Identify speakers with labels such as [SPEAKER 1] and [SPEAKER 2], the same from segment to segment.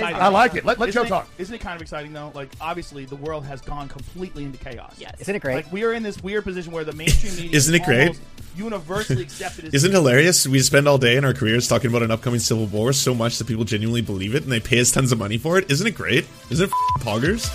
[SPEAKER 1] I like it. Let, let Joe
[SPEAKER 2] Isn't it,
[SPEAKER 1] talk.
[SPEAKER 2] isn't it kind of exciting though? Like obviously the world has gone completely into chaos. Yes.
[SPEAKER 3] Isn't it great?
[SPEAKER 2] Like we are in this weird position where the mainstream media
[SPEAKER 4] Isn't it great?
[SPEAKER 2] almost universally accepted. As
[SPEAKER 4] Isn't it hilarious? We spend all day in our careers talking about an upcoming civil war so much that people genuinely believe it and they pay us tons of money for it. Isn't it great? Isn't it f- poggers?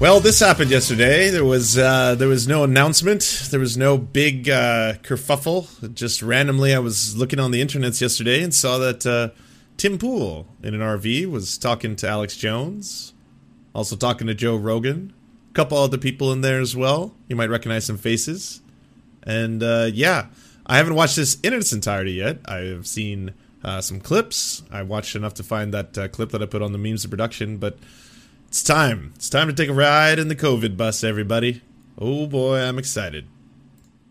[SPEAKER 4] Well, this happened yesterday. There was uh, there was no announcement. There was no big uh, kerfuffle. Just randomly, I was looking on the internets yesterday and saw that uh, Tim Pool in an RV was talking to Alex Jones. Also talking to Joe Rogan, a couple other people in there as well. You might recognize some faces. And uh, yeah, I haven't watched this in its entirety yet. I've seen uh, some clips. I watched enough to find that uh, clip that I put on the memes of production. But it's time. It's time to take a ride in the COVID bus, everybody. Oh boy, I'm excited.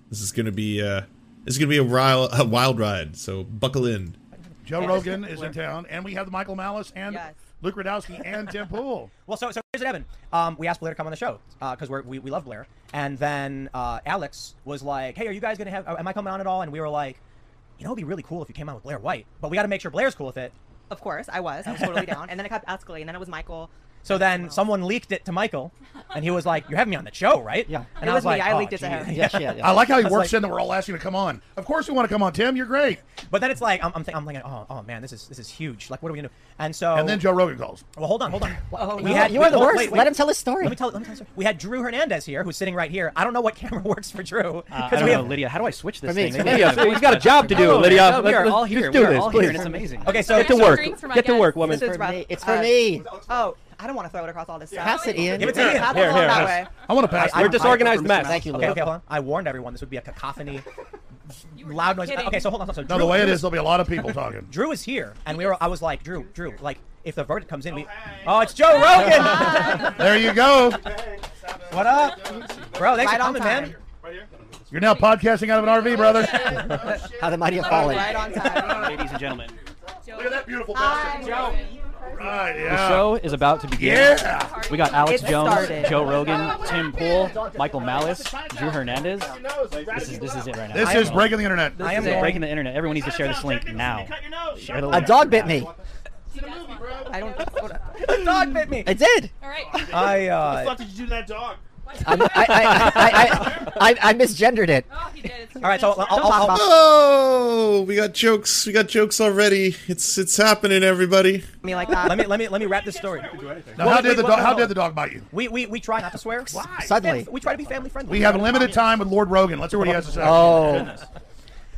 [SPEAKER 4] This is gonna be uh, this is gonna be a, rile- a wild ride. So buckle in.
[SPEAKER 1] Joe
[SPEAKER 5] Yeah, this
[SPEAKER 1] Rogan
[SPEAKER 5] could
[SPEAKER 1] is in
[SPEAKER 5] work.
[SPEAKER 1] town, and we have Michael Malice and
[SPEAKER 5] Yes.
[SPEAKER 1] Luke Radowski and Tim Pool.
[SPEAKER 3] Well, so, so here's what happened. Um, we asked Blair to come on the show because we're we, we love Blair. And then uh, Alex was like, "Hey, are you guys gonna have? Am I coming on at all?" And we were like, "You know, it'd be really cool if you came on with Blair White, but we got to make sure Blair's cool with it."
[SPEAKER 5] Of course, I was. I was totally down. And then it kept escalating. And then it was Michael.
[SPEAKER 3] So then someone leaked it to Michael, and he was like, "You're having me on the show, right?"
[SPEAKER 6] Yeah.
[SPEAKER 3] and
[SPEAKER 5] It was me. I
[SPEAKER 3] "Oh,
[SPEAKER 5] leaked it to him."
[SPEAKER 3] geez."
[SPEAKER 6] Yeah, she had, yeah.
[SPEAKER 1] I like how he
[SPEAKER 3] like-
[SPEAKER 1] works in that we're all asking to come on. Of course, we want to come on, Tim. You're great.
[SPEAKER 3] But then it's like I'm, I'm, think- I'm thinking, "Oh, oh man, this is this is huge. Like, what are we gonna do?" And so
[SPEAKER 1] And then Joe Rogan calls.
[SPEAKER 3] Well, hold on, hold on.
[SPEAKER 6] no, you are the worst. Let him tell his story.
[SPEAKER 3] Let me tell, let me tell his story. We had Drew Hernandez here, who's sitting right here. I don't know what camera works for Drew.
[SPEAKER 7] Uh,
[SPEAKER 3] because
[SPEAKER 7] I don't
[SPEAKER 3] we
[SPEAKER 7] know,
[SPEAKER 3] have-
[SPEAKER 7] Lydia. How do I switch this
[SPEAKER 6] me,
[SPEAKER 7] thing?
[SPEAKER 6] it's for me.
[SPEAKER 7] Lydia's
[SPEAKER 6] So
[SPEAKER 7] always
[SPEAKER 6] he's got a
[SPEAKER 7] best.
[SPEAKER 6] job to do,
[SPEAKER 7] Oh,
[SPEAKER 6] Lydia.
[SPEAKER 7] no, we
[SPEAKER 6] Let's-
[SPEAKER 7] are
[SPEAKER 6] let's-
[SPEAKER 7] all
[SPEAKER 6] let's
[SPEAKER 7] here.
[SPEAKER 6] do
[SPEAKER 7] we are
[SPEAKER 6] this,
[SPEAKER 7] all here,
[SPEAKER 6] please.
[SPEAKER 7] and it's amazing.
[SPEAKER 3] Okay, so
[SPEAKER 7] get to
[SPEAKER 3] Extra
[SPEAKER 7] work.
[SPEAKER 8] drinks for my
[SPEAKER 7] Get to
[SPEAKER 8] guests.
[SPEAKER 7] work, woman.
[SPEAKER 5] This is
[SPEAKER 6] for
[SPEAKER 5] rough.
[SPEAKER 6] me. It's for me.
[SPEAKER 5] Oh, I don't want to throw it across all this stuff.
[SPEAKER 6] Pass it, Ian.
[SPEAKER 3] Give it to
[SPEAKER 5] Pass
[SPEAKER 3] Ian.
[SPEAKER 5] it along
[SPEAKER 7] here.
[SPEAKER 5] that way.
[SPEAKER 1] I want to pass.
[SPEAKER 7] We're
[SPEAKER 1] the-
[SPEAKER 7] disorganized mess.
[SPEAKER 6] Thank you, Luke.
[SPEAKER 3] Okay, okay, hold on. I warned everyone this would be a cacophony, loud noise.
[SPEAKER 8] kidding.
[SPEAKER 3] Okay, so hold on. So Drew,
[SPEAKER 1] no, the way it
[SPEAKER 3] Drew-
[SPEAKER 1] is, there'll be a lot of people talking.
[SPEAKER 3] Drew is here, and we were. I was like, Drew, Drew, like if the verdict comes in, we. Oh, it's Joe Rogan.
[SPEAKER 1] There you go.
[SPEAKER 3] what up, bro? Thanks
[SPEAKER 5] Right
[SPEAKER 3] for
[SPEAKER 5] on
[SPEAKER 3] coming, man.
[SPEAKER 5] time.
[SPEAKER 1] You're now podcasting out of an RV, brother.
[SPEAKER 6] How the mighty have fallen.
[SPEAKER 5] Right on time.
[SPEAKER 7] Ladies and gentlemen,
[SPEAKER 1] Look at that beautiful
[SPEAKER 5] Hi, Joe.
[SPEAKER 1] Right,
[SPEAKER 7] the
[SPEAKER 1] yeah.
[SPEAKER 7] show is about to begin.
[SPEAKER 1] Yeah.
[SPEAKER 7] We got Alex
[SPEAKER 5] It
[SPEAKER 7] Jones,
[SPEAKER 5] started.
[SPEAKER 7] Joe Rogan, Tim Pool, Michael Malice, Drew Hernandez. This is this is it right now.
[SPEAKER 1] This is breaking the internet.
[SPEAKER 7] I am
[SPEAKER 3] going-
[SPEAKER 7] breaking the internet. Everyone needs to share this link now. Share the
[SPEAKER 6] A
[SPEAKER 7] link.
[SPEAKER 6] dog bit me.
[SPEAKER 5] I don't.
[SPEAKER 3] The dog bit me.
[SPEAKER 6] It did.
[SPEAKER 8] All right.
[SPEAKER 3] I uh.
[SPEAKER 2] did you do that dog?
[SPEAKER 6] I, I, I, I, I, I misgendered it.
[SPEAKER 8] Oh, he did. It's
[SPEAKER 3] All right, so I'll, I'll, I'll,
[SPEAKER 4] Oh, we got jokes. We got jokes already. It's it's happening, everybody.
[SPEAKER 5] Me like that.
[SPEAKER 3] let me let me let me wrap this story.
[SPEAKER 1] Now, how did the
[SPEAKER 3] wait,
[SPEAKER 1] dog?
[SPEAKER 3] wait,
[SPEAKER 1] How
[SPEAKER 3] no.
[SPEAKER 1] did the dog bite you?
[SPEAKER 3] We we we try not to swear. Why?
[SPEAKER 6] Suddenly.
[SPEAKER 3] We try to be family friendly.
[SPEAKER 1] We have limited time with Lord Rogan. Let's hear what he has to say.
[SPEAKER 6] Oh,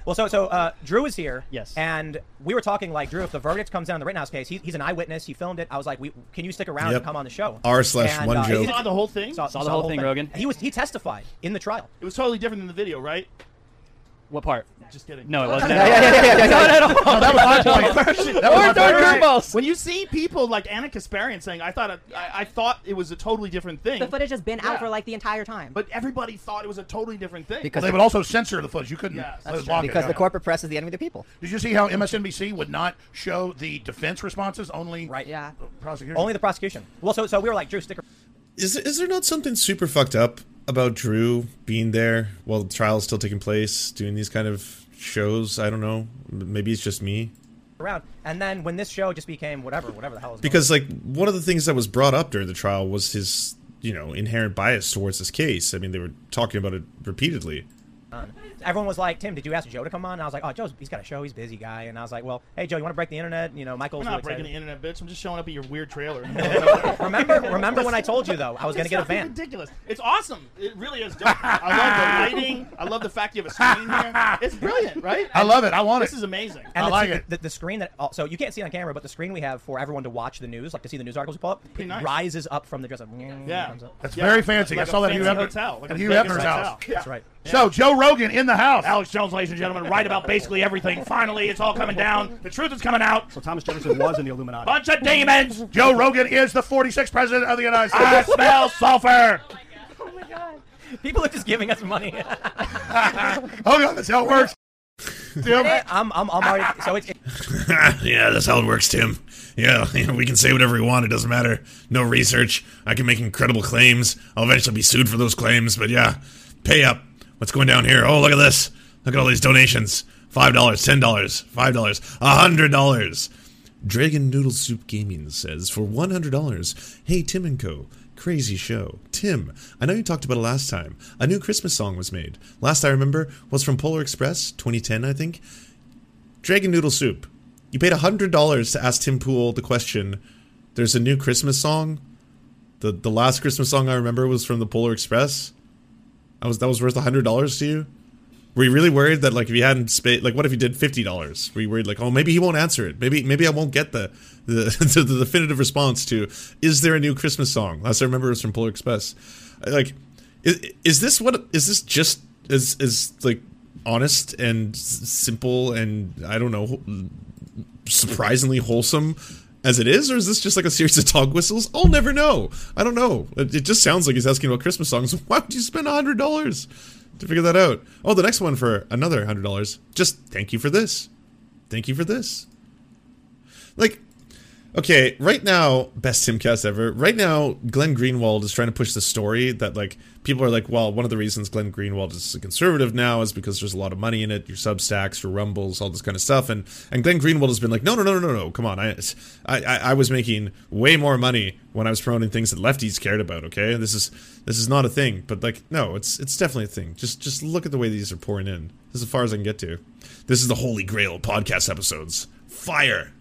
[SPEAKER 3] Well, so so uh, Drew is here.
[SPEAKER 7] Yes.
[SPEAKER 3] And we were talking like Drew, if the verdict comes down in the Rittenhouse case, he, he's an eyewitness. He filmed it. I was like, we, can you stick around
[SPEAKER 4] Yep.
[SPEAKER 3] and come on the show?
[SPEAKER 4] R slash
[SPEAKER 3] And, uh,
[SPEAKER 4] one joke.
[SPEAKER 3] he-
[SPEAKER 4] You saw
[SPEAKER 2] the whole thing?
[SPEAKER 7] Saw the whole thing, Rogan.
[SPEAKER 3] He was he testified in the trial.
[SPEAKER 2] It was totally different than the video, right?
[SPEAKER 7] What part?
[SPEAKER 2] Just kidding.
[SPEAKER 7] No, it wasn't.
[SPEAKER 6] yeah, yeah, yeah, yeah, yeah, yeah.
[SPEAKER 7] Not at all.
[SPEAKER 1] that was my point. That was my
[SPEAKER 7] Or don't
[SPEAKER 1] point.
[SPEAKER 7] hurt balls.
[SPEAKER 2] When you see people like Anna Kasparian saying, "I thought it, I, I thought it was a totally different thing,"
[SPEAKER 5] The footage has been out for like the entire time.
[SPEAKER 2] but everybody thought it was a totally different thing.
[SPEAKER 6] because
[SPEAKER 1] They would also censor the footage. You couldn't
[SPEAKER 2] Yeah, that's
[SPEAKER 1] let us
[SPEAKER 2] true.
[SPEAKER 1] walk it.
[SPEAKER 6] because
[SPEAKER 1] Yeah.
[SPEAKER 6] the corporate press is the enemy of the people.
[SPEAKER 1] Did you see how MSNBC would not show the defense responses? Only
[SPEAKER 3] Right.
[SPEAKER 5] yeah.
[SPEAKER 1] prosecution.
[SPEAKER 3] Only the prosecution. Well, so so we were like, Drew, stick around.
[SPEAKER 4] Is is there not something super fucked up about Drew being there while the trial's still taking place, doing these kind of shows? I don't know. M- Maybe it's just me.
[SPEAKER 3] around. And then when this show just became whatever, whatever the hell is going
[SPEAKER 4] Because like one of the things that was brought up during the trial was his, you know, inherent bias towards this case. I mean, they were talking about it repeatedly.
[SPEAKER 3] on. Everyone was like, Tim, did you ask Joe to come on? And I was like, oh, Joe's he's got a show, he's a busy guy. And I was like, well, hey, Joe, you want to break the internet? You know, Michael's
[SPEAKER 2] I'm not
[SPEAKER 3] really
[SPEAKER 2] breaking the
[SPEAKER 3] excited.
[SPEAKER 2] internet, bitch. I'm just showing up at your weird trailer.
[SPEAKER 3] Remember, remember when I told you though, I was gonna
[SPEAKER 2] It's
[SPEAKER 3] get a
[SPEAKER 2] fucking
[SPEAKER 3] van.
[SPEAKER 2] Ridiculous. It's awesome. It really is. Dope. I love the lighting. I love the fact you have a screen here. It's brilliant, right?
[SPEAKER 1] I love it. I want
[SPEAKER 2] This
[SPEAKER 1] it.
[SPEAKER 2] is amazing.
[SPEAKER 3] And
[SPEAKER 1] I
[SPEAKER 3] the,
[SPEAKER 1] like
[SPEAKER 3] the-
[SPEAKER 1] it.
[SPEAKER 3] The, the screen that oh, so you can't see it on camera, but the screen we have for everyone to watch the news, like to see the news articles we pull up, it
[SPEAKER 2] nice.
[SPEAKER 3] rises up from the dresser.
[SPEAKER 2] Yeah.
[SPEAKER 3] comes up.
[SPEAKER 1] That's
[SPEAKER 2] Yeah.
[SPEAKER 1] very fancy.
[SPEAKER 2] Like
[SPEAKER 1] I saw
[SPEAKER 2] a
[SPEAKER 1] that at Hugh
[SPEAKER 2] fancy
[SPEAKER 1] Hefner-
[SPEAKER 2] hotel, like
[SPEAKER 1] at
[SPEAKER 2] a
[SPEAKER 1] Hugh
[SPEAKER 2] Vegas
[SPEAKER 1] Hefner's
[SPEAKER 2] hotel.
[SPEAKER 1] house.
[SPEAKER 2] Yeah.
[SPEAKER 3] That's right.
[SPEAKER 1] So Joe Rogan in the the house.
[SPEAKER 9] Alex
[SPEAKER 1] Jones, ladies and gentlemen, right about basically everything. Finally, it's all coming down. The truth is coming out.
[SPEAKER 2] So Thomas Jefferson was in the Illuminati.
[SPEAKER 1] Bunch of demons.
[SPEAKER 2] Joe Rogan is the 46th president of the United States.
[SPEAKER 1] I smell sulfur.
[SPEAKER 3] People are just giving us money.
[SPEAKER 2] Oh God, that's how it works.
[SPEAKER 3] I'm, I'm, I'm already. So it's.
[SPEAKER 4] yeah, that's how it works, Tim. Yeah, we can say whatever we want. It doesn't matter. No research. I can make incredible claims. I'll eventually be sued for those claims, but yeah, pay up. What's going down here? Oh, look at this. Look at all these donations. $5, $10, $5, $100. Dragon Noodle Soup Gaming says, for $100, hey, Tim and Co., crazy show. Tim, I know you talked about it last time. A new Christmas song was made. Last I remember was from Polar Express, 2010, I think. Dragon Noodle Soup. You paid $100 to ask Tim Pool the question, there's a new Christmas song? The, the last Christmas song I remember was from the Polar Express. That was that was worth hundred dollars to you? Were you really worried that like if you hadn't spent like what if you did fifty dollars? Were you worried like oh maybe he won't answer it? Maybe maybe I won't get the the, the, the definitive response to is there a new Christmas song? Last I remember it was from Polar Express. I- Like is, is this what is this just is is like honest and s- simple and I don't know surprisingly wholesome as it is, or is this just like a series of dog whistles? I'll never know. I don't know. It, it just sounds like he's asking about Christmas songs. Why would you spend hundred dollars to figure that out? Oh, the next one for another hundred dollars. Just thank you for this. Thank you for this. Like, okay, right now, best Timcast ever. Right now, Glenn Greenwald is trying to push the story that like people are like, well, one of the reasons Glenn Greenwald is a conservative now is because there's a lot of money in it, your Substacks, your Rumbles, all this kind of stuff, and and Glenn Greenwald has been like, no, no, no, no, no, no, come on, I, it's- I, I, I was making way more money when I was promoting things that lefties cared about. Okay, this is this is not a thing, but like, no, it's it's definitely a thing. Just just look at the way these are pouring in. This is as far as I can get to. This is the holy grail of podcast episodes. Fire.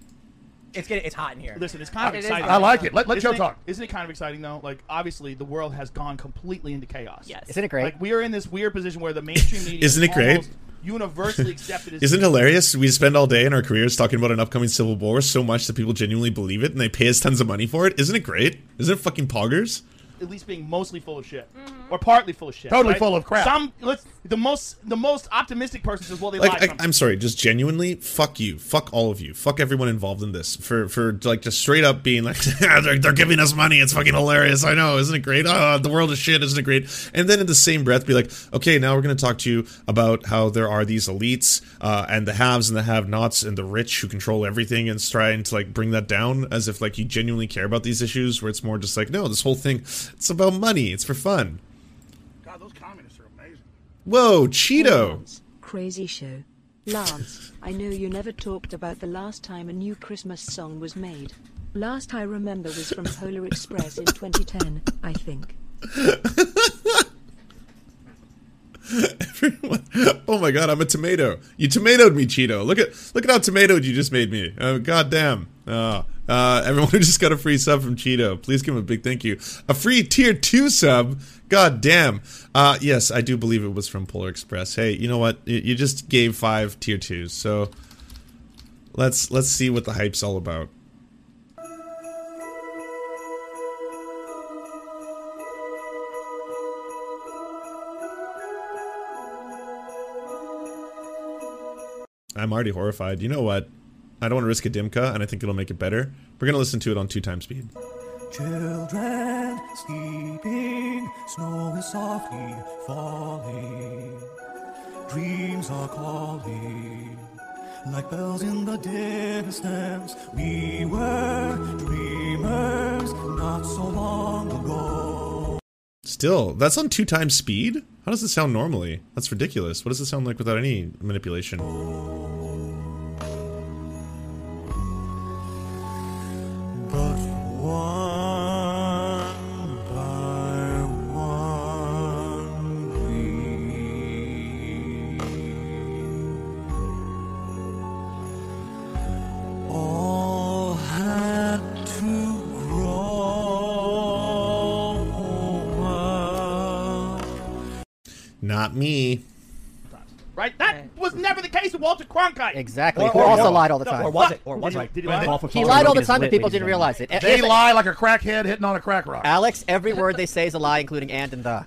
[SPEAKER 3] It's getting, it's hot in here.
[SPEAKER 2] Listen, it's kind of
[SPEAKER 5] It is
[SPEAKER 2] exciting.
[SPEAKER 5] awesome. I like
[SPEAKER 2] it. Let, let Joe talk. Isn't it kind of exciting though? Like obviously, the world has gone completely into chaos.
[SPEAKER 5] Yes.
[SPEAKER 6] Isn't it great?
[SPEAKER 2] Like we are in this weird position where the mainstream media
[SPEAKER 4] Isn't
[SPEAKER 2] is
[SPEAKER 4] it great?
[SPEAKER 2] almost universally accepted. As
[SPEAKER 4] Isn't it hilarious? We spend all day in our careers talking about an upcoming civil war so much that people genuinely believe it and they pay us tons of money for it. Isn't it great? Isn't it fucking poggers?
[SPEAKER 2] at least being mostly full of shit
[SPEAKER 6] Mm-hmm.
[SPEAKER 2] or partly full of shit.
[SPEAKER 1] Totally
[SPEAKER 2] right?
[SPEAKER 1] full of crap.
[SPEAKER 2] Some let's the most the most optimistic person says, "Well, they lied."
[SPEAKER 4] Like, I,
[SPEAKER 2] something.
[SPEAKER 4] I'm sorry, just genuinely, fuck you, fuck all of you, fuck everyone involved in this for for like just straight up being like they're, they're giving us money, it's fucking hilarious. I know, isn't it great? Oh, the world is shit, isn't it great? And then in the same breath, be like, okay, now we're gonna talk to you about how there are these elites uh, and the haves and the have-nots and the rich who control everything and trying to like bring that down as if like you genuinely care about these issues, where it's more just like, no, this whole thing, it's about money, it's for fun.
[SPEAKER 1] God, those communists are amazing.
[SPEAKER 4] Whoa, Cheeto.
[SPEAKER 8] Crazy show. Lance, I know you never talked about the last time a new Christmas song was made. Last I remember was from Polar Express in 2010, I think.
[SPEAKER 4] Oh my god, I'm a tomato. You tomatoed me, Cheeto. Look at look at how tomatoed you just made me. Oh god damn. Oh. Uh, everyone who just got a free sub from Cheeto, please give him a big thank you. A free tier two sub. God damn. Uh, yes, I do believe it was from Polar Express. Hey, you know what? You, you just gave five tier twos, so let's let's see what the hype's all about. I'm already horrified. You know what? I don't want to risk a Dimka, and I think it'll make it better. We're gonna listen to it on two times speed.
[SPEAKER 10] Children sleeping, snow is softly falling. Dreams are calling, like bells in the distance. We were dreamers not so long ago.
[SPEAKER 4] Still, that's on two times speed? How does it sound normally? That's ridiculous. What does it sound like without any manipulation?
[SPEAKER 10] But one by one, we all had to grow up.
[SPEAKER 4] Not me.
[SPEAKER 2] right? That was never the case with Walter Cronkite.
[SPEAKER 6] Exactly.
[SPEAKER 3] Or-
[SPEAKER 6] Who
[SPEAKER 3] or-
[SPEAKER 6] also
[SPEAKER 3] or-
[SPEAKER 6] lied all the
[SPEAKER 2] Oh, no,
[SPEAKER 6] time.
[SPEAKER 3] Or was it? Or was
[SPEAKER 2] Did he-
[SPEAKER 3] it?
[SPEAKER 2] did he lie?
[SPEAKER 7] Awful
[SPEAKER 6] He
[SPEAKER 7] Paul
[SPEAKER 6] lied all
[SPEAKER 7] Rogan
[SPEAKER 6] the
[SPEAKER 7] is
[SPEAKER 6] time,
[SPEAKER 7] lit,
[SPEAKER 6] and people
[SPEAKER 7] ladies
[SPEAKER 6] didn't
[SPEAKER 7] and
[SPEAKER 6] realize it.
[SPEAKER 1] They
[SPEAKER 6] Everything-
[SPEAKER 1] lie like a crackhead hitting on a crack rock.
[SPEAKER 6] Alex, every word they say is a lie, including and and the.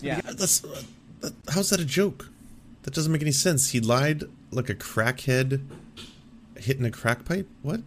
[SPEAKER 4] That's, uh, that- how's that a joke? That doesn't make any sense. He lied like a crackhead hitting a crack pipe? What?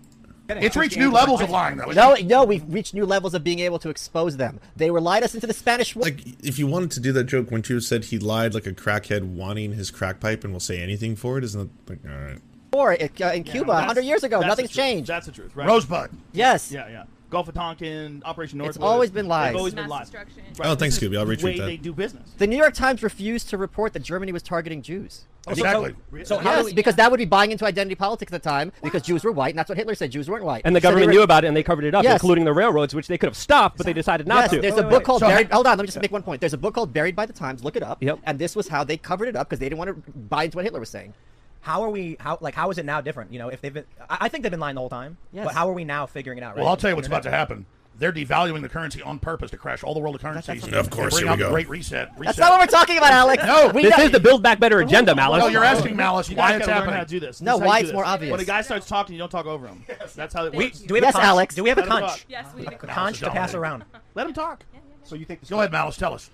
[SPEAKER 6] It's reached new levels of lying, though. No, no, we've reached new levels of being able to expose them. They were lied us into the Spanish War.
[SPEAKER 4] If you wanted to do that joke, wouldn't you have said he lied like a crackhead wanting his crack pipe and will say anything for it? Isn't that like, all right?
[SPEAKER 6] war in uh, in Cuba
[SPEAKER 2] that's-
[SPEAKER 6] a 100 years ago.
[SPEAKER 2] that's
[SPEAKER 6] Nothing's
[SPEAKER 2] the truth.
[SPEAKER 6] changed.
[SPEAKER 2] That's the truth. Right.
[SPEAKER 6] Rosebud. Yes.
[SPEAKER 2] Yeah, yeah. Gulf of Tonkin, Operation Northwood.
[SPEAKER 6] It's always been lies.
[SPEAKER 2] They've always been
[SPEAKER 6] Mass
[SPEAKER 2] lies.
[SPEAKER 4] Oh, thanks, Scooby. I'll
[SPEAKER 2] The
[SPEAKER 4] retweet
[SPEAKER 2] way
[SPEAKER 4] that.
[SPEAKER 2] they do business.
[SPEAKER 6] The New York Times refused to report that Germany was targeting Jews.
[SPEAKER 2] Oh, Exactly. so- so how do
[SPEAKER 6] yes,
[SPEAKER 2] we-
[SPEAKER 6] because that would be buying into identity politics at the time, because Jews were white, and that's what Hitler said. Jews weren't white.
[SPEAKER 11] And the
[SPEAKER 6] So they
[SPEAKER 11] government
[SPEAKER 6] were-
[SPEAKER 11] knew about it, and they covered it up,
[SPEAKER 6] Yes.
[SPEAKER 11] including the railroads, which they could have stopped, but they decided not
[SPEAKER 6] yes,
[SPEAKER 11] to.
[SPEAKER 6] There's a book called Buried. Hold on, let me just make one point. There's a book called Buried by the Times. Look it up. Yep. And this was how they covered it up because they didn't want to buy into what Hitler was saying.
[SPEAKER 3] How are we? How like how is it now different? You know, if they've been, I, I think they've been lying the whole time.
[SPEAKER 6] Yes.
[SPEAKER 3] But how are we now figuring it out?
[SPEAKER 1] Well,
[SPEAKER 3] right?
[SPEAKER 1] I'll tell you what's about to
[SPEAKER 3] Internet.
[SPEAKER 1] happen. They're devaluing the currency on purpose to crash all the world of currencies.
[SPEAKER 4] not- Of course,
[SPEAKER 1] They bring
[SPEAKER 4] here we
[SPEAKER 1] out the
[SPEAKER 4] go.
[SPEAKER 1] Great reset. reset.
[SPEAKER 6] not what we're talking about, Alex.
[SPEAKER 1] no,
[SPEAKER 6] We This know- is the
[SPEAKER 11] Build Back Better agenda, Malice.
[SPEAKER 1] No, you're asking Malice
[SPEAKER 2] You
[SPEAKER 1] why
[SPEAKER 2] guys
[SPEAKER 1] it's
[SPEAKER 2] gotta
[SPEAKER 1] happening.
[SPEAKER 2] Learn how to do this. This
[SPEAKER 6] No,
[SPEAKER 2] is how you
[SPEAKER 6] why
[SPEAKER 2] do
[SPEAKER 6] it's
[SPEAKER 2] this.
[SPEAKER 6] more obvious.
[SPEAKER 2] When a guy starts talking, you don't talk over him. That's how it
[SPEAKER 3] We-
[SPEAKER 2] works.
[SPEAKER 3] do we have a Yes, conch- Alex. do we have a
[SPEAKER 2] Let him
[SPEAKER 3] conch?
[SPEAKER 2] talk.
[SPEAKER 3] Yes, we do. A conch to pass around.
[SPEAKER 2] Let him talk.
[SPEAKER 1] So you think? Go ahead, Malice. Tell us.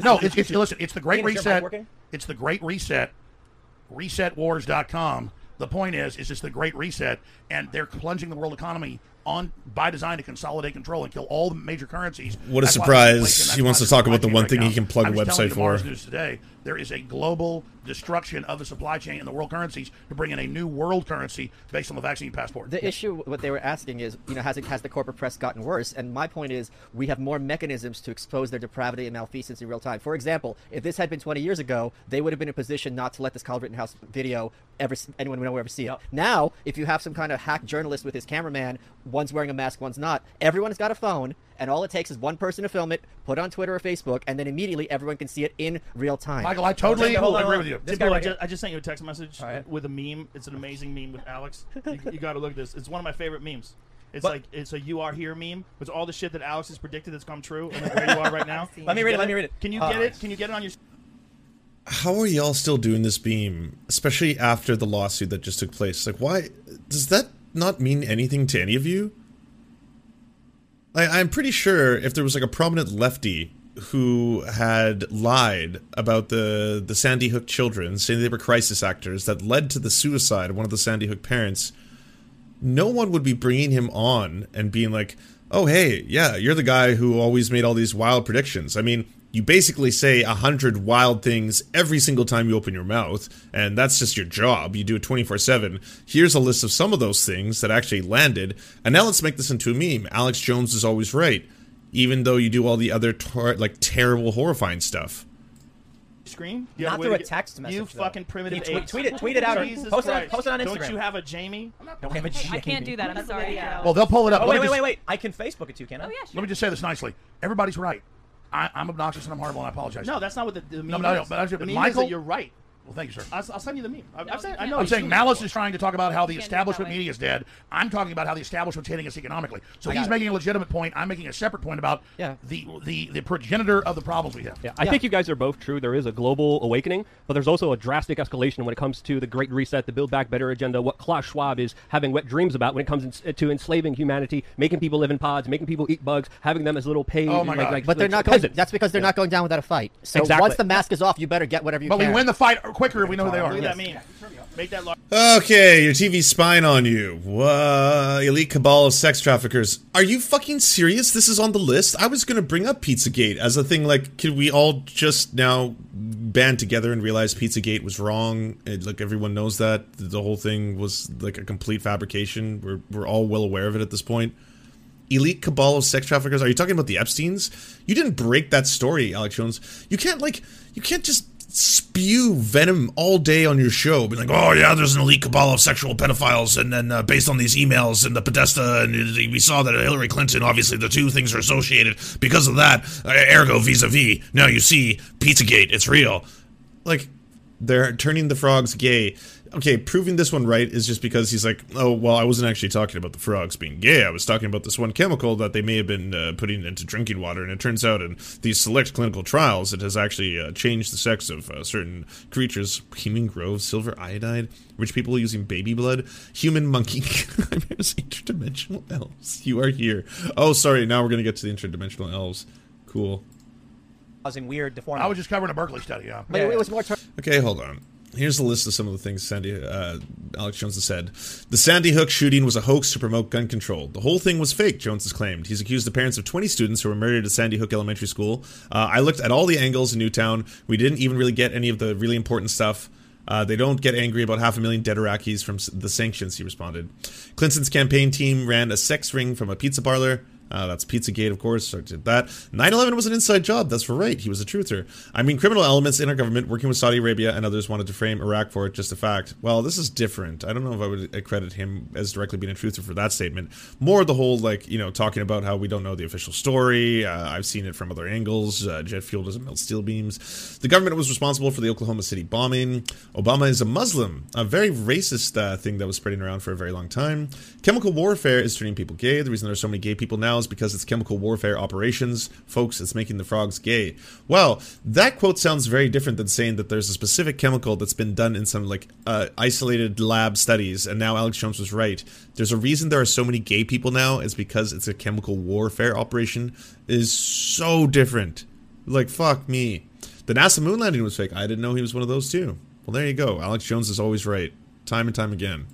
[SPEAKER 1] no, it's, it's listen. It's the Great
[SPEAKER 3] Ian, is your mic
[SPEAKER 1] Reset.
[SPEAKER 3] working?
[SPEAKER 1] It's the Great Reset. ResetWars.com. The point is, is it's the Great Reset, and they're plunging the world economy on by design to consolidate control and kill all the major currencies.
[SPEAKER 4] What a
[SPEAKER 1] That's why there's inflation.
[SPEAKER 4] surprise.
[SPEAKER 1] That's
[SPEAKER 4] He wants
[SPEAKER 1] why
[SPEAKER 4] to talk
[SPEAKER 1] there's
[SPEAKER 4] about the
[SPEAKER 1] supply
[SPEAKER 4] one
[SPEAKER 1] chain
[SPEAKER 4] thing
[SPEAKER 1] right
[SPEAKER 4] he can
[SPEAKER 1] now.
[SPEAKER 4] plug
[SPEAKER 1] I
[SPEAKER 4] a
[SPEAKER 1] was telling
[SPEAKER 4] website
[SPEAKER 1] you tomorrow's
[SPEAKER 4] for.
[SPEAKER 1] News today, there is a global destruction of the supply chain and the world currencies to bring in a new world currency based on the vaccine passport.
[SPEAKER 6] The issue, what they were asking is, you know, has it, has the corporate press gotten worse? And my point is, we have more mechanisms to expose their depravity and malfeasance in real time. For example, if this had been 20 years ago, they would have been in a position not to let this Kyle Rittenhouse video ever s- anyone would know ever see it. Now, if you have some kind of hack journalist with his cameraman, one's wearing a mask, one's not. Everyone's got a phone, and all it takes is one person to film it, put on Twitter or Facebook, and then immediately everyone can see it in real time.
[SPEAKER 1] Michael, I totally will agree with you.
[SPEAKER 2] Tim Pool, I, just, I just sent you a text message with a meme. It's an amazing meme with Alex. You, you got to look at this. It's one of my favorite memes. It's like it's a "You Are Here" meme. It's all the shit that Alex has predicted that's come true, and like where you are right now.
[SPEAKER 3] Let me read it, let me read it.
[SPEAKER 2] Can you
[SPEAKER 3] Uh,
[SPEAKER 2] get it? Can you get it on your?
[SPEAKER 4] How are y'all still doing this beam, especially after the lawsuit that just took place? Like, why does that not mean anything to any of you? I, I'm pretty sure if there was like a prominent lefty who had lied about the the Sandy Hook children, saying they were crisis actors, that led to the suicide of one of the Sandy Hook parents, no one would be bringing him on and being like, "Oh, hey, yeah, you're the guy who always made all these wild predictions." I mean, you basically say a hundred wild things every single time you open your mouth, and that's just your job. You do it twenty four seven. Here's a list of some of those things that actually landed, and now let's make this into a meme. Alex Jones is always right, even though you do all the other tor- like terrible, horrifying stuff.
[SPEAKER 2] screen?
[SPEAKER 3] Not
[SPEAKER 2] have way
[SPEAKER 3] through
[SPEAKER 2] to
[SPEAKER 3] a text message,
[SPEAKER 2] You
[SPEAKER 3] though.
[SPEAKER 2] fucking primitive.
[SPEAKER 3] You tweet-
[SPEAKER 2] apes.
[SPEAKER 3] tweet it- tweet it out or
[SPEAKER 2] Jesus
[SPEAKER 3] post it on-
[SPEAKER 2] Christ.
[SPEAKER 3] post it on
[SPEAKER 2] Don't
[SPEAKER 3] Instagram.
[SPEAKER 2] you have a Jamie?
[SPEAKER 3] Don't have a
[SPEAKER 2] I
[SPEAKER 3] can't
[SPEAKER 12] do that. I'm sorry.
[SPEAKER 1] Well, they'll pull it up.
[SPEAKER 3] Oh,
[SPEAKER 1] Let
[SPEAKER 3] wait,
[SPEAKER 1] me
[SPEAKER 3] wait,
[SPEAKER 1] just-
[SPEAKER 3] wait, wait. I can Facebook it too, can I? Oh yeah,
[SPEAKER 1] Let me just say this nicely. Everybody's right. I, I'm obnoxious and I'm horrible, and I apologize.
[SPEAKER 2] No, that's not what the, the meme
[SPEAKER 1] no, no, no,
[SPEAKER 2] is.
[SPEAKER 1] but, I- but
[SPEAKER 2] the meme
[SPEAKER 1] Michael,
[SPEAKER 2] is that you're right.
[SPEAKER 1] Well, thank you, sir.
[SPEAKER 2] I'll, I'll send you the meme. I, I've said, I know.
[SPEAKER 1] I'm
[SPEAKER 2] you've
[SPEAKER 1] saying
[SPEAKER 2] seen it
[SPEAKER 1] malice
[SPEAKER 2] before.
[SPEAKER 1] is trying to talk about how the
[SPEAKER 2] You can't do it that
[SPEAKER 1] establishment
[SPEAKER 2] way.
[SPEAKER 1] media is dead. I'm talking about how the establishment's hitting us economically. So
[SPEAKER 7] I got
[SPEAKER 1] he's
[SPEAKER 7] it.
[SPEAKER 1] making a legitimate point. I'm making a separate point about
[SPEAKER 6] Yeah.
[SPEAKER 1] the, the the progenitor of the problems we have.
[SPEAKER 11] Yeah, I think you guys are both true. There is a global awakening, but there's also a drastic escalation when it comes to the Great Reset, the Build Back Better agenda, what Klaus Schwab is having wet dreams about when it comes in, to enslaving humanity, making people live in pods, making people eat bugs, having them as little paid. like, like-
[SPEAKER 6] Oh but they're
[SPEAKER 11] like
[SPEAKER 6] not going.
[SPEAKER 11] peasants.
[SPEAKER 6] That's because they're not going down without a fight. So
[SPEAKER 11] Exactly.
[SPEAKER 6] once the mask is off, you better get whatever you
[SPEAKER 1] But
[SPEAKER 6] can.
[SPEAKER 1] we win the fight quicker if we know who they are.
[SPEAKER 2] Look at that meme. Make that large.
[SPEAKER 4] Okay, your TV's spying on you. Whoa, elite cabal of sex traffickers. Are you fucking serious? This is on the list? I was gonna bring up Pizzagate as a thing like, could we all just now band together and realize Pizzagate was wrong? It, like, everyone knows that. The whole thing was like a complete fabrication. We're, we're all well aware of it at this point. Elite cabal of sex traffickers. Are you talking about the Epstein's? You didn't break that story, Alex Jones. You can't, like, you can't just spew venom all day on your show, be like,
[SPEAKER 13] Oh yeah, there's an elite cabal of sexual pedophiles, and then uh, based on these emails and the Podesta, and uh, we saw that Hillary Clinton, obviously the two things are associated. Because of that, uh, ergo vis-a-vis. Now you see, Pizzagate, it's real.
[SPEAKER 4] like they're turning the frogs gay. Okay, proving this one right is just because he's like, oh well, I wasn't actually talking about the frogs being gay. I was talking about this one chemical that they may have been uh, putting into drinking water, and it turns out in these select clinical trials, it has actually uh, changed the sex of uh, certain creatures. Human grove, silver iodide, rich people using baby blood, human monkey chimeras, interdimensional elves. You are here. Oh, sorry. Now we're gonna get to the interdimensional elves. Cool.
[SPEAKER 3] causing weird deformities.
[SPEAKER 1] I was just covering a Berkeley study. Yeah,
[SPEAKER 4] okay, hold on. Here's a list of some of the things Sandy uh, Alex Jones has said. The Sandy Hook shooting was a hoax to promote gun control. The whole thing was fake, Jones has claimed. He's accused the parents of 20 students who were murdered at Sandy Hook Elementary School. Uh, I looked at all the angles in Newtown. We didn't even really get any of the really important stuff. Uh, they don't get angry about half a million dead Iraqis from s- the sanctions, he responded. Clinton's campaign team ran a sex ring from a pizza parlor. Uh, that's Pizzagate, of course. So I did that. 9 11 was an inside job. That's for right. He was a truther. I mean, criminal elements in our government working with Saudi Arabia and others wanted to frame Iraq for it, just a fact. Well, this is different. I don't know if I would credit him as directly being a truther for that statement. More the whole, like, you know, talking about how we don't know the official story. Uh, I've seen it from other angles. Uh, jet fuel doesn't melt steel beams. The government was responsible for the Oklahoma City bombing. Obama is a Muslim, a very racist uh, thing that was spreading around for a very long time. Chemical warfare is turning people gay. The reason there's so many gay people now is because it's chemical warfare operations. Folks, it's making the frogs gay. Well, that quote sounds very different than saying that there's a specific chemical that's been done in some like uh, isolated lab studies, and now Alex Jones was right. There's a reason there are so many gay people now is because it's a chemical warfare operation. It is so different. Like fuck me. The NASA moon landing was fake. I didn't know he was one of those too. Well, there you go. Alex Jones is always right, time and time again.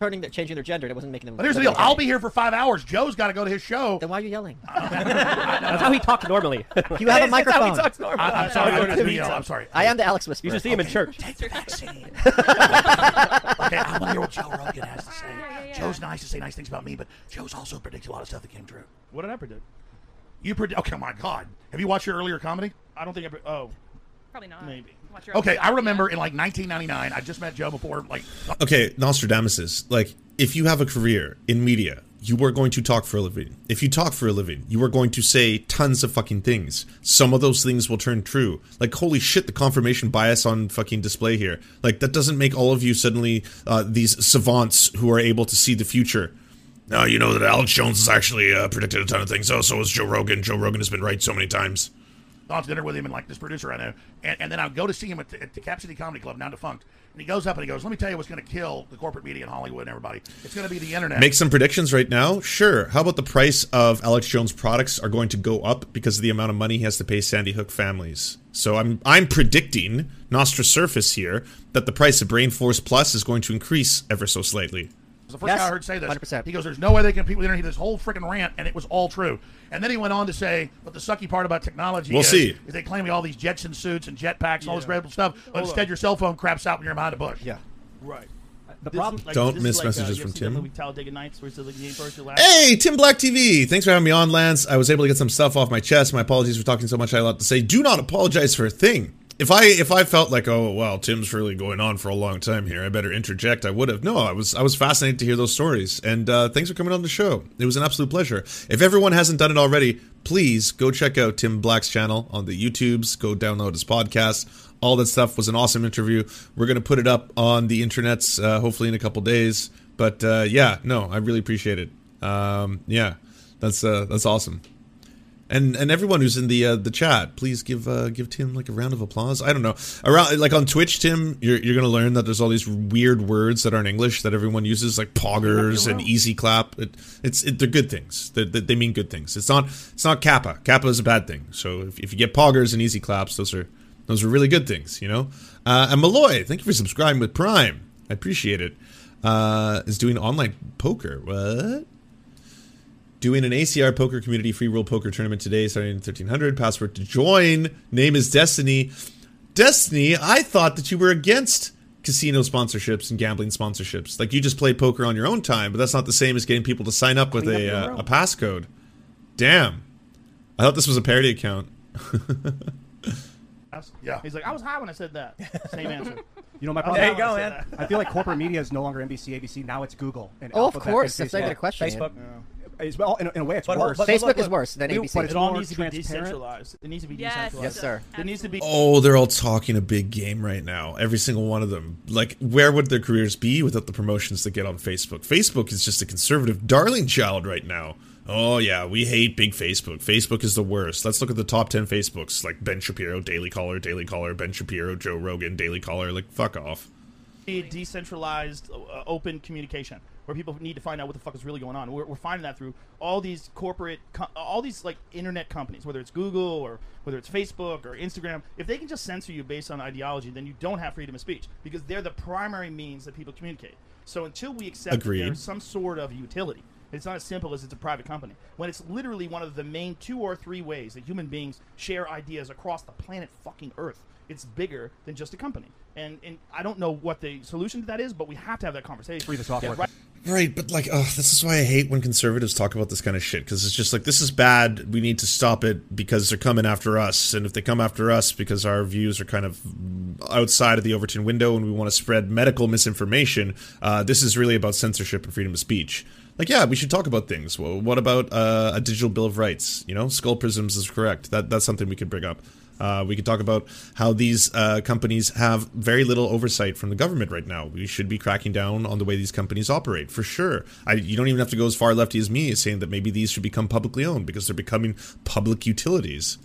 [SPEAKER 6] turning their changing their gender. That wasn't making them.
[SPEAKER 1] But here's the deal. I'll be here for five hours. Joe's got to go to his show. Then
[SPEAKER 6] why are you yelling?
[SPEAKER 11] That's how he talks normally.
[SPEAKER 6] You have a microphone.
[SPEAKER 1] I, am sorry. I'm, just being- I'm sorry.
[SPEAKER 6] I am the Alex Whisperer.
[SPEAKER 11] You should see him in church.
[SPEAKER 1] Take your vaccine. okay, I want to hear what Joe Rogan has to say. Joe's nice to say nice things about me, but Joe's also predicted a lot of stuff that came true.
[SPEAKER 2] What did I predict?
[SPEAKER 1] You predict? Okay, my God. Have you watched your earlier comedy?
[SPEAKER 2] I don't think I. Pre- oh,
[SPEAKER 5] probably not.
[SPEAKER 2] Maybe.
[SPEAKER 5] Uh, Watch your own
[SPEAKER 1] Okay,
[SPEAKER 5] stuff,
[SPEAKER 1] I
[SPEAKER 5] yeah.
[SPEAKER 1] remember in like 1999, I just met Joe before like
[SPEAKER 4] okay, Nostradamuses, like if you have a career in media, you are going to talk for a living. If you talk for a living, you are going to say tons of fucking things. Some of those things will turn true. Like holy shit, the confirmation bias on fucking display here. Like that doesn't make all of you suddenly uh, these savants who are able to see the future.
[SPEAKER 13] Now you know that Alex Jones has actually uh, predicted a ton of things. Oh, so has Joe Rogan. Joe Rogan has been right so many times.
[SPEAKER 1] gone to dinner with him and like this producer I know, and, and then I go to see him at the, at the Cap City Comedy Club, now defunct. And he goes up and he goes, "Let me tell you what's going to kill the corporate media in Hollywood and everybody. It's going to be the internet."
[SPEAKER 4] Make some predictions right now? Sure. How about the price of Alex Jones products are going to go up because of the amount of money he has to pay Sandy Hook families? So I'm I'm predicting Nostra Surface here that the price of Brain Force Plus is going to increase ever so slightly.
[SPEAKER 1] was the first guy I heard say this. He goes, "There's no way they compete with the internet." He did this whole freaking rant, and it was all true. And then he went on to say, "But the sucky part about technology
[SPEAKER 4] We'll
[SPEAKER 1] is,
[SPEAKER 4] see.
[SPEAKER 1] is they claim you all these Jetson suits and jetpacks and all this
[SPEAKER 2] Yeah.
[SPEAKER 1] incredible stuff, but
[SPEAKER 2] Hold
[SPEAKER 1] instead
[SPEAKER 2] on.
[SPEAKER 1] your cell phone craps out when you're behind a bush." Yeah.
[SPEAKER 2] right.
[SPEAKER 11] The
[SPEAKER 2] problem.
[SPEAKER 4] Don't
[SPEAKER 2] this is
[SPEAKER 4] miss
[SPEAKER 2] like,
[SPEAKER 4] messages
[SPEAKER 2] uh,
[SPEAKER 4] from
[SPEAKER 2] you ever seen that
[SPEAKER 4] Tim.
[SPEAKER 2] Movie, Talladega Nights, where it's like, you ain't first, you're last.
[SPEAKER 4] Hey, Tim Black TV. Thanks for having me on, Lance. I was able to get some stuff off my chest. My apologies for talking so much. I had a lot to say. Do not apologize for a thing. If I if I felt like oh wow Tim's really going on for a long time here I better interject I would have no I was I was fascinated to hear those stories and uh, thanks for coming on the show it was an absolute pleasure if everyone hasn't done it already please go check out Tim Black's channel on the YouTubes go download his podcast all that stuff was an awesome interview we're gonna put it up on the internets uh, hopefully in a couple days but uh, yeah no I really appreciate it um, yeah, that's uh, that's awesome. And and everyone who's in the uh, the chat, please give uh, give Tim like a round of applause. I don't know around like on Twitch, Tim, you're you're gonna learn that there's all these weird words that aren't English that everyone uses, like poggers and easy clap. It, it's it, they're good things. They, they, they mean good things. It's not it's not kappa. Kappa is a bad thing. So if, if you get poggers and easy claps, those are those are really good things. You know. Uh, and Malloy, thank you for subscribing with Prime. I appreciate it. Uh, is doing online poker. What? doing an ACR poker community free roll poker tournament today, starting at 1300. Password to join. Name is Destiny. Destiny, I thought that you were against casino sponsorships and gambling sponsorships. Like you just play poker on your own time, but that's not the same as getting people to sign up with a, uh, a passcode. Damn. I thought this was a parody account.
[SPEAKER 1] Yeah.
[SPEAKER 2] He's like, I was high when I said that. Same answer.
[SPEAKER 12] You know my
[SPEAKER 2] I was
[SPEAKER 12] problem.
[SPEAKER 2] high when I said that.
[SPEAKER 12] I feel like corporate media is no longer NBC, ABC. Now it's Google. And
[SPEAKER 2] Oh, of
[SPEAKER 12] Alphabet
[SPEAKER 2] course,
[SPEAKER 12] and
[SPEAKER 2] that's not even
[SPEAKER 12] Facebook.
[SPEAKER 2] a question,
[SPEAKER 12] Facebook.
[SPEAKER 2] man.
[SPEAKER 12] It's, well, in, a, in a way, it's
[SPEAKER 2] But-
[SPEAKER 12] worse.
[SPEAKER 2] but- but- Facebook look, is look, worse
[SPEAKER 6] than
[SPEAKER 12] But
[SPEAKER 6] ABC.
[SPEAKER 12] it's
[SPEAKER 2] it all
[SPEAKER 12] more
[SPEAKER 2] needs to be
[SPEAKER 12] transparent.
[SPEAKER 2] decentralized. It needs to be
[SPEAKER 6] Yes.
[SPEAKER 2] decentralized.
[SPEAKER 6] Yes, sir.
[SPEAKER 2] There needs to be.
[SPEAKER 4] Oh, they're all talking a big game right now. Every single one of them. Like, where would their careers be without the promotions that get on Facebook? Facebook is just a conservative darling child right now. Oh yeah, we hate big Facebook. Facebook is the worst. Let's look at the top ten Facebooks, like Ben Shapiro, Daily Caller, Daily Caller, Ben Shapiro, Joe Rogan, Daily Caller. Like, fuck off.
[SPEAKER 2] be decentralized, uh, open communication. where people need to find out what the fuck is really going on. We're, we're finding that through all these corporate, co- all these like internet companies, whether it's Google or whether it's Facebook or Instagram. If they can just censor you based on ideology, then you don't have freedom of speech because they're the primary means that people communicate. So until we accept that
[SPEAKER 4] Agreed.
[SPEAKER 2] there's some sort of utility, it's not as simple as it's a private company. When it's literally one of the main two or three ways that human beings share ideas across the planet fucking Earth, it's bigger than just a company. And and I don't know what the solution to that is, but we have to have that conversation. Free the software.
[SPEAKER 4] Right, but like, oh, this is why I hate when conservatives talk about this kind of shit because it's just like this is bad. We need to stop it because they're coming after us, and if they come after us because our views are kind of outside of the Overton window and we want to spread medical misinformation, uh, this is really about censorship and freedom of speech. Like, yeah, we should talk about things. Well, what about uh, a digital bill of rights? You know, skull prisms is correct. That that's something we could bring up. Uh, we could talk about how these uh, companies have very little oversight from the government right now. We should be cracking down on the way these companies operate, for sure. I, you don't even have to go as far lefty as me, saying that maybe these should become publicly owned because they're becoming public utilities.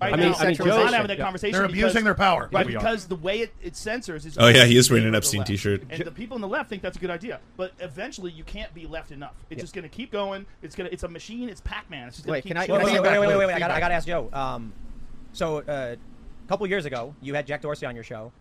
[SPEAKER 2] Right
[SPEAKER 1] I mean-
[SPEAKER 2] now,
[SPEAKER 1] I mean,
[SPEAKER 2] we're not
[SPEAKER 1] Joe-
[SPEAKER 2] having that
[SPEAKER 1] yeah.
[SPEAKER 2] conversation.
[SPEAKER 1] They're
[SPEAKER 2] because-
[SPEAKER 1] abusing their power.
[SPEAKER 2] Right,
[SPEAKER 1] Yeah, we are.
[SPEAKER 2] because the way it, it censors is.
[SPEAKER 4] Oh, yeah, he is wearing an
[SPEAKER 2] the
[SPEAKER 4] Epstein
[SPEAKER 2] left.
[SPEAKER 4] t-shirt.
[SPEAKER 2] And the people on the left think that's a good idea, but eventually you can't be left enough. It's just going to keep going. It's going to. It's a machine. It's Pac-Man. It's just going
[SPEAKER 3] Wait,
[SPEAKER 2] to
[SPEAKER 3] can
[SPEAKER 2] keep.
[SPEAKER 3] I? Wait,
[SPEAKER 2] going.
[SPEAKER 3] wait, wait, wait, wait, wait, wait, I got, I got to ask Joe. Um, so uh, a couple years ago, you had Jack Dorsey on your show.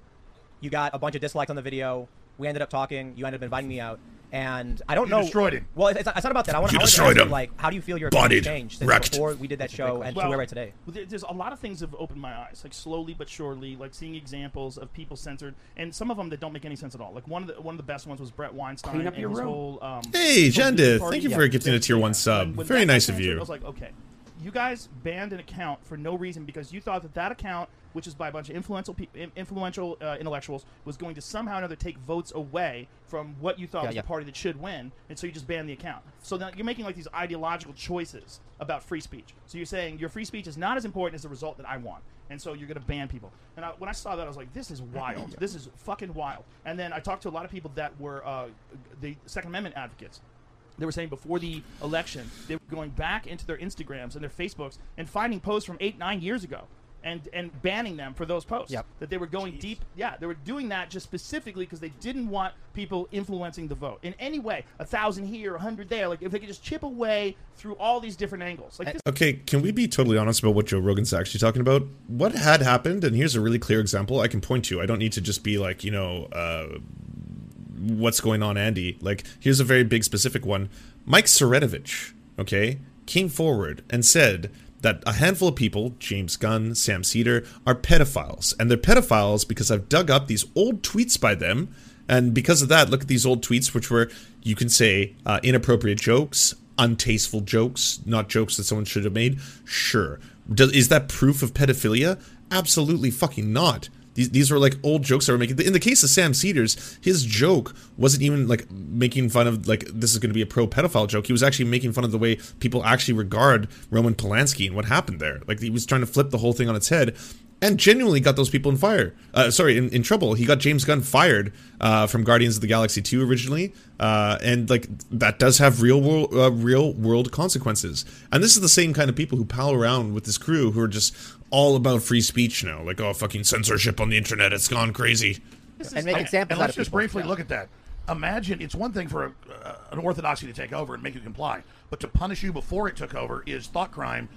[SPEAKER 3] You got a bunch of dislikes on the video. We ended up talking. You ended up inviting me out, and I don't
[SPEAKER 1] You
[SPEAKER 3] know.
[SPEAKER 1] destroyed him.
[SPEAKER 3] Well, it's, it's, not- it's not about that. I want
[SPEAKER 1] You
[SPEAKER 3] to ask
[SPEAKER 1] destroyed
[SPEAKER 3] you,
[SPEAKER 1] him.
[SPEAKER 3] like, how do you feel your
[SPEAKER 1] Bodied.
[SPEAKER 3] opinion changed since
[SPEAKER 1] Wrecked.
[SPEAKER 3] before we did that show and to where we're at today?
[SPEAKER 2] Well, there- there's a lot of things that have opened my eyes, like slowly but surely, like seeing examples of people censored, and some of them that don't make any sense at all. Like one of the one of the best ones was Brett Weinstein
[SPEAKER 11] Clean up
[SPEAKER 2] and
[SPEAKER 11] your
[SPEAKER 2] his
[SPEAKER 11] room.
[SPEAKER 2] whole. Um,
[SPEAKER 4] Hey,
[SPEAKER 2] social
[SPEAKER 4] Janda,
[SPEAKER 2] party.
[SPEAKER 4] thank you
[SPEAKER 2] Yeah.
[SPEAKER 4] for gifting a tier one sub.
[SPEAKER 2] When
[SPEAKER 4] Very
[SPEAKER 2] that
[SPEAKER 4] nice
[SPEAKER 2] got
[SPEAKER 4] of
[SPEAKER 2] censored,
[SPEAKER 4] you.
[SPEAKER 2] I was like, okay, you guys banned an account for no reason because you thought that that account, which is by a bunch of influential peop in- influential uh, intellectuals, was going to somehow or another take votes away from what you thought
[SPEAKER 6] Yeah,
[SPEAKER 2] was
[SPEAKER 6] yeah.
[SPEAKER 2] the party that should win, and so you just banned the account. So now you're making like these ideological choices about free speech. So you're saying your free speech is not as important as the result that I want. And so you're going to ban people. And I, when I saw that, I was like, "This is wild. This is fucking wild." And then I talked to a lot of people that were uh, the Second Amendment advocates, they were saying before the election they were going back into their instagrams and their facebooks and finding posts from eight nine years ago and and banning them for those posts
[SPEAKER 6] Yep.
[SPEAKER 2] that they were going deep yeah they were doing that just specifically because they didn't want people influencing the vote in any way a thousand here a hundred there like if they could just chip away through all these different angles
[SPEAKER 3] Eh,
[SPEAKER 2] like this
[SPEAKER 4] Okay, can we be totally honest about what Joe Rogan's actually talking about? What had happened, and here's a really clear example I can point to. I don't need to just be like, you know, uh, what's going on, Andy. Like, here's a very big specific one. Mike Seredovich, okay, came forward and said that a handful of people, James Gunn, Sam Cedar, are pedophiles. And they're pedophiles because I've dug up these old tweets by them. And because of that, look at these old tweets, which were, you can say, uh, inappropriate jokes, untasteful jokes, not jokes that someone should have made. Sure. Does, is that proof of pedophilia? Absolutely fucking not. These, these were like old jokes that were making. In the case of Sam Cedars, his joke wasn't even like making fun of like this is going to be a pro pedophile joke. He was actually making fun of the way people actually regard Roman Polanski and what happened there. Like he was trying to flip the whole thing on its head, and genuinely got those people in fire. Uh, sorry, in, in trouble. He got James Gunn fired uh, from Guardians of the Galaxy two originally, uh, and like that does have real world uh, real world consequences. And this is the same kind of people who pal around with this crew who are just all about free speech now. Like, oh, fucking censorship on the internet. It's gone crazy.
[SPEAKER 6] And make
[SPEAKER 1] Okay, And
[SPEAKER 6] examples out
[SPEAKER 1] let's
[SPEAKER 6] of
[SPEAKER 1] just
[SPEAKER 6] people.
[SPEAKER 1] briefly
[SPEAKER 6] Yeah.
[SPEAKER 1] look at that. Imagine it's one thing for a, uh, an orthodoxy to take over and make you comply, but to punish you before it took over is thought crime.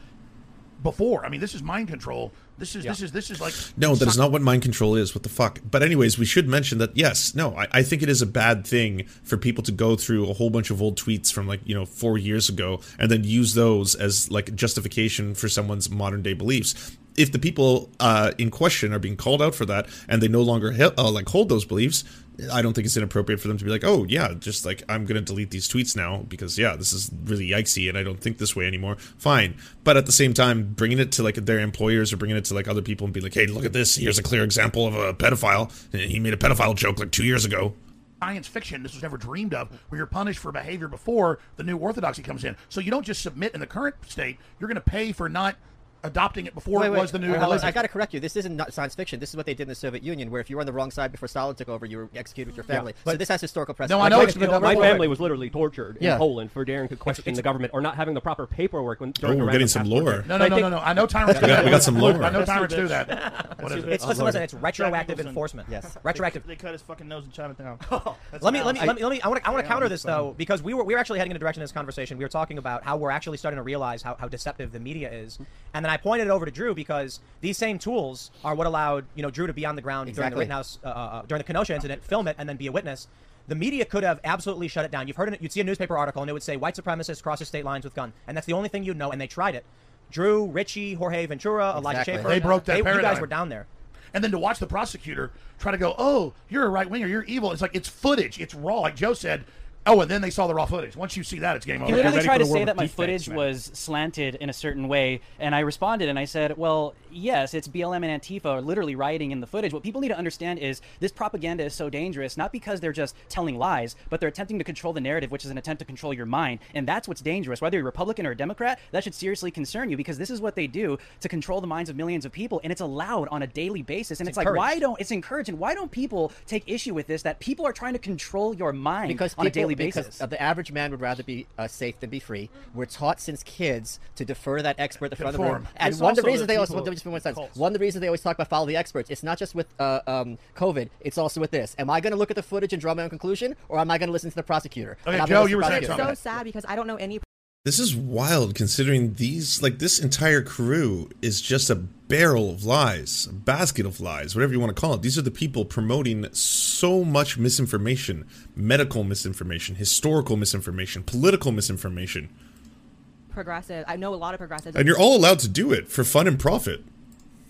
[SPEAKER 1] Before, I mean, this is mind control. This is this is this is like
[SPEAKER 4] No, that is not what mind control is. What the fuck? But anyways, we should mention that yes, no, I, I think it is a bad thing for people to go through a whole bunch of old tweets from like, you know, four years ago and then use those as like justification for someone's modern day beliefs. If the people uh, in question are being called out for that and they no longer he- uh, like hold those beliefs, I don't think it's inappropriate for them to be like, oh yeah, just like I'm gonna delete these tweets now because yeah, this is really yikesy and I don't think this way anymore. Fine, but at the same time, bringing it to like their employers or bringing it to like other people and be like, hey, look at this. Here's a clear example of a pedophile. He made a pedophile joke like two years ago.
[SPEAKER 1] science fiction. This was never dreamed of, where you're punished for behavior before the new orthodoxy comes in. So you don't just submit in the current state. You're going to pay for not adopting it before it was the new
[SPEAKER 6] wait, hold on.
[SPEAKER 1] religion.
[SPEAKER 6] I got to correct you. This isn't not science fiction. This is what they did in the Soviet Union, where if you were on the wrong side before Stalin took over, you were executed with your
[SPEAKER 11] Yeah,
[SPEAKER 6] family. so
[SPEAKER 11] but-
[SPEAKER 6] this has historical precedent.
[SPEAKER 11] No, I know. my family was literally tortured
[SPEAKER 6] Yeah.
[SPEAKER 11] in Poland for daring to question the government or not having the proper paperwork when. during
[SPEAKER 4] we're getting
[SPEAKER 11] the random
[SPEAKER 4] some
[SPEAKER 11] passport
[SPEAKER 4] lore.
[SPEAKER 11] check.
[SPEAKER 1] No,
[SPEAKER 11] But
[SPEAKER 1] no,
[SPEAKER 11] I
[SPEAKER 1] no,
[SPEAKER 11] think-
[SPEAKER 1] no, no. I know tyrants
[SPEAKER 4] We got- we got some lore.
[SPEAKER 1] I know
[SPEAKER 4] That's
[SPEAKER 1] tyrants do
[SPEAKER 2] That's true.
[SPEAKER 1] that. What
[SPEAKER 2] That's
[SPEAKER 1] is
[SPEAKER 2] true.
[SPEAKER 1] it?
[SPEAKER 3] It's- listen, listen, it's retroactive enforcement. Yes.
[SPEAKER 2] They-
[SPEAKER 3] Retroactive.
[SPEAKER 2] They, cut his fucking nose and chop it down. Oh, That's
[SPEAKER 3] Let me, let
[SPEAKER 2] wild.
[SPEAKER 3] me, let me, let me, I want to, I want to
[SPEAKER 2] Damn,
[SPEAKER 3] counter this
[SPEAKER 2] son.
[SPEAKER 3] though, because we were, we were actually heading in a direction in this conversation. We were talking about how we're actually starting to realize how, how deceptive the media is. And then I pointed it over to Drew because these same tools are what allowed, you know, Drew to be on the ground during the
[SPEAKER 6] Exactly.
[SPEAKER 3] Rittenhouse, uh, uh, during the Kenosha incident, film it, and then be a witness. The media could have absolutely shut it down. You've heard it, you'd see a newspaper article and it would say white supremacists crosses state lines with gun. And that's the only thing you'd know. And they tried it. Drew, Richie, Jorge Ventura, Elijah
[SPEAKER 1] Exactly.
[SPEAKER 3] Schaefer.
[SPEAKER 1] They broke that
[SPEAKER 3] You guys
[SPEAKER 1] paradigm.
[SPEAKER 3] were down there.
[SPEAKER 1] And then to watch the prosecutor try to go, oh, you're a right winger, you're evil. It's like it's footage, it's raw. Like Joe said, oh, and then they saw the raw footage. Once you see that, it's game
[SPEAKER 7] He
[SPEAKER 1] over.
[SPEAKER 7] literally tried to say that my footage was slanted in a certain way, and I responded and I said, "Well, yes, it's BLM and Antifa are literally rioting in the footage. What people need to understand is this propaganda is so dangerous, not because they're just telling lies, but they're attempting to control the narrative, which is an attempt to control your mind, and that's what's dangerous. Whether you're Republican or a Democrat, that should seriously concern you because this is what they do to control the minds of millions of people, and it's allowed on a daily basis. And it's, like, why
[SPEAKER 6] encouraged.
[SPEAKER 7] don't it's encouraged, and why don't people take issue with this? That people are trying to control your mind
[SPEAKER 6] because
[SPEAKER 7] on a
[SPEAKER 6] people-
[SPEAKER 7] daily
[SPEAKER 6] because,
[SPEAKER 7] basis.
[SPEAKER 6] uh, the average man would rather be uh, safe than be free. We're taught since kids to defer to that expert at the front of the room.
[SPEAKER 7] Conform.
[SPEAKER 6] And
[SPEAKER 7] It's
[SPEAKER 6] one of the
[SPEAKER 7] also
[SPEAKER 6] reasons
[SPEAKER 7] the
[SPEAKER 6] they always
[SPEAKER 7] people-
[SPEAKER 6] just one, sentence.
[SPEAKER 7] cults.
[SPEAKER 6] one of the reasons they always talk about follow the experts. It's not just with uh, um, COVID. It's also with this. Am I going to look at the footage and draw my own conclusion, or am I going to listen to the prosecutor?
[SPEAKER 1] Okay,
[SPEAKER 6] And I'm gonna
[SPEAKER 1] Joe,
[SPEAKER 6] listen
[SPEAKER 1] you
[SPEAKER 6] to
[SPEAKER 1] were
[SPEAKER 6] the
[SPEAKER 1] saying
[SPEAKER 6] prosecutor.
[SPEAKER 5] so sad because I don't know any
[SPEAKER 4] This is wild considering these, like, this entire crew is just a barrel of lies, a basket of lies, whatever you want to call it. These are the people promoting so much misinformation medical misinformation, historical misinformation, political misinformation.
[SPEAKER 5] progressive. I know a lot of progressives.
[SPEAKER 4] And you're all allowed to do it for fun and profit.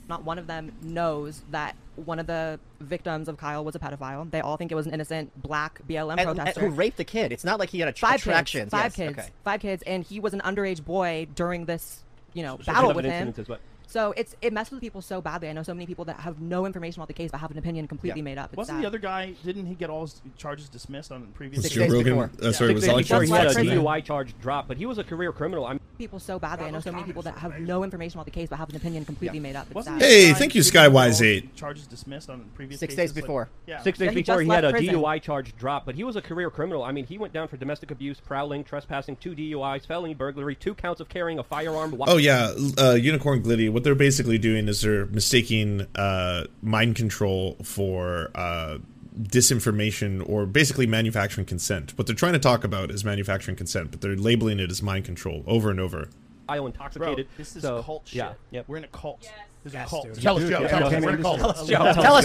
[SPEAKER 5] Not one of them knows that one of the victims of Kyle was a pedophile. They all think it was an innocent black BLM
[SPEAKER 6] And- and
[SPEAKER 5] protester
[SPEAKER 6] who raped the kid. It's not like he had a tra-
[SPEAKER 5] five
[SPEAKER 6] attractions.
[SPEAKER 5] Kids, five
[SPEAKER 6] Yes,
[SPEAKER 5] kids.
[SPEAKER 6] okay.
[SPEAKER 5] Five kids, and he was an underage boy during this, you know,
[SPEAKER 11] So- so
[SPEAKER 5] battle
[SPEAKER 11] some
[SPEAKER 5] with
[SPEAKER 11] of the
[SPEAKER 5] him.
[SPEAKER 11] incidents is what-
[SPEAKER 5] So it's it messes with people so badly. I know so many people that have no information about the case but have an opinion completely made up. It's
[SPEAKER 2] Wasn't
[SPEAKER 5] sad.
[SPEAKER 2] the other guy? Didn't he get all his charges dismissed on previous?
[SPEAKER 4] Was Joe Rogan- uh, sorry, was Alex
[SPEAKER 11] Sure, he had a
[SPEAKER 4] Jones-
[SPEAKER 11] DUI charge dropped, but he was a career criminal. I'm
[SPEAKER 5] people so badly? I know so many people that have no information about the case but have an opinion completely made up. It's sad.
[SPEAKER 4] Hey, thank you, Skywise8.
[SPEAKER 2] Charges dismissed on previous.
[SPEAKER 6] Six
[SPEAKER 2] cases,
[SPEAKER 6] days
[SPEAKER 2] like-
[SPEAKER 6] before.
[SPEAKER 2] yeah.
[SPEAKER 11] Six days
[SPEAKER 2] Yeah, he
[SPEAKER 11] before,
[SPEAKER 2] just
[SPEAKER 11] he had a
[SPEAKER 2] left prison.
[SPEAKER 11] DUI charge dropped, but he was a career criminal. I mean, he went down for domestic abuse, prowling, trespassing, two DUIs, felony burglary, two counts of carrying a firearm. wa-
[SPEAKER 4] Oh yeah, l- uh, unicorn glitty. What they're basically doing is they're mistaking uh, mind control for uh, disinformation or basically manufacturing consent. What they're trying to talk about is manufacturing consent, but they're labeling it as mind control over and over.
[SPEAKER 11] While intoxicated.
[SPEAKER 2] Bro, this is
[SPEAKER 11] so,
[SPEAKER 2] cult shit.
[SPEAKER 11] yeah, Yep.
[SPEAKER 2] We're in a cult. This is a
[SPEAKER 11] Yes,
[SPEAKER 2] cult.
[SPEAKER 11] dude. Tell us, Dude, Joe, yeah. tell us. We're in a cult. Tell us, Joe. Tell us,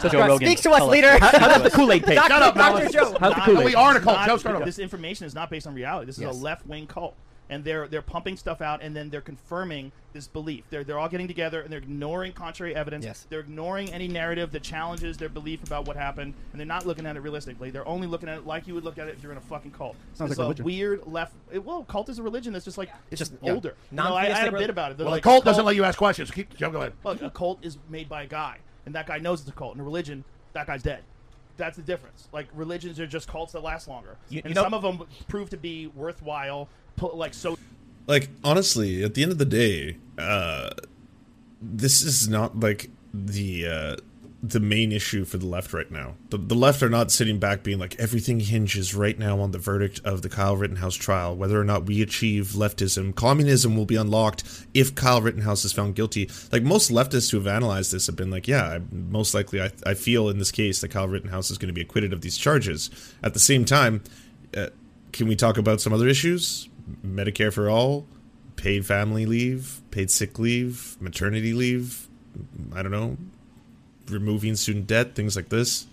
[SPEAKER 11] Joe. Joe Rogan.
[SPEAKER 6] Speak to us,
[SPEAKER 11] Tell us.
[SPEAKER 6] leader.
[SPEAKER 11] How- how about the Kool-Aid tape? Shut up,
[SPEAKER 2] Dr.
[SPEAKER 11] Alex.
[SPEAKER 2] Joe.
[SPEAKER 11] How's the
[SPEAKER 2] Not-
[SPEAKER 11] Kool-Aid?
[SPEAKER 2] We are in a cult.
[SPEAKER 11] Not-
[SPEAKER 2] Joe, start up.
[SPEAKER 11] This
[SPEAKER 2] This information is not based on reality. This is
[SPEAKER 11] Yes.
[SPEAKER 2] a left-wing cult, and they're they're pumping stuff out, and then they're confirming this belief. They're they're all getting together, and they're ignoring contrary evidence.
[SPEAKER 6] Yes.
[SPEAKER 2] They're ignoring any narrative that challenges their belief about what happened, and they're not looking at it realistically. They're only looking at it like you would look at it if you're in a fucking cult.
[SPEAKER 12] Sounds
[SPEAKER 2] This
[SPEAKER 12] like
[SPEAKER 2] is
[SPEAKER 12] religion.
[SPEAKER 2] a weird left. It, well, cult is a religion that's just like it's just
[SPEAKER 12] yeah.
[SPEAKER 2] older. No, I, I had a
[SPEAKER 12] Non-theistic
[SPEAKER 2] bit about it. They're
[SPEAKER 1] Well,
[SPEAKER 2] like,
[SPEAKER 1] the cult doesn't let you ask questions. Keep, Joe, go ahead.
[SPEAKER 2] Look, a cult is made by a guy, and that guy knows it's a cult. In a religion, that guy's dead. That's the difference. Like religions are just cults that last longer,
[SPEAKER 3] You-
[SPEAKER 2] and
[SPEAKER 3] you know-
[SPEAKER 2] some of them prove to be worthwhile. pu- Like so,
[SPEAKER 4] Like honestly, at the end of the day, uh, this is not like the uh, the main issue for the left right now. The, the left are not sitting back being like everything hinges right now on the verdict of the Kyle Rittenhouse trial, whether or not we achieve leftism. Communism will be unlocked if Kyle Rittenhouse is found guilty. Like most leftists who have analyzed this have been like, yeah, I, most likely I, I feel in this case that Kyle Rittenhouse is going to be acquitted of these charges. At the same time, uh, can we talk about some other issues? Medicare for all, paid family leave, paid sick leave, maternity leave, I don't know, removing student debt, things like this.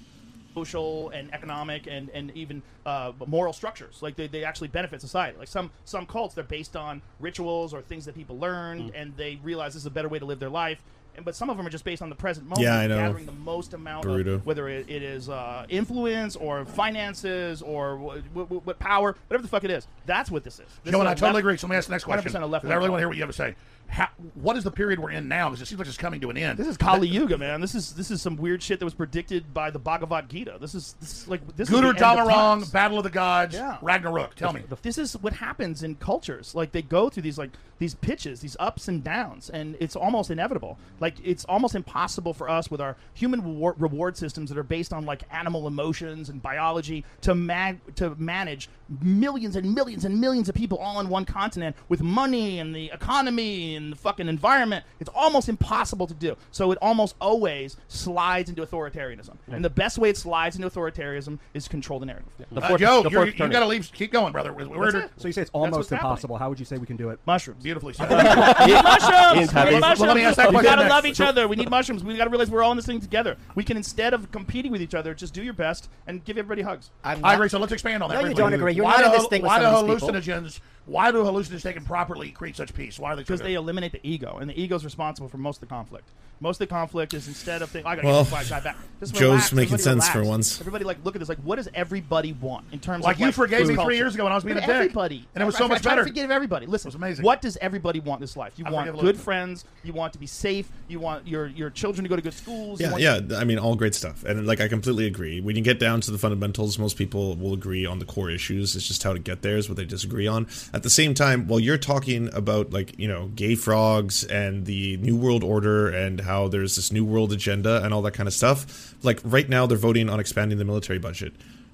[SPEAKER 2] social and economic and and even uh, moral structures. Like they, they actually benefit society. Like some some cults, they're based on rituals or things that people
[SPEAKER 1] Mm.
[SPEAKER 2] learned, and they realize this is a better way to live their life. And but some of them are just based on the present moment,
[SPEAKER 4] Yeah, I know.
[SPEAKER 2] gathering the most amount
[SPEAKER 4] Burrito.
[SPEAKER 2] of whether it, it is uh, influence or finances or what, what, what power, whatever the fuck it is. That's what this is. This
[SPEAKER 1] Joe,
[SPEAKER 2] is
[SPEAKER 1] and
[SPEAKER 2] a
[SPEAKER 1] I totally
[SPEAKER 2] left-
[SPEAKER 1] agree. So let me ask the next question.
[SPEAKER 2] 100% a left
[SPEAKER 1] because I really
[SPEAKER 2] wing
[SPEAKER 1] want to hear
[SPEAKER 2] cult.
[SPEAKER 1] what you have to say. ha- what is the period we're in now? Because it seems like it's coming to an end.
[SPEAKER 2] This is Kali Yuga, man. This is this is some weird shit that was predicted by the Bhagavad Gita. This is this is like this. is
[SPEAKER 1] Good
[SPEAKER 2] the
[SPEAKER 1] or
[SPEAKER 2] end of
[SPEAKER 1] Damarong,
[SPEAKER 2] times.
[SPEAKER 1] Battle of the Gods, Ragnarok. Tell me.
[SPEAKER 2] this is what happens in cultures. Like they go through these like these pitches, these ups and downs, and it's almost inevitable. Like it's almost impossible for us with our human reward, reward systems that are based on like animal emotions and biology to mag- to manage millions and millions and millions of people all on one continent with money and the economy and the fucking environment. It's almost impossible to do. So it almost always slides into authoritarianism. And the best way it slides into authoritarianism is control the narrative.
[SPEAKER 1] Uh, Joe, you're, you got to leave. Keep going, brother. We're, we're-
[SPEAKER 2] That's it.
[SPEAKER 12] So you say it's
[SPEAKER 2] That's
[SPEAKER 12] almost
[SPEAKER 2] what's happening.
[SPEAKER 12] impossible. How would you say we can do it?
[SPEAKER 2] Mushrooms.
[SPEAKER 1] Beautifully
[SPEAKER 12] said.
[SPEAKER 2] mushrooms. We need mushrooms.
[SPEAKER 12] Well, let me ask that
[SPEAKER 2] we
[SPEAKER 12] question
[SPEAKER 2] gotta
[SPEAKER 12] next.
[SPEAKER 2] love each
[SPEAKER 12] So-
[SPEAKER 2] other. We need mushrooms. We gotta realize we're all in this thing together. We can instead of competing with each other, just do your best and give everybody hugs.
[SPEAKER 1] I'm I agree. So let's expand on that.
[SPEAKER 2] No, you
[SPEAKER 1] briefly.
[SPEAKER 2] don't agree. You're
[SPEAKER 1] why
[SPEAKER 2] not in
[SPEAKER 1] do,
[SPEAKER 2] this thing with
[SPEAKER 1] why
[SPEAKER 2] some of
[SPEAKER 1] do
[SPEAKER 2] these people.
[SPEAKER 1] hallucinogens? Why do hallucinogens taken properly create such peace? Why are they? so
[SPEAKER 2] Because
[SPEAKER 1] good?
[SPEAKER 2] they eliminate the ego, and the ego is responsible for most of the conflict. Most of the conflict is instead of thinking, I gotta
[SPEAKER 4] Well,
[SPEAKER 2] get this guy back. Just
[SPEAKER 4] Joe's
[SPEAKER 2] relax.
[SPEAKER 4] making
[SPEAKER 2] Everybody
[SPEAKER 4] sense for
[SPEAKER 2] relax.
[SPEAKER 4] once.
[SPEAKER 2] Everybody like look at this. Like, what does everybody want in terms
[SPEAKER 1] Like,
[SPEAKER 2] of
[SPEAKER 1] you forgave me
[SPEAKER 2] food.
[SPEAKER 1] three years ago when I was being a dick.
[SPEAKER 2] Everybody,
[SPEAKER 1] And it was
[SPEAKER 2] I-
[SPEAKER 1] so
[SPEAKER 2] I-
[SPEAKER 1] much
[SPEAKER 2] I try to
[SPEAKER 1] better.
[SPEAKER 2] Forgive everybody. Listen, it was amazing. What does everybody want in this life? You
[SPEAKER 1] I
[SPEAKER 2] want
[SPEAKER 1] forgive
[SPEAKER 2] good
[SPEAKER 1] Elizabeth.
[SPEAKER 2] friends. You want to be safe. You want your your children to go to good schools. you
[SPEAKER 4] Yeah,
[SPEAKER 2] want
[SPEAKER 4] yeah. I mean, all great stuff, and like I completely agree. When you get down to the fundamentals, most people will agree on the core issues. It's just how to get there is what they disagree on. At the same time, while you're talking about like you know gay frogs and the new world order and how there's this new world agenda and all that kind of stuff, like right now they're voting on expanding the military budget.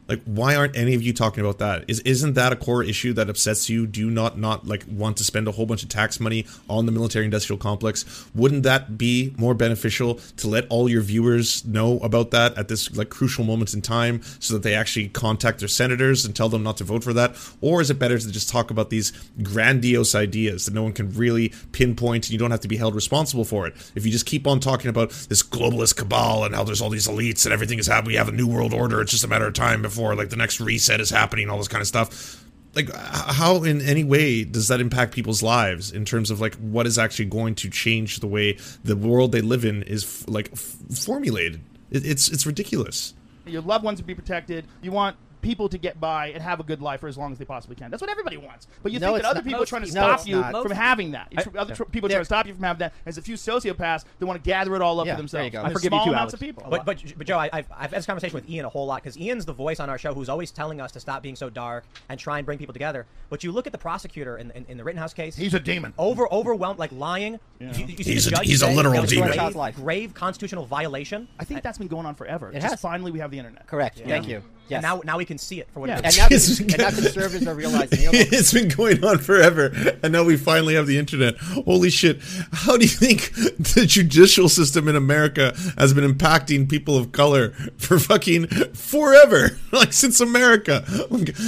[SPEAKER 4] Like, why aren't any of you talking about that? Is isn't that a core issue that upsets you? Do you not not like want to spend a whole bunch of tax money on the military-industrial complex? Wouldn't that be more beneficial to let all your viewers know about that at this like crucial moment in time, so that they actually contact their senators and tell them not to vote for that? Or is it better to just talk about these grandiose ideas that no one can really pinpoint, and you don't have to be held responsible for it? If you just keep on talking about this globalist cabal and how there's all these elites and everything is happening, we have a new world order. It's just a matter of time before like the next reset is happening, all this kind of stuff. Like, h- how in any way does that impact people's lives in terms of like what is actually going to change the way the world they live in is f- like f- formulated? It- it's it's ridiculous.
[SPEAKER 2] your loved ones to be protected. You want people to get by and have a good life for as long as they possibly can. That's what everybody wants. But you
[SPEAKER 6] No,
[SPEAKER 2] think
[SPEAKER 6] it's
[SPEAKER 2] that other
[SPEAKER 6] not.
[SPEAKER 2] people are
[SPEAKER 6] Most
[SPEAKER 2] trying to
[SPEAKER 6] people. No,
[SPEAKER 2] stop
[SPEAKER 6] it's
[SPEAKER 2] you
[SPEAKER 6] not.
[SPEAKER 2] from having that.
[SPEAKER 6] I-
[SPEAKER 2] Tr- other tr-
[SPEAKER 6] yeah.
[SPEAKER 2] people are trying to stop you from having that. As a few sociopaths that want to gather it all up for themselves. And there's small amounts of people.
[SPEAKER 3] But, but, but Joe, I, I've, I've had this conversation with Ian a whole lot because Ian's the voice on our show who's always telling us to stop being so dark and try and bring people together. But you look at the prosecutor in, in, in the Rittenhouse case. He's
[SPEAKER 1] a demon.
[SPEAKER 3] Over overwhelmed, like lying. You- you see
[SPEAKER 4] He's
[SPEAKER 3] the
[SPEAKER 4] a-
[SPEAKER 3] judge
[SPEAKER 4] he's a
[SPEAKER 3] say
[SPEAKER 4] literal
[SPEAKER 3] that was
[SPEAKER 4] demon.
[SPEAKER 3] Grave,
[SPEAKER 4] Child's
[SPEAKER 3] grave constitutional violation.
[SPEAKER 2] I think that's been going on forever.
[SPEAKER 3] It
[SPEAKER 2] Just
[SPEAKER 3] has.
[SPEAKER 2] finally we have the internet.
[SPEAKER 6] Correct. Thank you.
[SPEAKER 3] And
[SPEAKER 6] Yes.
[SPEAKER 3] now, now we can see it for what
[SPEAKER 2] Yeah.
[SPEAKER 3] it
[SPEAKER 2] And
[SPEAKER 3] is.
[SPEAKER 2] now-
[SPEAKER 4] It's
[SPEAKER 6] and now conservatives are realizing, "Oh, you know,
[SPEAKER 4] it's been going on forever, and now we finally have the internet. Holy shit! How do you think the judicial system in America has been impacting people of color for fucking forever, like since America?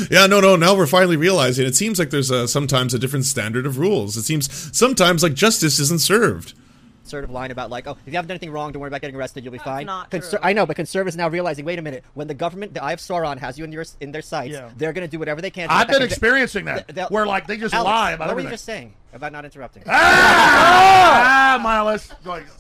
[SPEAKER 4] Yeah, no, no. Now we're finally realizing. It seems like there's a, sometimes a different standard of rules. It seems sometimes like justice isn't served.
[SPEAKER 6] sort of line about like, oh, if you haven't done anything wrong, don't worry about getting arrested. You'll be fine.
[SPEAKER 5] not
[SPEAKER 6] Conser- I know, but conservatives now realizing, wait a minute, when the government, the eye of Sauron, has you in your in their sights,
[SPEAKER 1] Yeah.
[SPEAKER 6] they're going to do whatever they can. to
[SPEAKER 1] I've
[SPEAKER 6] protect
[SPEAKER 1] been
[SPEAKER 6] you.
[SPEAKER 1] experiencing that,
[SPEAKER 6] They- they'll-
[SPEAKER 1] where, like, they just
[SPEAKER 6] Alex,
[SPEAKER 1] lie about
[SPEAKER 6] What were
[SPEAKER 1] everything.
[SPEAKER 6] you just saying about not interrupting?
[SPEAKER 1] Ah, Miles.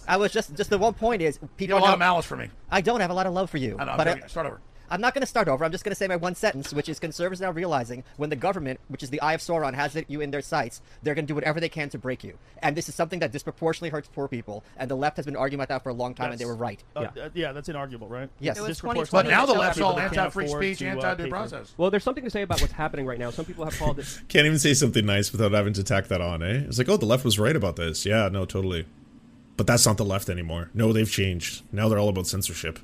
[SPEAKER 6] I was just just the one point is people
[SPEAKER 1] have a lot
[SPEAKER 6] now-
[SPEAKER 1] of malice for me.
[SPEAKER 6] I don't have a lot of love for you.
[SPEAKER 1] I know, I'm
[SPEAKER 6] but
[SPEAKER 1] joking. Start over.
[SPEAKER 6] I'm not going to start over. I'm just going to say my one sentence, which is conservatives now realizing when the government, which is the eye of Sauron, has it, you in their sights, they're going to do whatever they can to break you. And this is something that disproportionately hurts poor people. And the left has been arguing about that for a long time, and they
[SPEAKER 2] That's-
[SPEAKER 6] were right.
[SPEAKER 2] Uh, yeah. Uh, yeah, that's inarguable, right?
[SPEAKER 6] Yes. It was
[SPEAKER 2] Disproportionate.
[SPEAKER 6] 2020 But now the
[SPEAKER 2] People
[SPEAKER 6] left's
[SPEAKER 2] that
[SPEAKER 6] all
[SPEAKER 2] can't
[SPEAKER 1] anti-free
[SPEAKER 2] afford
[SPEAKER 1] speech,
[SPEAKER 2] to, uh,
[SPEAKER 1] anti-due
[SPEAKER 2] pay for-
[SPEAKER 1] process.
[SPEAKER 11] Well, there's something to say about what's happening right now. Some people have called it
[SPEAKER 4] Can't even say something nice without having to attack that on, eh? It's like, oh, the left was right about this. Yeah, no, totally. But that's not the left anymore. No, they've changed. Now they're all about censorship.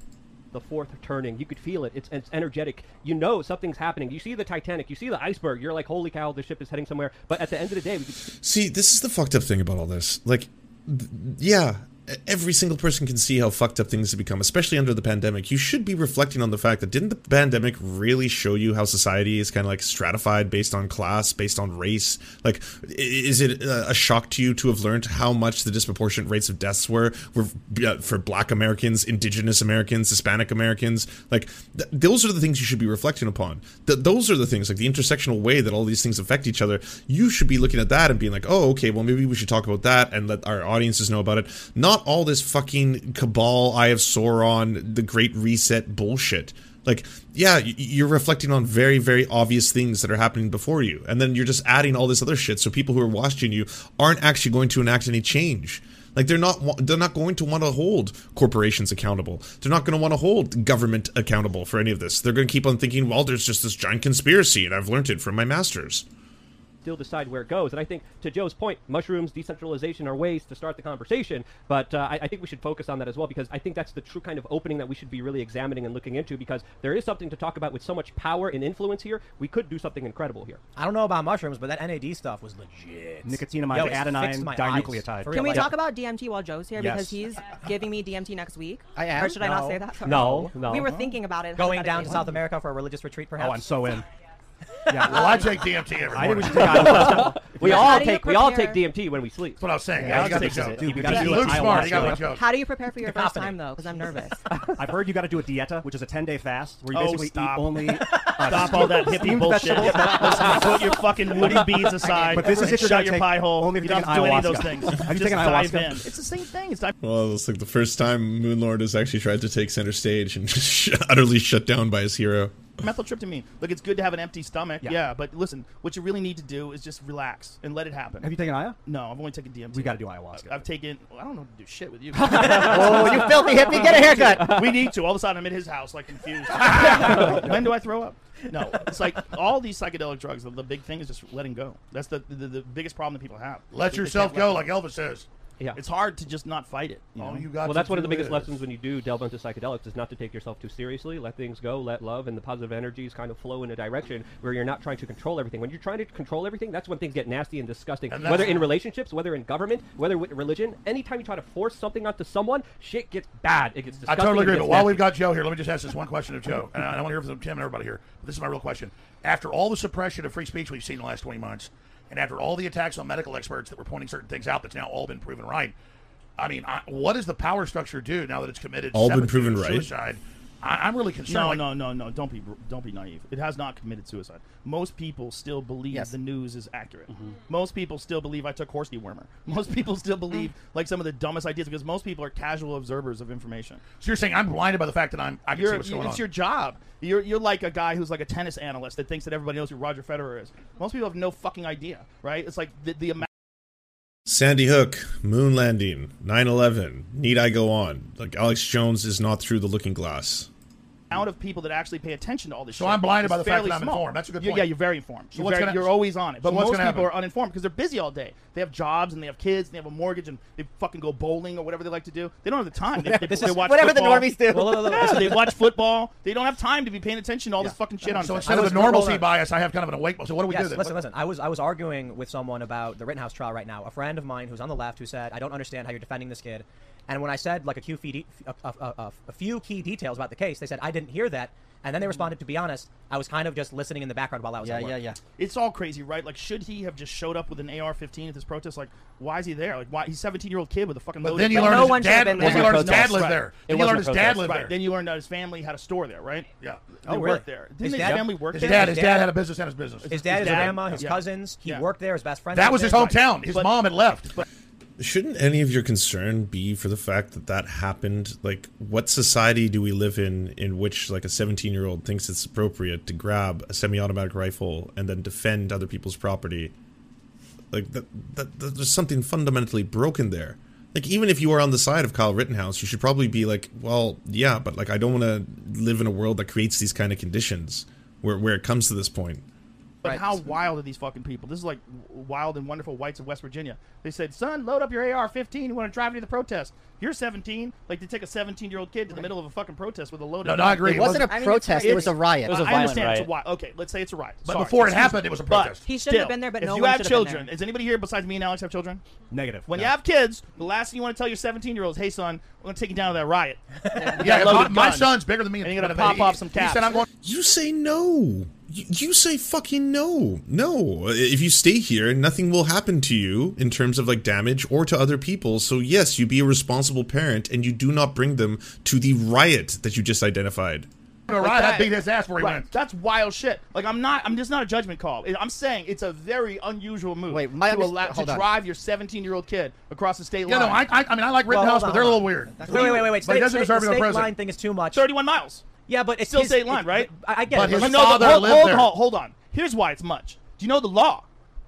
[SPEAKER 11] the fourth turning. You could feel it. It's, it's energetic. You know something's happening. You see the Titanic. You see the iceberg. You're like, holy cow, the ship is heading somewhere. But at the end of the day, we could
[SPEAKER 4] See, this is the fucked up thing about all this. Like, th- yeah, e, every single person can see how fucked up things have become, especially under the pandemic. You should be reflecting on the fact that didn't the pandemic really show you how society is kind of like stratified based on class, based on race? Like, i- is it uh, a shock to you to have learned how much the disproportionate rates of deaths were, were uh, for Black Americans, Indigenous Americans, Hispanic Americans? Like, th- those are the things you should be reflecting upon. Th- those are the things, like the intersectional way that all these things affect each other. You should be looking at that and being like, oh, okay, well, maybe we should talk about that and let our audiences know about it. Not all this fucking cabal, Eye of Sauron, the Great Reset bullshit. Like, yeah, y- you're reflecting on very, very obvious things that are happening before you, and then you're just adding all this other shit. So people who are watching you aren't actually going to enact any change. Like they're not wa- they're not going to want to hold corporations accountable. They're not going to want to hold government accountable for any of this. They're going to keep on thinking, well, there's just this giant conspiracy, and I've learned it from my masters.
[SPEAKER 11] still decide where it goes. And I think, to Joe's point, mushrooms, decentralization are ways to start the conversation. But uh, I, I think we should focus on that as well because I think that's the true kind of opening that we should be really examining and looking into because there is something to talk about with so much power and influence here. We could do something incredible here.
[SPEAKER 3] I don't know about mushrooms, but that NAD stuff was legit.
[SPEAKER 12] Nicotinamide
[SPEAKER 3] Yo, it
[SPEAKER 12] adenine
[SPEAKER 3] fixed my eyes.
[SPEAKER 12] dinucleotide.
[SPEAKER 3] For
[SPEAKER 5] Can
[SPEAKER 3] real,
[SPEAKER 5] we
[SPEAKER 3] like-
[SPEAKER 5] talk about DMT while Joe's here? Because
[SPEAKER 12] Yes.
[SPEAKER 5] he's giving me DMT next week.
[SPEAKER 3] I am?
[SPEAKER 5] Or should I not
[SPEAKER 3] No.
[SPEAKER 5] say that? Sorry.
[SPEAKER 3] No, no.
[SPEAKER 5] We were thinking about it.
[SPEAKER 3] Going down to
[SPEAKER 5] hypothetically.
[SPEAKER 3] South America for a religious retreat, perhaps.
[SPEAKER 12] Oh, I'm so in.
[SPEAKER 1] Yeah, well, I take DMT every
[SPEAKER 12] I
[SPEAKER 1] morning.
[SPEAKER 12] think we should take ayahuasca.
[SPEAKER 11] We
[SPEAKER 1] Yeah.
[SPEAKER 11] all
[SPEAKER 1] How do you
[SPEAKER 11] take we all
[SPEAKER 1] prepare-
[SPEAKER 11] take DMT when we sleep. That's
[SPEAKER 1] what I was saying.
[SPEAKER 12] Yeah, you gotta take it. Dude, we gotta do it.
[SPEAKER 1] Luke's smart. You gotta watch
[SPEAKER 12] Ayahuasca.
[SPEAKER 1] out.
[SPEAKER 5] How do you prepare for your first time though? Because I'm nervous.
[SPEAKER 12] I've heard you got to do a dieta, which is a 10 day fast where you
[SPEAKER 2] Oh,
[SPEAKER 12] basically
[SPEAKER 2] stop.
[SPEAKER 12] eat only. Uh,
[SPEAKER 2] Stop all that hippie
[SPEAKER 12] steamed
[SPEAKER 2] bullshit.
[SPEAKER 12] vegetables.
[SPEAKER 2] Listen, put your fucking woody bees aside
[SPEAKER 12] But this is
[SPEAKER 2] and
[SPEAKER 12] if you're
[SPEAKER 2] shut
[SPEAKER 12] gonna
[SPEAKER 2] your
[SPEAKER 12] take-
[SPEAKER 2] pie hole.
[SPEAKER 12] Only if
[SPEAKER 2] You
[SPEAKER 12] you're
[SPEAKER 2] don't
[SPEAKER 12] taking
[SPEAKER 2] have to do any
[SPEAKER 12] ayahuasca.
[SPEAKER 2] of those things.
[SPEAKER 12] Have you
[SPEAKER 2] Just
[SPEAKER 12] taken
[SPEAKER 2] dive
[SPEAKER 12] ayahuasca?
[SPEAKER 2] in. It's the same thing. It's dive-
[SPEAKER 4] Well, it's like the first time Moonlord has actually tried to take center stage and utterly shut down by his hero.
[SPEAKER 2] methyltryptamine. Look, it's good to have an empty stomach. Yeah.
[SPEAKER 12] Yeah.
[SPEAKER 2] but listen, what you really need to do is just relax and let it happen.
[SPEAKER 12] Have you taken Aya?
[SPEAKER 2] No, I've only taken DMT.
[SPEAKER 12] We gotta do ayahuasca.
[SPEAKER 2] I've taken. Well, I don't know how to do shit with you.
[SPEAKER 12] Oh, you filthy hippie, get a haircut.
[SPEAKER 2] we need to. All of a sudden, I'm at his house, like confused. when do I throw up? No, it's like all these psychedelic drugs. The, the big thing is just letting go. That's the the, the biggest problem that people have.
[SPEAKER 1] Let
[SPEAKER 2] They- they
[SPEAKER 1] yourself
[SPEAKER 2] can't let
[SPEAKER 1] go, like Elvis says.
[SPEAKER 11] Yeah.
[SPEAKER 2] it's hard to just not fight it.
[SPEAKER 1] All
[SPEAKER 2] know?
[SPEAKER 1] you got
[SPEAKER 11] well, that's
[SPEAKER 1] to
[SPEAKER 11] one of
[SPEAKER 1] do
[SPEAKER 11] the biggest
[SPEAKER 1] is-
[SPEAKER 11] lessons when you do delve into psychedelics is not to take yourself too seriously. Let things go, let love and the positive energies kind of flow in a direction where you're not trying to control everything. When you're trying to control everything, that's when things get nasty and disgusting.
[SPEAKER 1] And that's-
[SPEAKER 11] whether in relationships, whether in government, whether with religion, anytime you try to force something onto someone, shit gets bad. It gets
[SPEAKER 1] I
[SPEAKER 11] disgusting.
[SPEAKER 1] totally
[SPEAKER 11] it
[SPEAKER 1] agree.
[SPEAKER 11] gets
[SPEAKER 1] But while
[SPEAKER 11] nasty.
[SPEAKER 1] we've got Joe here, let me just ask this one question of Joe, and I, want to hear from Tim and everybody here. But this is my real question. After all the suppression of free speech we've seen in the last 20 months, and after all the attacks on medical experts that were pointing certain things out that's now all been proven right, I mean, I, what does the power structure do now that it's committed
[SPEAKER 4] All been
[SPEAKER 1] seppuku,
[SPEAKER 4] proven right?
[SPEAKER 1] suicide? I, I'm really concerned.
[SPEAKER 2] No,
[SPEAKER 1] like,
[SPEAKER 2] no, no, no. Don't be don't be naive. It has not committed suicide. Most people still believe the news is accurate.
[SPEAKER 1] Mm-hmm.
[SPEAKER 2] Most people still believe I took horse dewormer. Most people
[SPEAKER 1] Mm.
[SPEAKER 2] still believe like some of the dumbest ideas because most people are casual observers of information.
[SPEAKER 1] So you're saying I'm blinded by the fact that I'm I can
[SPEAKER 2] You're-
[SPEAKER 1] see what's going
[SPEAKER 2] it's
[SPEAKER 1] on.
[SPEAKER 2] your job. You're, you're like a guy who's like a tennis analyst that thinks that everybody knows who Roger Federer is. Most people have no fucking idea, right? It's like the, the amount.
[SPEAKER 4] Sandy Hook, Moon Landing, 9 11, Need I Go On? Like, Alex Jones is not through the looking glass.
[SPEAKER 2] amount of people that actually pay attention to all this
[SPEAKER 1] So
[SPEAKER 2] shit.
[SPEAKER 1] I'm blinded
[SPEAKER 2] is
[SPEAKER 1] by the fact
[SPEAKER 2] fairly
[SPEAKER 1] that I'm
[SPEAKER 2] small.
[SPEAKER 1] informed. That's a good
[SPEAKER 2] You're-
[SPEAKER 1] point.
[SPEAKER 2] yeah, you're very informed.
[SPEAKER 1] So
[SPEAKER 2] you're,
[SPEAKER 1] what's
[SPEAKER 2] very-
[SPEAKER 1] gonna-
[SPEAKER 2] you're always on it. But
[SPEAKER 1] so what's
[SPEAKER 2] most
[SPEAKER 1] gonna
[SPEAKER 2] people
[SPEAKER 1] happen?
[SPEAKER 2] are uninformed because they're busy all day. They have jobs and they have kids and they have a mortgage and they fucking go bowling or whatever they like to do. They don't have the time. They, they,
[SPEAKER 3] This
[SPEAKER 2] they
[SPEAKER 3] is-
[SPEAKER 2] watch
[SPEAKER 3] whatever the
[SPEAKER 2] football.
[SPEAKER 3] normies do. Well, look, look, look.
[SPEAKER 2] Yeah, so they watch football. They don't have time to be paying attention to all this fucking shit on.
[SPEAKER 1] so
[SPEAKER 2] Facebook.
[SPEAKER 1] instead of a normalcy bias, I have kind of an awake. So what do we
[SPEAKER 3] yes,
[SPEAKER 1] do then?
[SPEAKER 3] Listen,
[SPEAKER 1] What-
[SPEAKER 3] listen. I was I was arguing with someone about the Rittenhouse trial right now. A friend of mine who's on the left who said, "I don't understand how you're defending this kid." And when I said like a few, few de- a, a, a, a few key details about the case, they said, "I didn't hear that." And then they responded, "To be honest, I was kind of just listening in the background while I was at work."
[SPEAKER 2] It's all crazy, right? Like, should he have just showed up with an AR-15 at this protest? Like, why is he there? Like, why he's a 17-year-old kid with a fucking.
[SPEAKER 1] But
[SPEAKER 2] loaded
[SPEAKER 1] then you
[SPEAKER 2] gun.
[SPEAKER 1] learn No his one should have dad- been then there. you learn his dad lived there.
[SPEAKER 2] Right.
[SPEAKER 1] Then you learn his dad lived
[SPEAKER 2] Right.
[SPEAKER 1] there.
[SPEAKER 2] Then you learn that his family had a store there, right? Yeah. They
[SPEAKER 1] Oh, really?
[SPEAKER 2] worked there.
[SPEAKER 1] His
[SPEAKER 2] Didn't his
[SPEAKER 1] dad-
[SPEAKER 2] family
[SPEAKER 1] Yep.
[SPEAKER 2] work
[SPEAKER 1] His
[SPEAKER 2] there?
[SPEAKER 1] dad- his dad had a business and his business.
[SPEAKER 3] His dad, his grandma, his cousins. He worked there. His best friend.
[SPEAKER 1] That was
[SPEAKER 3] lived
[SPEAKER 1] his
[SPEAKER 3] there.
[SPEAKER 1] hometown. His
[SPEAKER 3] But-
[SPEAKER 1] mom had left.
[SPEAKER 4] Shouldn't any of your concern be for the fact that that happened? Like, what society do we live in in which, like, a 17 year old thinks it's appropriate to grab a semi automatic rifle and then defend other people's property? Like, that, that, that, there's something fundamentally broken there. Like, even if you are on the side of Kyle Rittenhouse, you should probably be like, well, yeah, but, like, I don't want to live in a world that creates these kind of conditions where, where it comes to this point.
[SPEAKER 2] But how wild are these fucking people? This is like w- wild and wonderful whites of West Virginia. They said, "Son, load up your AR-15. You want to drive me to the protest? You're 17. Like they take a 17-year-old kid to the middle of a fucking protest with a loaded."
[SPEAKER 1] No, no,
[SPEAKER 2] gun.
[SPEAKER 1] I agree. It It wasn't wasn't- a
[SPEAKER 2] I mean,
[SPEAKER 1] protest,
[SPEAKER 2] it's-
[SPEAKER 1] it was a riot. It was a
[SPEAKER 2] I
[SPEAKER 1] violent
[SPEAKER 2] understand it's a
[SPEAKER 1] riot.
[SPEAKER 2] riot. Okay, let's say it's a riot.
[SPEAKER 1] But
[SPEAKER 2] Sorry.
[SPEAKER 1] before it
[SPEAKER 2] Excuse
[SPEAKER 1] happened,
[SPEAKER 2] me.
[SPEAKER 1] it was a
[SPEAKER 2] But
[SPEAKER 1] protest. He
[SPEAKER 5] shouldn't have
[SPEAKER 2] still,
[SPEAKER 5] been there, but
[SPEAKER 2] if
[SPEAKER 5] no
[SPEAKER 2] you
[SPEAKER 5] one
[SPEAKER 2] have
[SPEAKER 5] should have been
[SPEAKER 2] children,
[SPEAKER 5] there.
[SPEAKER 2] is anybody here besides me and Alex have children?
[SPEAKER 12] Negative.
[SPEAKER 2] When you have kids, the last thing you want to tell your 17-year-olds, "Hey, son, we're gonna take you down to that riot."
[SPEAKER 1] Yeah, my,
[SPEAKER 2] loaded
[SPEAKER 1] my
[SPEAKER 2] gun.
[SPEAKER 1] son's bigger than me.
[SPEAKER 2] And you're gonna
[SPEAKER 1] but
[SPEAKER 2] pop
[SPEAKER 1] he-
[SPEAKER 2] off some
[SPEAKER 1] he said,
[SPEAKER 2] caps.
[SPEAKER 1] "I'm going-"
[SPEAKER 4] You say no. You, you say fucking no. No. If you stay here, nothing will happen to you in terms of like damage or to other people. So, yes, you be a responsible parent and you do not bring them to the riot that you just identified.
[SPEAKER 1] All right, I beat his ass where he
[SPEAKER 2] Right.
[SPEAKER 1] went.
[SPEAKER 2] That's wild shit. Like I'm not. I'm just not a judgment call. I- I'm saying it's a very unusual move Wait,
[SPEAKER 6] my
[SPEAKER 2] to
[SPEAKER 6] underst-
[SPEAKER 2] allow
[SPEAKER 6] hold
[SPEAKER 2] to
[SPEAKER 6] on.
[SPEAKER 2] drive your 17 year old kid across the state
[SPEAKER 1] Yeah, no,
[SPEAKER 2] line.
[SPEAKER 1] I, I, I mean, I like
[SPEAKER 3] Well,
[SPEAKER 1] Rittenhouse,
[SPEAKER 3] hold on,
[SPEAKER 1] but they're a
[SPEAKER 3] hold
[SPEAKER 1] little
[SPEAKER 3] on.
[SPEAKER 1] weird.
[SPEAKER 3] Wait, wait, wait, wait.
[SPEAKER 1] But he
[SPEAKER 3] State,
[SPEAKER 1] doesn't
[SPEAKER 3] state,
[SPEAKER 1] deserve
[SPEAKER 3] the
[SPEAKER 1] to go
[SPEAKER 3] state
[SPEAKER 1] prison.
[SPEAKER 3] line thing is too much.
[SPEAKER 2] 31 miles.
[SPEAKER 3] Yeah, but it's
[SPEAKER 2] still
[SPEAKER 3] his-
[SPEAKER 2] state line,
[SPEAKER 3] it-
[SPEAKER 2] right?
[SPEAKER 3] I- I get it, but
[SPEAKER 2] But
[SPEAKER 3] his
[SPEAKER 2] no, the-
[SPEAKER 3] father
[SPEAKER 2] hold,
[SPEAKER 3] lived
[SPEAKER 2] hold
[SPEAKER 3] there.
[SPEAKER 2] on, hold on. Here's why it's much. Do you know the law?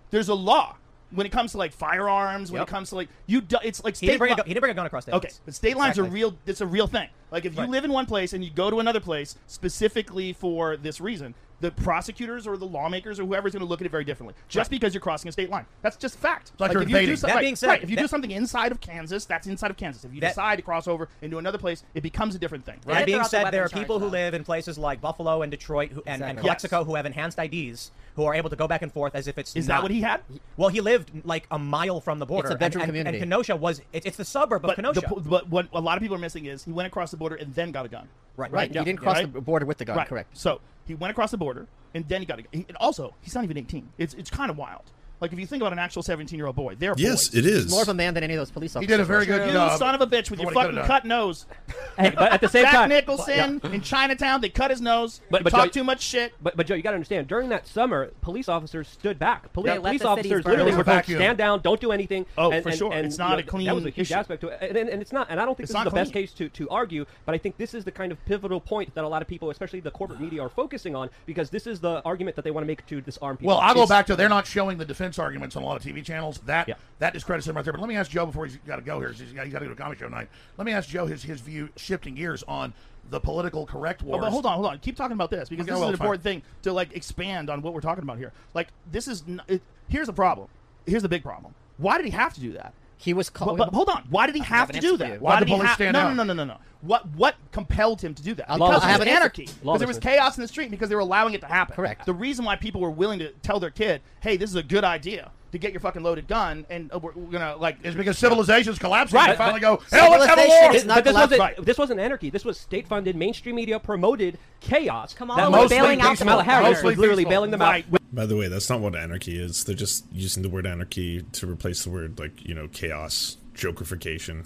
[SPEAKER 2] There's a law when it comes to like firearms. When
[SPEAKER 3] Yep.
[SPEAKER 2] it comes to like you, do, it's like
[SPEAKER 3] He
[SPEAKER 2] state.
[SPEAKER 3] didn't bring a
[SPEAKER 2] li-
[SPEAKER 3] gu- he didn't bring a gun across state
[SPEAKER 2] Okay,
[SPEAKER 3] lines.
[SPEAKER 2] but state lines are
[SPEAKER 3] Exactly.
[SPEAKER 2] real. It's a real thing. Like if you live in one place and you go to another place specifically for this reason, the prosecutors or the lawmakers or whoever's going to look at it very differently. Just because you're crossing a state line, that's just fact.
[SPEAKER 3] like you're
[SPEAKER 2] if you do
[SPEAKER 3] invading.
[SPEAKER 2] so-
[SPEAKER 3] That
[SPEAKER 2] right,
[SPEAKER 3] being said,
[SPEAKER 2] right, if you do
[SPEAKER 3] that-
[SPEAKER 2] something inside of Kansas, that's inside of Kansas. If you
[SPEAKER 3] That-
[SPEAKER 2] decide to cross over into another place, it becomes a different thing. Right?
[SPEAKER 3] That being said, there are people who live in places like Buffalo and Detroit who, and, and
[SPEAKER 2] Exactly.
[SPEAKER 3] Calexico who have enhanced IDs who are able to go back and forth as if it's
[SPEAKER 2] Is that
[SPEAKER 3] not-
[SPEAKER 2] what he had?
[SPEAKER 3] Well, he lived like a mile from the border.
[SPEAKER 2] It's a bedroom
[SPEAKER 3] and, and,
[SPEAKER 2] community.
[SPEAKER 3] And Kenosha was it's, it's the suburb of
[SPEAKER 2] But, the
[SPEAKER 3] Kenosha.
[SPEAKER 2] po- but what a lot of people are missing is he went across the border and then got a gun.
[SPEAKER 3] Right, right.
[SPEAKER 2] Yeah.
[SPEAKER 3] He didn't cross the
[SPEAKER 6] border with the gun,
[SPEAKER 2] Right.
[SPEAKER 6] correct.
[SPEAKER 2] So he went across the border and then he got a gun. He- and also, he's not even 18. It's it's kind of wild. Like if you think about an actual 17 year old boy, they're
[SPEAKER 6] Yes,
[SPEAKER 2] boys.
[SPEAKER 6] it is. He's more of a man than any of those police He did a officers very were. good
[SPEAKER 2] you
[SPEAKER 6] job
[SPEAKER 2] son of a bitch with
[SPEAKER 6] for
[SPEAKER 2] your
[SPEAKER 6] what he
[SPEAKER 2] fucking
[SPEAKER 6] could've
[SPEAKER 2] cut nose.
[SPEAKER 11] Hey, but at the same
[SPEAKER 2] Jack
[SPEAKER 11] time-
[SPEAKER 2] Nicholson in Chinatown, they cut his nose. But,
[SPEAKER 11] but
[SPEAKER 2] talk
[SPEAKER 11] Joe-
[SPEAKER 2] too much shit.
[SPEAKER 11] But, but Joe, you got to understand. During that summer, police officers stood back. Poli-
[SPEAKER 2] They let
[SPEAKER 11] police
[SPEAKER 2] the cities
[SPEAKER 11] officers
[SPEAKER 2] burn.
[SPEAKER 11] literally
[SPEAKER 2] It
[SPEAKER 11] were
[SPEAKER 2] was a
[SPEAKER 11] told,
[SPEAKER 2] vacuum.
[SPEAKER 11] stand down, don't do anything.
[SPEAKER 2] Oh,
[SPEAKER 11] and,
[SPEAKER 2] for
[SPEAKER 11] and-
[SPEAKER 2] sure.
[SPEAKER 11] and,
[SPEAKER 2] It's
[SPEAKER 11] you
[SPEAKER 2] not
[SPEAKER 11] know,
[SPEAKER 2] a clean
[SPEAKER 11] That was a huge
[SPEAKER 2] issue.
[SPEAKER 11] aspect to it, and, and, and it's not. And I don't think
[SPEAKER 2] It's
[SPEAKER 11] this is
[SPEAKER 2] not
[SPEAKER 11] the best
[SPEAKER 2] clean.
[SPEAKER 11] case to, to argue. But I think this is the kind of pivotal point that a lot of people, especially the corporate media, are focusing on because this is the argument that they want to make to disarm people.
[SPEAKER 1] Well, I'll go
[SPEAKER 11] It's-
[SPEAKER 1] back to they're not showing the defense arguments on a lot of TV channels. That that discredits him right there. But let me ask Joe before he's got to go here. 'cause He's got, he's got to go to a comedy show tonight. Let me ask Joe his his view shifting gears on the political correct
[SPEAKER 2] Oh,
[SPEAKER 1] war.
[SPEAKER 2] but hold on, hold on. Keep talking about this because
[SPEAKER 1] Okay,
[SPEAKER 2] this
[SPEAKER 1] well,
[SPEAKER 2] is an
[SPEAKER 1] fine.
[SPEAKER 2] important thing to like expand on what we're talking about here. Like this is n- it, here's the problem. Here's the big problem. Why did he have to do that?
[SPEAKER 6] He was called.
[SPEAKER 2] But, but hold on. Why did he have
[SPEAKER 6] an
[SPEAKER 2] to
[SPEAKER 6] answer
[SPEAKER 2] do
[SPEAKER 6] for you.
[SPEAKER 2] that?
[SPEAKER 6] Why'd the
[SPEAKER 2] did he
[SPEAKER 6] police
[SPEAKER 2] have-
[SPEAKER 6] stand
[SPEAKER 2] no,
[SPEAKER 6] out?
[SPEAKER 2] No, no, no, no, no. What what compelled him to do that?
[SPEAKER 6] I'll-
[SPEAKER 2] Because
[SPEAKER 6] I have
[SPEAKER 2] it was
[SPEAKER 6] an answer.
[SPEAKER 2] anarchy. Because there was
[SPEAKER 6] Lawlessness.
[SPEAKER 2] chaos in the street because they were allowing it to happen. Correct. The reason why people were willing to tell their kid, "Hey, this is a good idea." To get your fucking loaded gun, and uh, we're, we're gonna like
[SPEAKER 1] is because civilization's collapsing.
[SPEAKER 2] Right,
[SPEAKER 1] They finally
[SPEAKER 2] but-
[SPEAKER 1] go, hell, let's have a war.
[SPEAKER 11] This- but this wasn't this wasn't anarchy. This was state-funded, mainstream media promoted chaos. Come
[SPEAKER 5] on, we're bailing out the
[SPEAKER 11] Kamala Harris
[SPEAKER 5] mostly
[SPEAKER 11] was literally
[SPEAKER 5] peaceful.
[SPEAKER 11] bailing them out.
[SPEAKER 5] Right.
[SPEAKER 4] By the way, that's not what anarchy is. They're just using the word anarchy to replace the word like you know chaos, jokerification.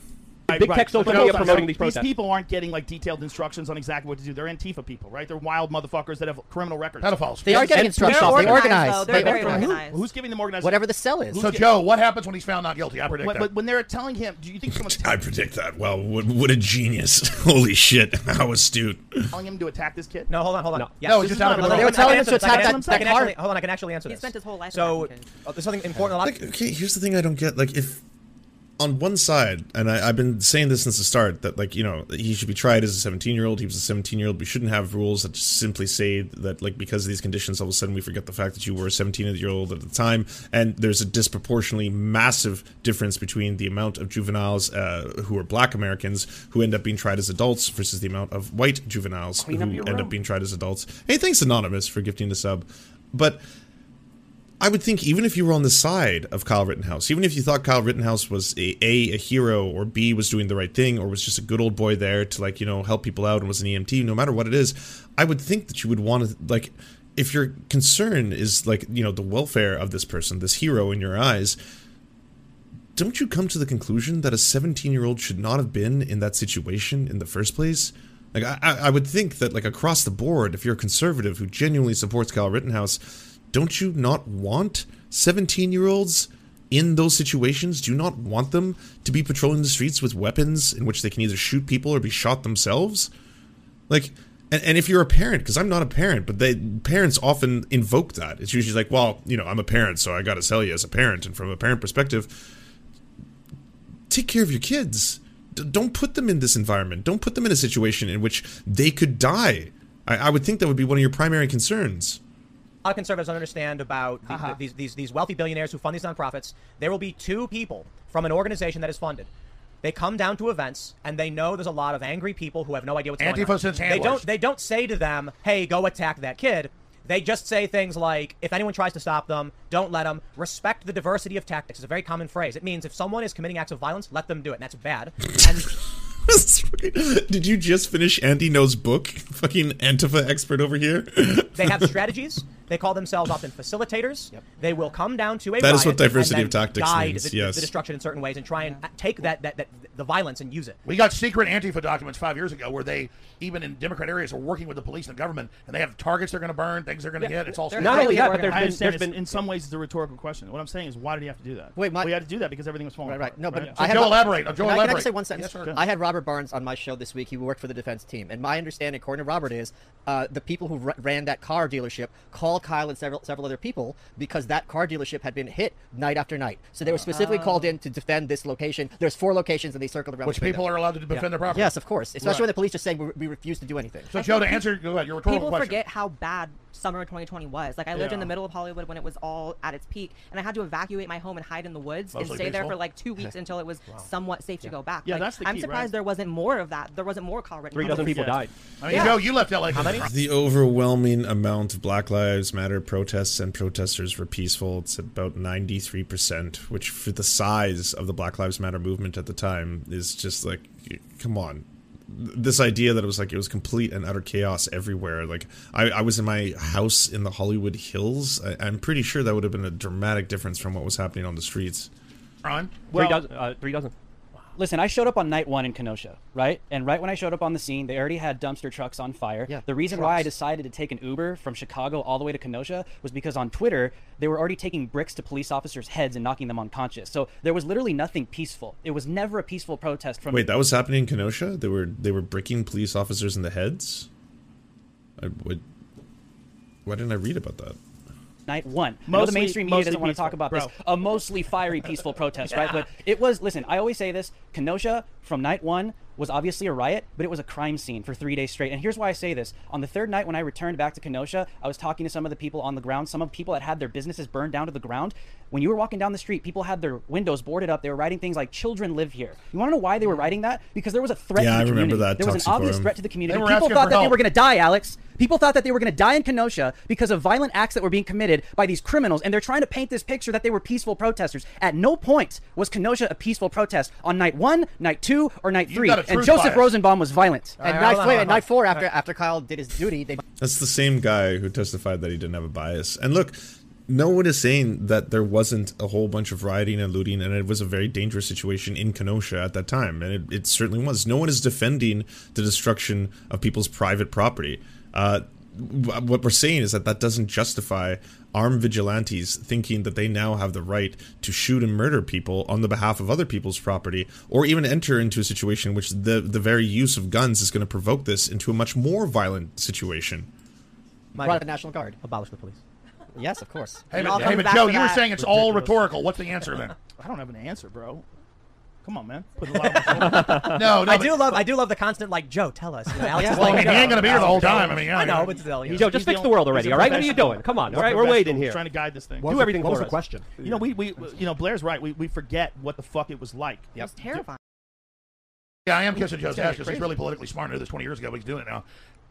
[SPEAKER 2] Right, right. But hold on, so These people aren't getting like detailed instructions on exactly what to do. They're Antifa people, right? They're wild motherfuckers that have criminal records.
[SPEAKER 1] Pedophiles.
[SPEAKER 6] They are getting instructions. They're organized, though. They're
[SPEAKER 2] But
[SPEAKER 6] very
[SPEAKER 2] who-
[SPEAKER 6] organized.
[SPEAKER 2] who's giving them organized?
[SPEAKER 6] Whatever the cell is.
[SPEAKER 2] Who's
[SPEAKER 1] So
[SPEAKER 2] get-
[SPEAKER 1] Joe, what happens when he's found not guilty? I predict
[SPEAKER 2] When,
[SPEAKER 1] that.
[SPEAKER 2] but when they're telling him, do you think someone's
[SPEAKER 4] I predict that. Wow, what, what a genius! Holy shit, how astute.
[SPEAKER 2] telling him to attack this kid?
[SPEAKER 3] No, hold on, hold on.
[SPEAKER 2] No.
[SPEAKER 3] Yeah,
[SPEAKER 2] No,
[SPEAKER 3] this
[SPEAKER 2] just
[SPEAKER 3] is
[SPEAKER 2] out of
[SPEAKER 3] not- I
[SPEAKER 2] control. They
[SPEAKER 3] can
[SPEAKER 2] were telling
[SPEAKER 3] answer
[SPEAKER 2] him to
[SPEAKER 3] this. I
[SPEAKER 2] attack
[SPEAKER 3] can
[SPEAKER 2] that-
[SPEAKER 3] answer- I can
[SPEAKER 2] that
[SPEAKER 3] actually-
[SPEAKER 2] car.
[SPEAKER 3] Hold on, I can actually answer this.
[SPEAKER 2] spent his whole life
[SPEAKER 3] So oh, there's something important. A lot.
[SPEAKER 4] Like, okay, here's the thing I don't get. Like, if on one side, and I, I've been saying this since the start, that like you know he should be tried as a 17 year old. He was a 17 year old. We shouldn't have rules that just simply say that like because of these conditions, all of a sudden we forget the fact that you were a 17 year old at the time, and there's a disproportionately massive difference between the amount of juveniles uh, who are Black Americans who end up being tried as adults versus the amount of white juveniles
[SPEAKER 13] Clean up
[SPEAKER 4] who
[SPEAKER 13] your
[SPEAKER 4] end up
[SPEAKER 13] room.
[SPEAKER 4] being tried as adults. Hey, thanks Anonymous for gifting the sub, but. I would think even if you were on the side of Kyle Rittenhouse, even if you thought Kyle Rittenhouse was a, a a hero or B was doing the right thing or was just a good old boy there to like you know help people out and was an EMT, no matter what it is, I would think that you would want to like if your concern is like you know the welfare of this person, this hero in your eyes. Don't you come to the conclusion that a 17 year old should not have been in that situation in the first place? Like I, I I would think that like across the board, if you're a conservative who genuinely supports Kyle Rittenhouse, don't you not want 17 year olds in those situations? Do you not want them to be patrolling the streets with weapons in which they can either shoot people or be shot themselves? Like, and, and if you're a parent, because I'm not a parent, but they parents often invoke that. It's usually like, well, you know, I'm a parent, so I got to tell you as a parent, and from a parent perspective, take care of your kids. D- don't put them in this environment. Don't put them in a situation in which they could die. I, I would think that would be one of your primary concerns.
[SPEAKER 3] a lot of conservatives don't understand about the,
[SPEAKER 1] Uh-huh.
[SPEAKER 3] the, these, these these wealthy billionaires who fund these nonprofits. There will be two people from an organization that is funded. They come down to events and they know there's a lot of angry people who have no idea what's going
[SPEAKER 1] Antifa
[SPEAKER 3] on.
[SPEAKER 1] sends
[SPEAKER 3] they
[SPEAKER 1] handlers.
[SPEAKER 3] don't they don't say to them, "Hey, go attack that kid." They just say things like, "If anyone tries to stop them, don't let them. Respect the diversity of tactics." It's a very common phrase. It means if someone is committing acts of violence, let them do it, and that's bad. And
[SPEAKER 4] Did you just finish Andy No's book? Fucking Antifa expert over here.
[SPEAKER 3] they have strategies. They call themselves often facilitators. They will come down to a
[SPEAKER 4] That is
[SPEAKER 3] riot
[SPEAKER 4] what diversity
[SPEAKER 3] and
[SPEAKER 4] of
[SPEAKER 3] then
[SPEAKER 4] tactics
[SPEAKER 3] guide
[SPEAKER 4] means,
[SPEAKER 3] The, the
[SPEAKER 4] yes.
[SPEAKER 3] destruction in certain ways and try and uh, take that, that, that the violence and use it.
[SPEAKER 1] We got secret Antifa documents five years ago where they, even in Democrat areas, are working with the police and the government, and they have targets they're going to burn, things they're going to hit. It's all
[SPEAKER 2] They're
[SPEAKER 1] secret.
[SPEAKER 2] highly organized. I understand it's- in some ways it's a rhetorical question. What I'm saying is, why did he have to do that? Wait, we had to do that because everything was falling. Right, right.
[SPEAKER 6] No, but
[SPEAKER 2] So
[SPEAKER 1] Uh,
[SPEAKER 6] I had
[SPEAKER 2] Joe
[SPEAKER 6] Rob-
[SPEAKER 2] elaborate.
[SPEAKER 1] Oh,
[SPEAKER 6] Can
[SPEAKER 2] Joe
[SPEAKER 6] I-
[SPEAKER 2] elaborate.
[SPEAKER 6] Can I just say one sentence?
[SPEAKER 2] Yes, sir.
[SPEAKER 6] I had Robert Barnes on my show this week. He worked for the defense team, and my understanding, according to Robert, is uh, the people who r- ran that car dealership called Kyle and several several other people because that car dealership had been hit night after night. So they were specifically
[SPEAKER 1] Oh.
[SPEAKER 6] called in to defend this location. There's four locations, and they circled around.
[SPEAKER 1] Which
[SPEAKER 6] between
[SPEAKER 1] people
[SPEAKER 6] them.
[SPEAKER 1] are allowed to defend their property.
[SPEAKER 6] Yes, of course. Especially
[SPEAKER 1] Right.
[SPEAKER 6] when the police just saying we, we refuse to do anything.
[SPEAKER 1] So, Joe, to answer go ahead, your rhetorical
[SPEAKER 5] people
[SPEAKER 1] question.
[SPEAKER 5] forget how bad summer of 2020 was. Like I lived in the
[SPEAKER 1] Yeah.
[SPEAKER 5] middle of Hollywood when it was all at its peak, and I had to evacuate my home and hide in the woods
[SPEAKER 1] Mostly
[SPEAKER 5] and stay there
[SPEAKER 1] peaceful?
[SPEAKER 5] for like two weeks until it was somewhat safe to go back.
[SPEAKER 2] Yeah,
[SPEAKER 5] Like,
[SPEAKER 2] that's the
[SPEAKER 5] I'm
[SPEAKER 2] key,
[SPEAKER 5] surprised
[SPEAKER 2] right?
[SPEAKER 5] there wasn't more of that. There wasn't more Colorado.
[SPEAKER 1] I mean, Joe, you left LA. How many?
[SPEAKER 4] The overwhelming amount of Black Lives Matter protests and protesters were peaceful. It's about 93%, which for the size of the Black Lives Matter movement at the time is just like, come on. This idea that it was like it was complete and utter chaos everywhere. Like, I, I was in my house in the Hollywood Hills. I, I'm pretty sure that would have been a dramatic difference from what was happening on the streets.
[SPEAKER 1] Ron?
[SPEAKER 7] three dozen. Uh, three dozen. Listen, I showed up on night one in Kenosha, right? And right when I showed up on the scene, they already had dumpster trucks on fire. Yeah, the reason why I
[SPEAKER 6] trucks.
[SPEAKER 7] decided to take an Uber from Chicago all the way to Kenosha was because on Twitter, they were already taking bricks to police officers' heads and knocking them unconscious. So there was literally nothing peaceful. It was never a peaceful protest from
[SPEAKER 4] Wait, that was happening in Kenosha. They were they were bricking police officers in the heads. I would. Why didn't I read about that?
[SPEAKER 7] night one. I know the
[SPEAKER 2] Mostly-
[SPEAKER 7] mainstream media doesn't
[SPEAKER 2] mostly
[SPEAKER 7] want to talk
[SPEAKER 2] peaceful,
[SPEAKER 7] about this.
[SPEAKER 2] bro.
[SPEAKER 7] A mostly fiery, peaceful protest, right? But it was. Listen, I always say this: Kenosha from night one was obviously a riot, but it was a crime scene for three days straight. And here's why I say this: on the third night when I returned back to Kenosha, I was talking to some of the people on the ground, some of the people that had their businesses burned down to the ground. When you were walking down the street, people had their windows boarded up. They were writing things like "Children live here." You want to know why they were writing that? Because there was a threat.
[SPEAKER 4] Yeah,
[SPEAKER 7] to the
[SPEAKER 4] I remember
[SPEAKER 7] community.
[SPEAKER 4] that
[SPEAKER 7] There was an obvious
[SPEAKER 4] Toxicorum.
[SPEAKER 7] threat to the
[SPEAKER 4] They
[SPEAKER 7] community.
[SPEAKER 4] were
[SPEAKER 7] People
[SPEAKER 4] asking
[SPEAKER 7] thought
[SPEAKER 4] for
[SPEAKER 7] that they
[SPEAKER 4] help.
[SPEAKER 7] were going to die, Alex. People thought that they were going to die in Kenosha because of violent acts that were being committed by these criminals, and they're trying to paint this picture that they were peaceful protesters. At no point was Kenosha a peaceful protest on night one, night two, or night three.
[SPEAKER 6] got a
[SPEAKER 7] And
[SPEAKER 6] truth
[SPEAKER 7] Joseph
[SPEAKER 6] bias.
[SPEAKER 7] Rosenbaum was violent.
[SPEAKER 6] And night, wait, and night four after after Kyle did his duty, they
[SPEAKER 4] That's the same guy who testified that he didn't have a bias. And look, no one is saying that there wasn't a whole bunch of rioting and looting, and it was a very dangerous situation in Kenosha at that time, and it, it certainly was. No one is defending the destruction of people's private property. Uh, wh- what we're saying is that that doesn't justify armed vigilantes thinking that they now have the right to shoot and murder people on the behalf of other people's property or even enter into a situation in which the the very use of guns is going to provoke this into a much more violent situation
[SPEAKER 6] brought the National Guard.
[SPEAKER 3] Abolish the police.
[SPEAKER 6] Yes, of course.
[SPEAKER 1] Hey,
[SPEAKER 6] And
[SPEAKER 1] but,
[SPEAKER 6] I'll come
[SPEAKER 1] hey, but
[SPEAKER 6] back
[SPEAKER 1] Joe,
[SPEAKER 6] to
[SPEAKER 1] you were
[SPEAKER 6] that.
[SPEAKER 1] saying it's all rhetorical. What's the answer then?
[SPEAKER 2] I don't have an answer, bro. Come on, man. Put a lot on
[SPEAKER 1] No, no,
[SPEAKER 3] I
[SPEAKER 1] but-
[SPEAKER 3] do love I do love the constant like Joe, tell us. You know, Alex
[SPEAKER 2] Yeah.
[SPEAKER 3] is
[SPEAKER 2] Well,
[SPEAKER 3] like,
[SPEAKER 2] I mean, he ain't gonna be here the
[SPEAKER 3] "Joe,
[SPEAKER 2] whole
[SPEAKER 3] Joe."
[SPEAKER 2] time. I mean, yeah,
[SPEAKER 3] I know,
[SPEAKER 2] yeah.
[SPEAKER 3] but still, you
[SPEAKER 2] He's-
[SPEAKER 3] know.
[SPEAKER 11] Joe, just
[SPEAKER 2] he's
[SPEAKER 11] fix
[SPEAKER 2] the
[SPEAKER 11] the
[SPEAKER 2] only-
[SPEAKER 11] world
[SPEAKER 2] he's
[SPEAKER 11] already,
[SPEAKER 2] a
[SPEAKER 11] all right? What are you
[SPEAKER 2] professional.
[SPEAKER 11] doing? Come on,
[SPEAKER 2] He's
[SPEAKER 11] all
[SPEAKER 2] a
[SPEAKER 11] right? We're waiting
[SPEAKER 2] professional.
[SPEAKER 11] here.
[SPEAKER 2] Trying to guide this thing.
[SPEAKER 11] What was
[SPEAKER 2] Do
[SPEAKER 11] the-
[SPEAKER 2] everything
[SPEAKER 11] what was
[SPEAKER 2] for
[SPEAKER 11] the
[SPEAKER 2] us.
[SPEAKER 11] question?
[SPEAKER 2] You know, we, we you know Blair's right. We, we forget what the fuck it was like.
[SPEAKER 1] Yep.
[SPEAKER 2] Do-
[SPEAKER 5] terrifying.
[SPEAKER 1] Yeah, I am kissing
[SPEAKER 2] It's
[SPEAKER 1] Joe's
[SPEAKER 2] gonna
[SPEAKER 1] ass
[SPEAKER 2] be
[SPEAKER 1] because he's
[SPEAKER 2] crazy.
[SPEAKER 1] really politically smart. I knew this 20 years ago, but he's doing it now.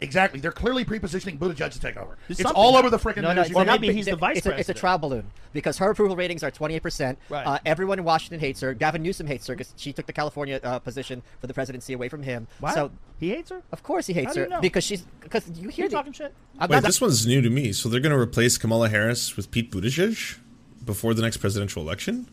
[SPEAKER 1] Exactly. They're clearly prepositioning Buttigieg to take over. It's,
[SPEAKER 6] Something.
[SPEAKER 1] all over the freaking
[SPEAKER 6] No, no,
[SPEAKER 1] news.
[SPEAKER 6] it's
[SPEAKER 1] You can-
[SPEAKER 6] not- it's- it's a- It's a trial balloon because her approval ratings are 28%.
[SPEAKER 1] Right.
[SPEAKER 6] Uh, everyone in Washington hates her. Gavin Newsom hates her because she took the California uh, position for the presidency away from him.
[SPEAKER 2] What?
[SPEAKER 6] So
[SPEAKER 2] he hates her.
[SPEAKER 6] Of course, he hates
[SPEAKER 2] How do
[SPEAKER 6] her
[SPEAKER 2] you know?
[SPEAKER 6] because she's because you hear
[SPEAKER 2] You're
[SPEAKER 6] the-
[SPEAKER 2] talking shit.
[SPEAKER 6] I'm
[SPEAKER 4] Wait,
[SPEAKER 6] not-
[SPEAKER 4] this one's new to me. So they're going to replace Kamala Harris with Pete Buttigieg before the next presidential election?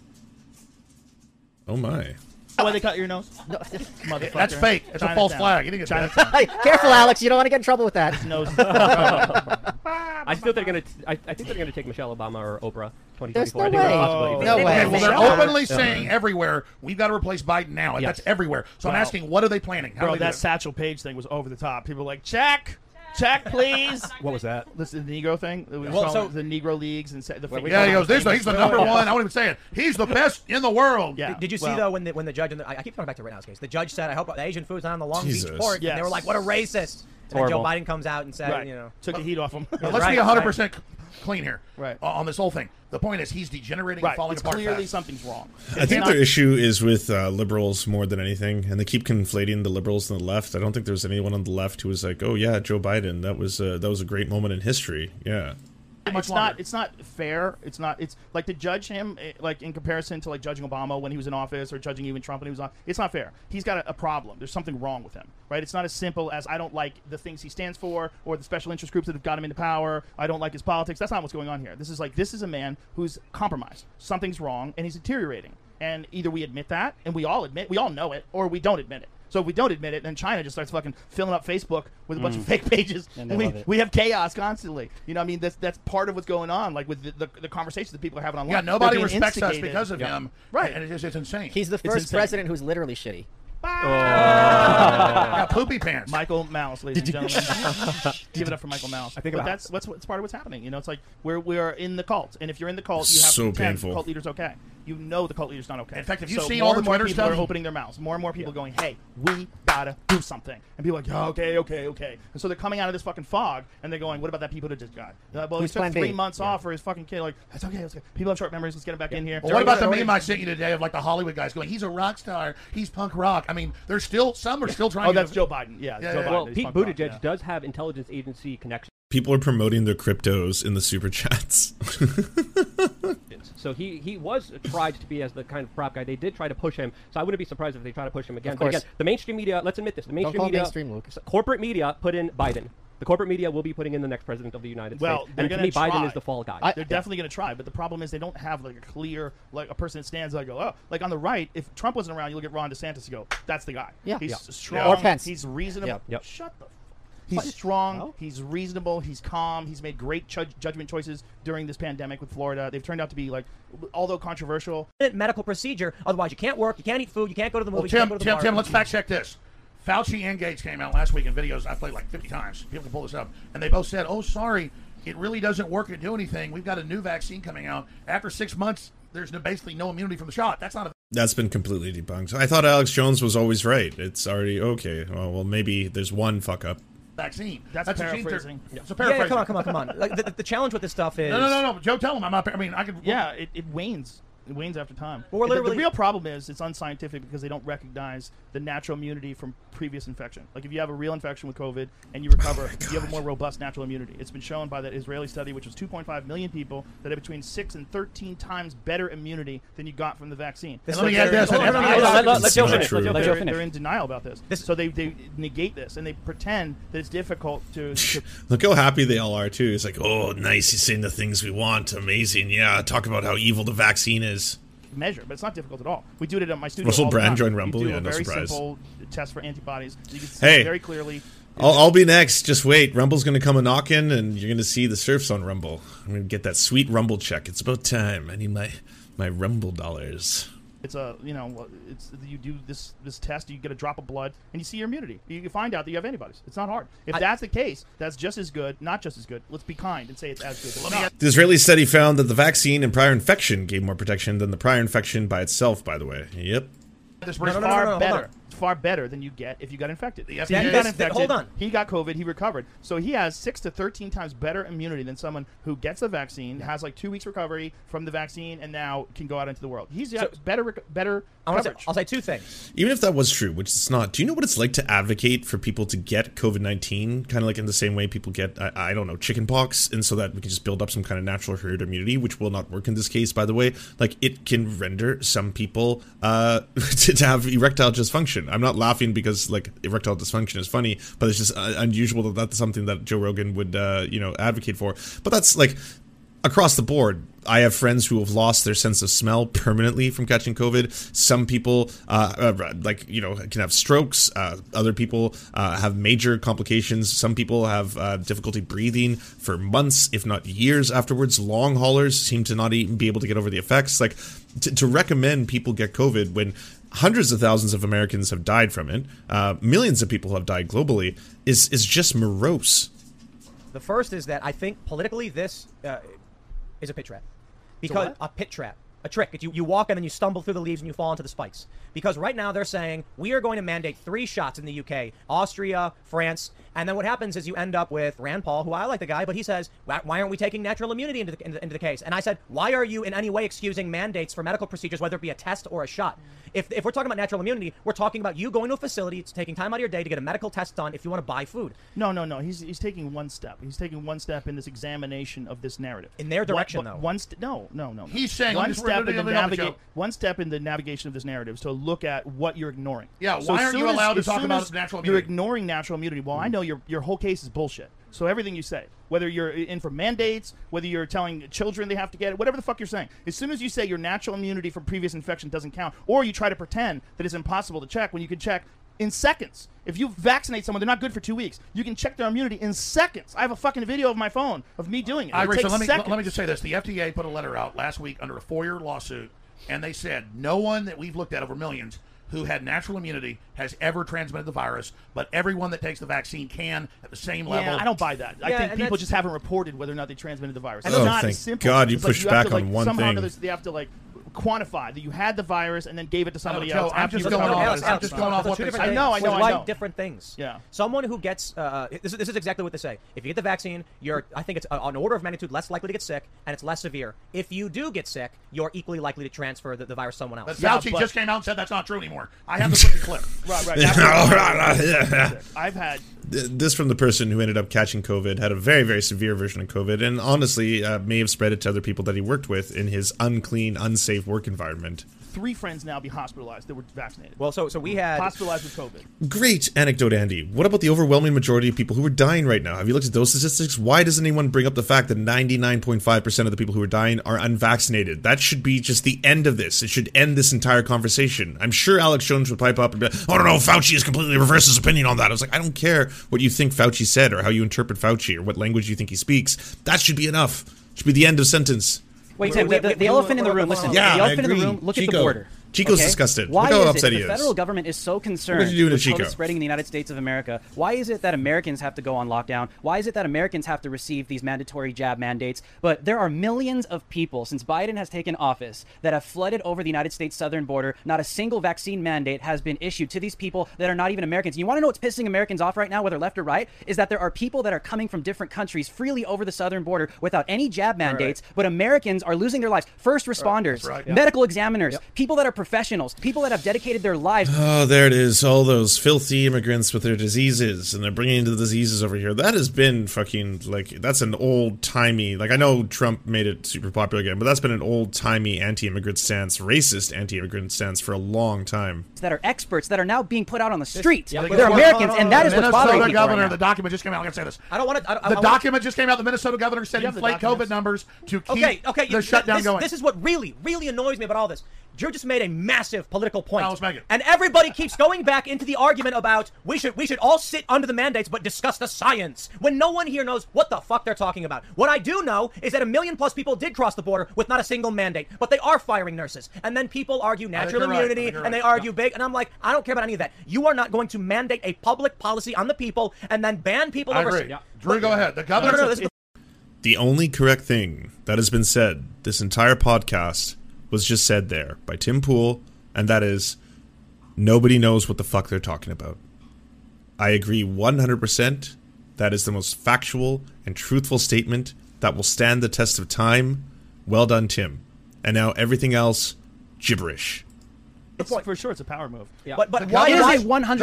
[SPEAKER 4] Oh my.
[SPEAKER 2] Why they cut your nose? Motherfucker.
[SPEAKER 1] That's fake. It's a false flag. You didn't get
[SPEAKER 6] Hey, careful, Alex. You don't want to get in trouble with that.
[SPEAKER 11] I still think they're gonna. T- I, I think they're gonna take Michelle Obama or Oprah. 2024.
[SPEAKER 6] There's no
[SPEAKER 11] I think there's a
[SPEAKER 6] way.
[SPEAKER 11] possibility.
[SPEAKER 6] No
[SPEAKER 1] Okay,
[SPEAKER 6] way.
[SPEAKER 1] well, they're
[SPEAKER 6] Michelle-
[SPEAKER 1] openly
[SPEAKER 11] Yeah.
[SPEAKER 1] saying everywhere we've got to replace Biden now, and
[SPEAKER 2] Yes.
[SPEAKER 1] that's everywhere. So I'm
[SPEAKER 2] Wow.
[SPEAKER 1] asking, what are they planning? How
[SPEAKER 2] Bro,
[SPEAKER 1] do they do
[SPEAKER 2] that
[SPEAKER 1] it?
[SPEAKER 2] Satchel Page thing was over the top. People were like, check, check, please.
[SPEAKER 12] What was that?
[SPEAKER 2] Listen, the Negro thing. that we
[SPEAKER 1] Well,
[SPEAKER 2] saw
[SPEAKER 1] so-
[SPEAKER 2] the Negro leagues and sa- the.
[SPEAKER 1] Well, yeah, he goes, this, he's the number one. I won't even say it. He's the best in the world.
[SPEAKER 3] Did- Did you see though when the when the judge in the, I I keep going back to Rittenhouse case. The judge said, "I hope the Asian food's not on the Long
[SPEAKER 1] Jesus.
[SPEAKER 3] Beach port," and they were
[SPEAKER 1] Yes.
[SPEAKER 3] like, "What a racist!" And then Joe
[SPEAKER 1] horrible.
[SPEAKER 3] Biden comes out and said,
[SPEAKER 1] Right.
[SPEAKER 3] "You know,
[SPEAKER 2] took the heat off him."
[SPEAKER 1] Now, let's be 100% c- clean here right. on this whole thing. The point is, he's degenerating
[SPEAKER 2] Right.
[SPEAKER 1] and falling
[SPEAKER 2] It's
[SPEAKER 1] apart.
[SPEAKER 2] clearly
[SPEAKER 1] fast.
[SPEAKER 2] something's wrong.
[SPEAKER 4] I think their issue is with uh, liberals more than anything, and they keep conflating the liberals and the left. I don't think there's anyone on the left who was like, "Oh yeah, Joe Biden, that was uh, that was a great moment in history." Yeah,
[SPEAKER 1] much
[SPEAKER 2] it's
[SPEAKER 1] longer.
[SPEAKER 2] not it's not fair. It's not it's like to judge him eh, like in comparison to like judging Obama when he was in office or judging even Trump when he was on. It's not fair. He's got a, a problem. There's something wrong with him, right? It's not as simple as I don't like the things he stands for or the special interest groups that have got him into power. I don't like his politics. That's not what's going on here. This is like this is a man who's compromised. Something's wrong and he's deteriorating. And either we admit that and we all admit we all know it or we don't admit it. So if we don't admit it, then China just starts fucking filling up Facebook with a bunch
[SPEAKER 7] Mm.
[SPEAKER 2] of fake pages,
[SPEAKER 7] And
[SPEAKER 2] and,
[SPEAKER 7] they
[SPEAKER 2] we,
[SPEAKER 7] love it.
[SPEAKER 2] we have chaos constantly. You know, what I mean, that's that's part of what's going on, like with the, the, the conversations that people are having online.
[SPEAKER 1] Yeah,
[SPEAKER 2] They're
[SPEAKER 1] nobody
[SPEAKER 2] being
[SPEAKER 1] respects us
[SPEAKER 2] instigated.
[SPEAKER 1] because of
[SPEAKER 2] Yeah.
[SPEAKER 1] him.
[SPEAKER 2] right?
[SPEAKER 1] And it's just it's insane.
[SPEAKER 6] He's the
[SPEAKER 2] It's
[SPEAKER 6] first
[SPEAKER 2] insane.
[SPEAKER 6] president who's literally shitty.
[SPEAKER 2] Yeah,
[SPEAKER 1] poopy pants.
[SPEAKER 2] Michael Mouse, ladies and
[SPEAKER 6] Did you-
[SPEAKER 2] gentlemen. Give it up for Michael Mouse.
[SPEAKER 12] I think
[SPEAKER 2] but
[SPEAKER 12] about-
[SPEAKER 2] that's that's what's part of what's happening. You know, it's like we're we're in the cult, and if you're in the cult, you have
[SPEAKER 13] So
[SPEAKER 2] to pretend
[SPEAKER 13] painful.
[SPEAKER 2] The cult leader's okay. You know the cult leader's not okay.
[SPEAKER 1] In fact, if you
[SPEAKER 2] so
[SPEAKER 1] see
[SPEAKER 2] more
[SPEAKER 1] all the
[SPEAKER 2] and more
[SPEAKER 1] Twitter
[SPEAKER 2] people
[SPEAKER 1] stuff-
[SPEAKER 2] are opening their mouths, more and more people going, "Hey, we gotta do something," and people are like, "Yeah, "Okay, okay, okay," and so they're coming out of this fucking fog, and they're going, "What about that people that just got? Uh, well,
[SPEAKER 1] Who's
[SPEAKER 2] he took
[SPEAKER 1] plan
[SPEAKER 2] three
[SPEAKER 1] B?
[SPEAKER 2] months off for his fucking kid. Like, that's okay, that's okay. People have short memories. Let's get him back in here."
[SPEAKER 1] Well, what about the
[SPEAKER 2] Already-
[SPEAKER 1] meme I sent you today of like the Hollywood guys going, "He's a rock star. He's punk rock." I mean, there's still some are still trying.
[SPEAKER 2] Oh,
[SPEAKER 1] to
[SPEAKER 2] that's Joe Biden. Yeah, Joe Biden.
[SPEAKER 11] Well,
[SPEAKER 2] He's
[SPEAKER 11] Pete
[SPEAKER 2] fucking gone,
[SPEAKER 11] Buttigieg does have intelligence agency connections.
[SPEAKER 4] People are promoting their cryptos in the super chats.
[SPEAKER 11] So he, he was tried to be as the kind of prop guy. They did try to push him. So I wouldn't be surprised if they try to push him again.
[SPEAKER 6] Of
[SPEAKER 11] But again,
[SPEAKER 6] course.
[SPEAKER 11] the mainstream media, let's admit this. The mainstream
[SPEAKER 6] call it
[SPEAKER 11] media,
[SPEAKER 6] mainstream, Luke.
[SPEAKER 11] s- corporate media put in Biden. The corporate media will be putting in the next president of the United
[SPEAKER 2] Well,
[SPEAKER 11] States.
[SPEAKER 2] they're
[SPEAKER 11] And to
[SPEAKER 2] gonna
[SPEAKER 11] me,
[SPEAKER 2] try.
[SPEAKER 11] Biden is the fall guy.
[SPEAKER 2] they're definitely going to try, but the problem is they don't have like a clear like a person that stands like go oh like on the right. If Trump wasn't around, you look at Ron DeSantis and go that's the guy.
[SPEAKER 6] Yeah.
[SPEAKER 2] he's
[SPEAKER 6] Yeah.
[SPEAKER 2] strong.
[SPEAKER 6] Or Pence.
[SPEAKER 2] He's reasonable.
[SPEAKER 6] Yeah. Yep.
[SPEAKER 2] Shut the. F- He's strong. He's reasonable. He's calm. He's made great ju- judgment choices during this pandemic with Florida. They've turned out to be like, although controversial,
[SPEAKER 3] medical procedure. Otherwise, you can't work. You can't eat food. You can't go to the movie.
[SPEAKER 1] Well,
[SPEAKER 3] you can't
[SPEAKER 1] Tim,
[SPEAKER 3] go to the
[SPEAKER 1] Tim,
[SPEAKER 3] bar.
[SPEAKER 1] Tim, let's fact check this. Fauci and Gates came out last week in videos I played like 50 times. People can pull this up, and they both said, "Oh, sorry, it really doesn't work and do anything. We've got a new vaccine coming out. After six months, there's no, basically no immunity from the shot. That's not a
[SPEAKER 4] That's been completely debunked. I thought Alex Jones was always right. It's already okay. Well, well maybe there's one fuck up.
[SPEAKER 1] vaccine.
[SPEAKER 2] That's
[SPEAKER 1] a gene ther-
[SPEAKER 2] paraphrasing.
[SPEAKER 1] It's a
[SPEAKER 3] Yeah, yeah,
[SPEAKER 1] paraphrasing.
[SPEAKER 3] come on, come on, come on. Like, the, the- the challenge with this stuff is
[SPEAKER 1] No, no, no, no. Joe, tell him I'm not. par- I mean, I could.
[SPEAKER 2] Yeah, it, it wanes. It wanes after time.
[SPEAKER 3] Well, we're
[SPEAKER 2] The-
[SPEAKER 3] literally-
[SPEAKER 2] the real problem is it's unscientific because they don't recognize the natural immunity from previous infection. Like if you have a real infection with COVID and you recover, you have a more robust natural immunity. It's been shown by that Israeli study, which was 2.5 million people, that had between six and 13 times better immunity than you got from the vaccine.
[SPEAKER 3] This
[SPEAKER 2] And
[SPEAKER 3] is
[SPEAKER 2] let me
[SPEAKER 3] very-
[SPEAKER 2] add this.
[SPEAKER 3] Hold on, hold on, hold on, let- let It's Joe not finish, let true. Joe
[SPEAKER 2] They're,
[SPEAKER 3] finish.
[SPEAKER 2] they're in denial about this. so they, they negate this and they pretend that it's difficult to- to
[SPEAKER 4] Look how happy they all are too. It's like, oh, nice. He's saying the things we want. Amazing. Yeah. Talk about how evil the vaccine is.
[SPEAKER 2] measure, but it's not difficult at all. We do it at my studio.
[SPEAKER 4] Russell
[SPEAKER 2] all the
[SPEAKER 4] Brand
[SPEAKER 2] time.
[SPEAKER 4] joined
[SPEAKER 2] You
[SPEAKER 4] Rumble,
[SPEAKER 2] do
[SPEAKER 4] yeah,
[SPEAKER 2] a
[SPEAKER 4] no
[SPEAKER 2] very
[SPEAKER 4] surprise.
[SPEAKER 2] simple test for antibodies. You can see
[SPEAKER 4] Hey,
[SPEAKER 2] very clearly.
[SPEAKER 4] I'll, I'll be next. Just wait. Rumble's gonna come a knocking, and you're gonna see the surfs on Rumble. I'm gonna get that sweet Rumble check. It's about time. I need my my Rumble dollars.
[SPEAKER 2] It's a you know it's you do this this test. You get a drop of blood, and you see your immunity. You can find out that you have antibodies. It's not hard. If that's the case, that's just as good, not just as good. Let's be kind and say it's as good. But let me
[SPEAKER 4] The Israeli study found that the vaccine and prior infection gave more protection than the prior infection by itself. By the way. Yep.
[SPEAKER 2] This
[SPEAKER 1] No,
[SPEAKER 2] is
[SPEAKER 1] no, no, no,
[SPEAKER 2] far
[SPEAKER 1] no, no, hold
[SPEAKER 2] better.
[SPEAKER 1] on.
[SPEAKER 2] It's far better than you get if you got infected. See,
[SPEAKER 1] FDA
[SPEAKER 2] he got
[SPEAKER 1] is-
[SPEAKER 2] infected.
[SPEAKER 1] hold on.
[SPEAKER 2] He got COVID. He recovered. So he has six to thirteen times better immunity than someone who gets the vaccine, has like two weeks recovery from the vaccine, and now can go out into the world. He's got better, rec- better
[SPEAKER 3] I wanna say-
[SPEAKER 2] coverage.
[SPEAKER 3] I'll say two things.
[SPEAKER 4] Even if that was true, which it's not, do you know what it's like to advocate for people to get COVID 19? Kind of like in the same way people get, I, I don't know, chickenpox, and so that we can just build up some kind of natural herd immunity, which will not work in this case, by the way. Like, it can render some people uh, to, to have erectile dysfunction. I'm not laughing because, like, erectile dysfunction is funny, but it's just uh, unusual that that's something that Joe Rogan would, uh, you know, advocate for. But that's like, across the board i have friends who have lost their sense of smell permanently from catching covid some people uh, uh, like you know can have strokes uh, other people uh, have major complications some people have uh, difficulty breathing for months if not years afterwards long haulers seem to not even be able to get over the effects like to, to recommend people get covid when hundreds of thousands of americans have died from it uh, millions of people have died globally is is just morose
[SPEAKER 3] The first is that I think politically this uh, is a pit trap, because
[SPEAKER 12] what?
[SPEAKER 3] a, pit trap A trick. It's you, you walk and then you stumble through the leaves and you fall into the spikes. Because right now they're saying we are going to mandate three shots in the UK, Austria, France, and then what happens is you end up with Rand Paul, who I like the guy, but he says, why, why aren't we taking natural immunity into the, into, into the case? And I said, why are you in any way excusing mandates for medical procedures, whether it be a test or a shot?
[SPEAKER 2] Mm.
[SPEAKER 3] If, if we're talking about natural immunity, we're talking about you going to a facility, it's taking time out of your day to get a medical test done if you want to buy food.
[SPEAKER 2] No, no, no. He's he's taking one step. He's taking one step in this examination of this narrative.
[SPEAKER 3] In their direction,
[SPEAKER 2] one, but
[SPEAKER 3] though.
[SPEAKER 2] One st- no, no, no. no.
[SPEAKER 1] He's saying,
[SPEAKER 2] one
[SPEAKER 1] let's-
[SPEAKER 2] step
[SPEAKER 1] we're
[SPEAKER 2] in the
[SPEAKER 1] doing another
[SPEAKER 2] naviga-
[SPEAKER 1] show.
[SPEAKER 2] one step in the navigation of this narrative is to look at what you're ignoring.
[SPEAKER 1] Yeah,
[SPEAKER 2] So
[SPEAKER 1] why
[SPEAKER 2] as
[SPEAKER 1] aren't
[SPEAKER 2] soon
[SPEAKER 1] you
[SPEAKER 2] as-
[SPEAKER 1] allowed to
[SPEAKER 2] as
[SPEAKER 1] talk
[SPEAKER 2] soon
[SPEAKER 1] about
[SPEAKER 2] as
[SPEAKER 1] natural
[SPEAKER 2] You're
[SPEAKER 1] immunity?
[SPEAKER 2] ignoring natural immunity. Well,
[SPEAKER 1] Mm.
[SPEAKER 2] I know your your whole case is bullshit. So everything you say, whether you're in for mandates, whether you're telling children they have to get it, whatever the fuck you're saying, as soon as you say your natural immunity from previous infection doesn't count, or you try to pretend that it's impossible to check when you can check in seconds. If you vaccinate someone, they're not good for two weeks. You can check their immunity in seconds. I have a fucking video of my phone of me doing it.
[SPEAKER 1] All
[SPEAKER 2] It
[SPEAKER 1] right,
[SPEAKER 2] takes
[SPEAKER 1] so let me
[SPEAKER 2] seconds.
[SPEAKER 1] let me just say this: the FDA put a letter out last week under a four-year lawsuit, and they said no one that we've looked at over millions who had natural immunity has ever transmitted the virus, but everyone that takes the vaccine can at the same
[SPEAKER 2] Yeah,
[SPEAKER 1] level.
[SPEAKER 2] I don't buy that. I
[SPEAKER 1] Yeah,
[SPEAKER 2] think
[SPEAKER 1] and
[SPEAKER 2] people
[SPEAKER 1] that's-
[SPEAKER 2] just haven't reported whether or not they transmitted the virus.
[SPEAKER 4] And
[SPEAKER 2] It's
[SPEAKER 4] that's-
[SPEAKER 2] not
[SPEAKER 4] Oh, thank
[SPEAKER 2] as simple.
[SPEAKER 4] God you
[SPEAKER 2] It's like
[SPEAKER 4] pushed
[SPEAKER 2] have
[SPEAKER 4] back
[SPEAKER 2] to, like,
[SPEAKER 4] on one
[SPEAKER 2] somehow or
[SPEAKER 4] thing.
[SPEAKER 2] another, They have to like quantify that you had the virus and then gave it to somebody
[SPEAKER 1] Joe,
[SPEAKER 2] else.
[SPEAKER 1] I'm
[SPEAKER 2] after
[SPEAKER 1] just
[SPEAKER 2] you
[SPEAKER 1] going
[SPEAKER 2] recovered.
[SPEAKER 1] off- I'm just going off
[SPEAKER 3] So
[SPEAKER 1] what
[SPEAKER 3] two
[SPEAKER 1] they
[SPEAKER 3] different
[SPEAKER 1] say.
[SPEAKER 3] things.
[SPEAKER 1] I know, I know,
[SPEAKER 3] We're
[SPEAKER 1] I
[SPEAKER 3] like
[SPEAKER 1] know.
[SPEAKER 3] different things.
[SPEAKER 1] Yeah.
[SPEAKER 3] Someone who gets uh, this, is- this is exactly what they say. If you get the vaccine, you're I think it's uh, an order of magnitude less likely to get sick, and it's less severe. If you do get sick, you're equally likely to transfer the, the virus to someone else.
[SPEAKER 1] But Fauci just came out and said that's not true anymore. I have the freaking clip.
[SPEAKER 2] Right, right. I've had
[SPEAKER 4] Th- This from the person who ended up catching COVID had a very very severe version of COVID, and honestly uh, may have spread it to other people that he worked with in his unclean, unsafe work environment.
[SPEAKER 2] three friends now be hospitalized that were vaccinated.
[SPEAKER 3] Well, so so we had
[SPEAKER 2] hospitalized with COVID.
[SPEAKER 4] Great anecdote, Andy. What about the overwhelming majority of people who are dying right now? Have you looked at those statistics? Why does anyone bring up the fact that 99.5% of the people who are dying are unvaccinated? That should be just the end of this. It should end this entire conversation. I'm sure Alex Jones would pipe up and be like, oh no, no, Fauci has completely reversed his opinion on that. I was like, I don't care what you think Fauci said or how you interpret Fauci or what language you think he speaks. That should be enough. Should be the end of sentence.
[SPEAKER 7] Wait, Tim, the, the, the elephant in the room. Listen,
[SPEAKER 4] Yeah,
[SPEAKER 7] the
[SPEAKER 4] I
[SPEAKER 7] elephant in the
[SPEAKER 4] agree.
[SPEAKER 7] room. Look at
[SPEAKER 4] Chico.
[SPEAKER 7] the border.
[SPEAKER 4] Chico's disgusted.
[SPEAKER 7] Why
[SPEAKER 4] Look how
[SPEAKER 7] is
[SPEAKER 4] upset
[SPEAKER 7] it
[SPEAKER 4] he
[SPEAKER 7] the
[SPEAKER 4] is.
[SPEAKER 7] federal government is so concerned
[SPEAKER 4] What are you doing to
[SPEAKER 7] with COVID
[SPEAKER 4] Chico?
[SPEAKER 7] spreading in the United States of America? Why is it that Americans have to go on lockdown? Why is it that Americans have to receive these mandatory jab mandates? But there are millions of people since Biden has taken office that have flooded over the United States southern border. Not a single vaccine mandate has been issued to these people that are not even Americans. You want to know what's pissing Americans off right now, whether left or right, is that there are people that are coming from different countries freely over the southern border without any jab mandates, but Americans are losing their lives. First responders,
[SPEAKER 4] right. Yeah.
[SPEAKER 7] medical examiners, people that are professionals, people that have dedicated their lives
[SPEAKER 4] Oh, there it is. All those filthy immigrants with their diseases, and they're bringing the diseases over here. That has been fucking like that's an old timey. Like I know Trump made it super popular again, but that's been an old timey anti-immigrant stance, racist anti-immigrant stance for a long time.
[SPEAKER 7] that are experts that are now being put out on the street.
[SPEAKER 4] yeah,
[SPEAKER 7] They're Americans, and that is what's bothering
[SPEAKER 1] Minnesota
[SPEAKER 7] people right
[SPEAKER 1] governor.
[SPEAKER 7] now.
[SPEAKER 1] The document just came out. I gotta say this. I
[SPEAKER 3] don't want to.
[SPEAKER 1] The document just came out. The Minnesota governor said inflate COVID numbers to keep
[SPEAKER 3] okay, okay, you-
[SPEAKER 1] the shutdown
[SPEAKER 3] this,
[SPEAKER 1] going.
[SPEAKER 3] This is what really, really annoys me about all this. Drew just made a massive political point.
[SPEAKER 1] No, let's make it.
[SPEAKER 3] And everybody keeps going back into the argument about we should we should all sit under the mandates but discuss the science when no one here knows what the fuck they're talking about. What I do know is that a million plus people did cross the border with not a single mandate, but they are firing nurses. And then people argue natural
[SPEAKER 12] you're right. I think
[SPEAKER 3] immunity
[SPEAKER 12] you're
[SPEAKER 3] and they
[SPEAKER 12] right.
[SPEAKER 3] argue big and I'm like, I don't care about any of that. You are not going to mandate a public policy on the people and then ban people
[SPEAKER 1] I
[SPEAKER 3] over
[SPEAKER 1] agree. Drew, go ahead. The
[SPEAKER 3] No, no,
[SPEAKER 1] governor.
[SPEAKER 3] no, this is the
[SPEAKER 4] The only correct thing that has been said this entire podcast was just said there by Tim Pool, and that is nobody knows what the fuck they're talking about. I agree 100%. That is the most factual and truthful statement that will stand the test of time. Well done, Tim. And now everything else, gibberish.
[SPEAKER 2] It's, for sure, it's a power move.
[SPEAKER 3] But
[SPEAKER 1] The governor- The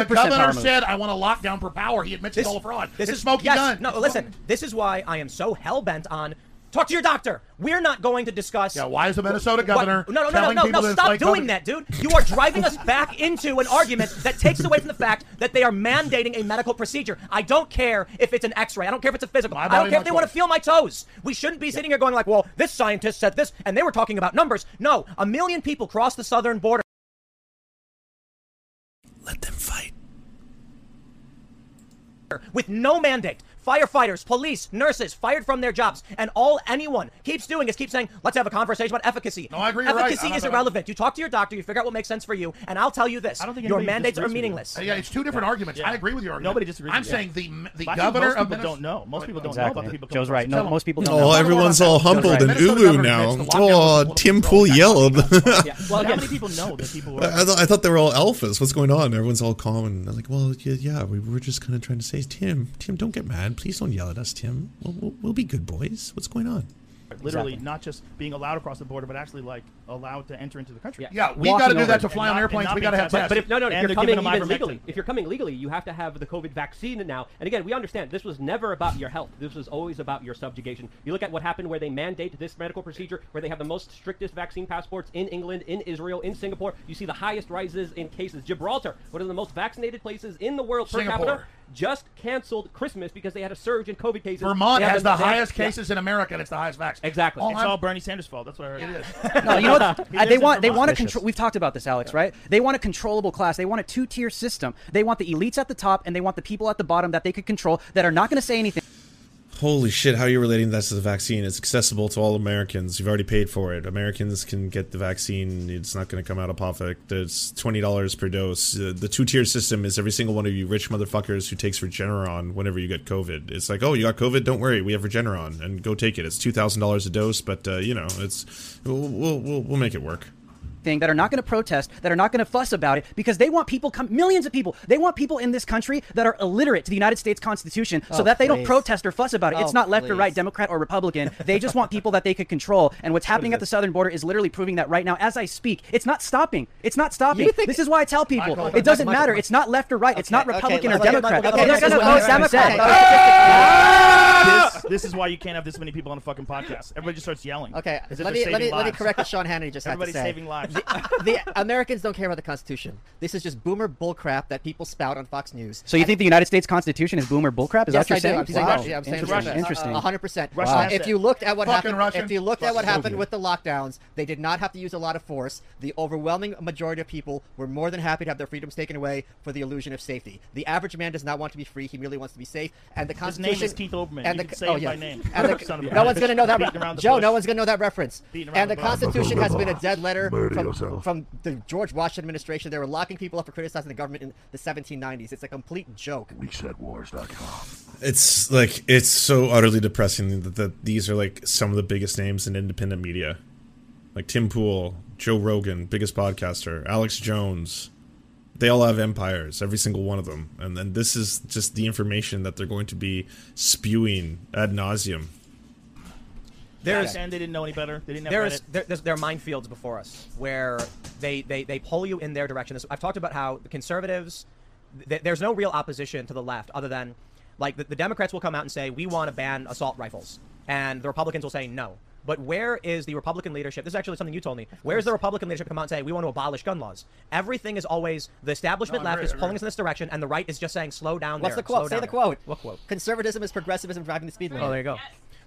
[SPEAKER 1] governor said, "I want a lockdown per power." He admits it's all a fraud.
[SPEAKER 3] This
[SPEAKER 1] it's
[SPEAKER 3] is
[SPEAKER 1] smoking
[SPEAKER 3] yes,
[SPEAKER 1] gun.
[SPEAKER 3] No, listen. This is why I am so hell bent on. Talk to your doctor. We're not going to discuss. Yeah,
[SPEAKER 1] why is the Minnesota
[SPEAKER 3] what-
[SPEAKER 1] governor
[SPEAKER 3] no, no, no,
[SPEAKER 1] telling
[SPEAKER 3] no, no,
[SPEAKER 1] people
[SPEAKER 3] no!
[SPEAKER 1] to
[SPEAKER 3] Stop
[SPEAKER 1] inflate
[SPEAKER 3] doing
[SPEAKER 1] COVID?
[SPEAKER 3] that, dude. You are driving us back into an argument that takes away from the fact that they are mandating a medical procedure. I don't care if it's an X-ray. I don't care if it's a physical. I don't
[SPEAKER 12] body,
[SPEAKER 3] care
[SPEAKER 12] my
[SPEAKER 3] if they want to feel my toes. We shouldn't be sitting here going like, "Well, this scientist said this," and they were talking about numbers. No, a million people cross the southern border. with no mandate. firefighters, police, nurses fired from their jobs, and all anyone keeps doing is keep saying, "Let's have a conversation about efficacy." No, I
[SPEAKER 1] agree, you're right.
[SPEAKER 3] Efficacy
[SPEAKER 1] I'm not
[SPEAKER 3] is
[SPEAKER 1] gonna-
[SPEAKER 3] irrelevant. You talk to your doctor, you figure out what makes sense for you, and I'll tell you this: I don't think your
[SPEAKER 2] anybody
[SPEAKER 3] mandates are
[SPEAKER 2] disagrees with you.
[SPEAKER 3] meaningless.
[SPEAKER 1] Yeah, it's two different arguments. I agree with your argument.
[SPEAKER 2] Nobody disagrees
[SPEAKER 1] I'm
[SPEAKER 2] with you.
[SPEAKER 1] saying the the
[SPEAKER 2] But I think
[SPEAKER 1] governor
[SPEAKER 2] most
[SPEAKER 1] of
[SPEAKER 2] people
[SPEAKER 1] Minnesota
[SPEAKER 2] don't know. Most people don't know about
[SPEAKER 7] Exactly.
[SPEAKER 2] the people.
[SPEAKER 7] Joe's right. No, most people don't.
[SPEAKER 4] Oh,
[SPEAKER 7] know.
[SPEAKER 4] everyone's all humble
[SPEAKER 7] Joe's
[SPEAKER 4] and
[SPEAKER 7] right.
[SPEAKER 4] ooh now. Oh, Tim Pool yelled.
[SPEAKER 2] Well, how many people know that people
[SPEAKER 4] I, I thought- I thought they were all alphas. What's going on? Everyone's all calm and they're like, well, yeah, yeah we were just kind of trying to say, Tim, Tim, don't get mad. Please don't yell at us, Tim. We'll, we'll, we'll be good boys. What's going on?
[SPEAKER 2] literally not just being allowed across the border, but actually like allowed to enter into the country.
[SPEAKER 1] Yeah,
[SPEAKER 11] we gotta do that to
[SPEAKER 1] fly on
[SPEAKER 2] And not-
[SPEAKER 1] airplanes.
[SPEAKER 2] and not
[SPEAKER 1] We
[SPEAKER 2] being
[SPEAKER 1] gotta have
[SPEAKER 2] tested.
[SPEAKER 11] But, but if no, no, if
[SPEAKER 2] And
[SPEAKER 11] you're
[SPEAKER 2] they're
[SPEAKER 11] coming
[SPEAKER 2] giving them
[SPEAKER 11] even
[SPEAKER 2] ivermectin.
[SPEAKER 11] legally, if you're coming legally, you have to have the COVID vaccine now. And again, we understand this was never about your health. This was always about your subjugation. You look at what happened where they mandate this medical procedure, where they have the most strictest vaccine passports in England, in Israel, in Singapore. You see the highest rises in cases. Gibraltar, one of the most vaccinated places in the world per capita,
[SPEAKER 1] Singapore.
[SPEAKER 11] just canceled Christmas because they had a surge in COVID cases.
[SPEAKER 1] Vermont
[SPEAKER 11] They had
[SPEAKER 1] has the
[SPEAKER 11] they had-
[SPEAKER 1] highest
[SPEAKER 11] yeah.
[SPEAKER 1] cases in America, and it's the highest vax.
[SPEAKER 11] Exactly.
[SPEAKER 1] All
[SPEAKER 11] It's
[SPEAKER 1] I'm-
[SPEAKER 2] It's all Bernie Sanders' fault. That's what I heard. It
[SPEAKER 1] is.
[SPEAKER 14] No, you know what?
[SPEAKER 2] He
[SPEAKER 14] Uh, they
[SPEAKER 2] lives in
[SPEAKER 14] want they want to
[SPEAKER 2] Vermont.
[SPEAKER 14] control. We've talked about this, Alex, right? They want a controllable class. They want a two tier system. They want the elites at the top and they want the people at the bottom that they could control that are not going to say anything.
[SPEAKER 4] Holy shit, how are you relating that to the vaccine? It's accessible to all Americans. You've already paid for it. Americans can get the vaccine. It's not going to come out of pocket. It's $20 per dose. Uh, the two tier system is every single one of you rich motherfuckers who takes Regeneron whenever you get COVID. It's like, oh, you got COVID? Don't worry. We have Regeneron and go take it. It's $2,000 a dose, but, uh, you know, it's we'll, we'll, we'll we'll make it work.
[SPEAKER 14] thing that are not going to protest, that are not going to fuss about it, because they want people, come, millions of people, they want people in this country that are illiterate to the United States Constitution, so
[SPEAKER 15] Oh,
[SPEAKER 14] that they
[SPEAKER 15] please.
[SPEAKER 14] don't protest or fuss about it.
[SPEAKER 15] Oh,
[SPEAKER 14] it's not left or
[SPEAKER 15] please.
[SPEAKER 14] right, Democrat or Republican. They just want people that they could control. And what's happening at the southern border is literally proving that right now, as I speak, it's not stopping. It's not stopping. this is why I tell people
[SPEAKER 15] Michael,
[SPEAKER 14] it doesn't
[SPEAKER 15] Michael,
[SPEAKER 14] matter.
[SPEAKER 15] Michael.
[SPEAKER 14] It's not left or right. it's not
[SPEAKER 15] okay,
[SPEAKER 14] Republican
[SPEAKER 15] let's-
[SPEAKER 14] or
[SPEAKER 15] okay,
[SPEAKER 14] Democrat.
[SPEAKER 15] Michael,
[SPEAKER 14] They're not
[SPEAKER 15] okay,
[SPEAKER 14] going to
[SPEAKER 15] Michael,
[SPEAKER 14] vote
[SPEAKER 15] Michael,
[SPEAKER 14] Democrat.
[SPEAKER 15] Michael,
[SPEAKER 4] Ah!
[SPEAKER 6] Ah!
[SPEAKER 2] this, this is why you can't have this many people on a fucking podcast. Everybody just starts yelling.
[SPEAKER 6] Okay,
[SPEAKER 2] As if
[SPEAKER 6] let
[SPEAKER 2] they're
[SPEAKER 6] me, let me
[SPEAKER 2] saving
[SPEAKER 6] let me
[SPEAKER 2] lives.
[SPEAKER 6] correct what Sean Hannity just
[SPEAKER 2] Everybody's
[SPEAKER 6] had to say.
[SPEAKER 2] saving lives.
[SPEAKER 6] The, the Americans don't care about the Constitution. This is just boomer bullcrap that people spout on Fox News.
[SPEAKER 14] So you think the United States Constitution is boomer bullcrap? Is
[SPEAKER 6] yes,
[SPEAKER 14] that what
[SPEAKER 6] I
[SPEAKER 14] you're saying?
[SPEAKER 6] Do. I'm saying
[SPEAKER 14] Wow.
[SPEAKER 6] Russia. Yeah, I'm saying
[SPEAKER 14] Interesting.
[SPEAKER 6] Russia.
[SPEAKER 14] Interesting.
[SPEAKER 6] Uh, 100. percent
[SPEAKER 14] Russia has
[SPEAKER 6] If
[SPEAKER 14] it.
[SPEAKER 6] you looked at what
[SPEAKER 14] Fucking
[SPEAKER 6] happened,
[SPEAKER 14] Russian.
[SPEAKER 6] if you looked at what
[SPEAKER 14] Fucking
[SPEAKER 6] happened
[SPEAKER 14] Soviet.
[SPEAKER 6] with the lockdowns, they did not have to use a lot of force. The overwhelming majority of people were more than happy to have their freedoms taken away for the illusion of safety. The average man does not want to be free; he merely wants to be safe. And the
[SPEAKER 2] His
[SPEAKER 6] Constitution.
[SPEAKER 2] name is Keith Olbermann.
[SPEAKER 6] And
[SPEAKER 2] You
[SPEAKER 6] the,
[SPEAKER 2] can say
[SPEAKER 6] oh,
[SPEAKER 2] it
[SPEAKER 6] yeah.
[SPEAKER 2] by name.
[SPEAKER 6] And
[SPEAKER 2] Son of
[SPEAKER 6] the,
[SPEAKER 2] a
[SPEAKER 6] no one's
[SPEAKER 2] bitch.
[SPEAKER 6] gonna know that.
[SPEAKER 2] Beating around the
[SPEAKER 6] Joe,
[SPEAKER 2] bush.
[SPEAKER 6] no one's gonna know that reference.
[SPEAKER 2] Beating around
[SPEAKER 6] And the
[SPEAKER 2] the bush.
[SPEAKER 6] Constitution has been a dead letter
[SPEAKER 16] Murder
[SPEAKER 6] from,
[SPEAKER 16] yourself.
[SPEAKER 6] from the George Washington administration. They were locking people up for criticizing the government in the 1790s. It's a complete joke.
[SPEAKER 16] Resetwars.com.
[SPEAKER 4] It's like it's so utterly depressing that, that these are like some of the biggest names in independent media, like Tim Pool, Joe Rogan, biggest podcaster, Alex Jones. They all have empires, every single one of them, and then this is just the information that they're going to be spewing ad nauseum.
[SPEAKER 3] There's-
[SPEAKER 2] and they didn't know any better. They didn't have
[SPEAKER 3] There is
[SPEAKER 2] Reddit.
[SPEAKER 3] there, there's, there are minefields before us where they, they they pull you in their direction. This, I've talked about how the conservatives, th- there's no real opposition to the left other than, like the, the Democrats will come out and say we want to ban assault rifles, and the Republicans will say no. But where is the Republican leadership? This is actually something you told me. Where is the Republican leadership come out and say we want to abolish gun laws? Everything is always the establishment
[SPEAKER 6] No, I
[SPEAKER 3] left
[SPEAKER 6] agree,
[SPEAKER 3] is
[SPEAKER 6] I
[SPEAKER 3] pulling
[SPEAKER 6] agree.
[SPEAKER 3] us in this direction, and the right is just saying slow down.
[SPEAKER 6] What's
[SPEAKER 3] there,
[SPEAKER 6] the quote?
[SPEAKER 3] slow
[SPEAKER 6] Say
[SPEAKER 3] down
[SPEAKER 6] the
[SPEAKER 3] there."
[SPEAKER 6] quote.
[SPEAKER 3] What quote?
[SPEAKER 6] Conservatism is progressivism driving the speed limit.
[SPEAKER 3] Oh, there you go.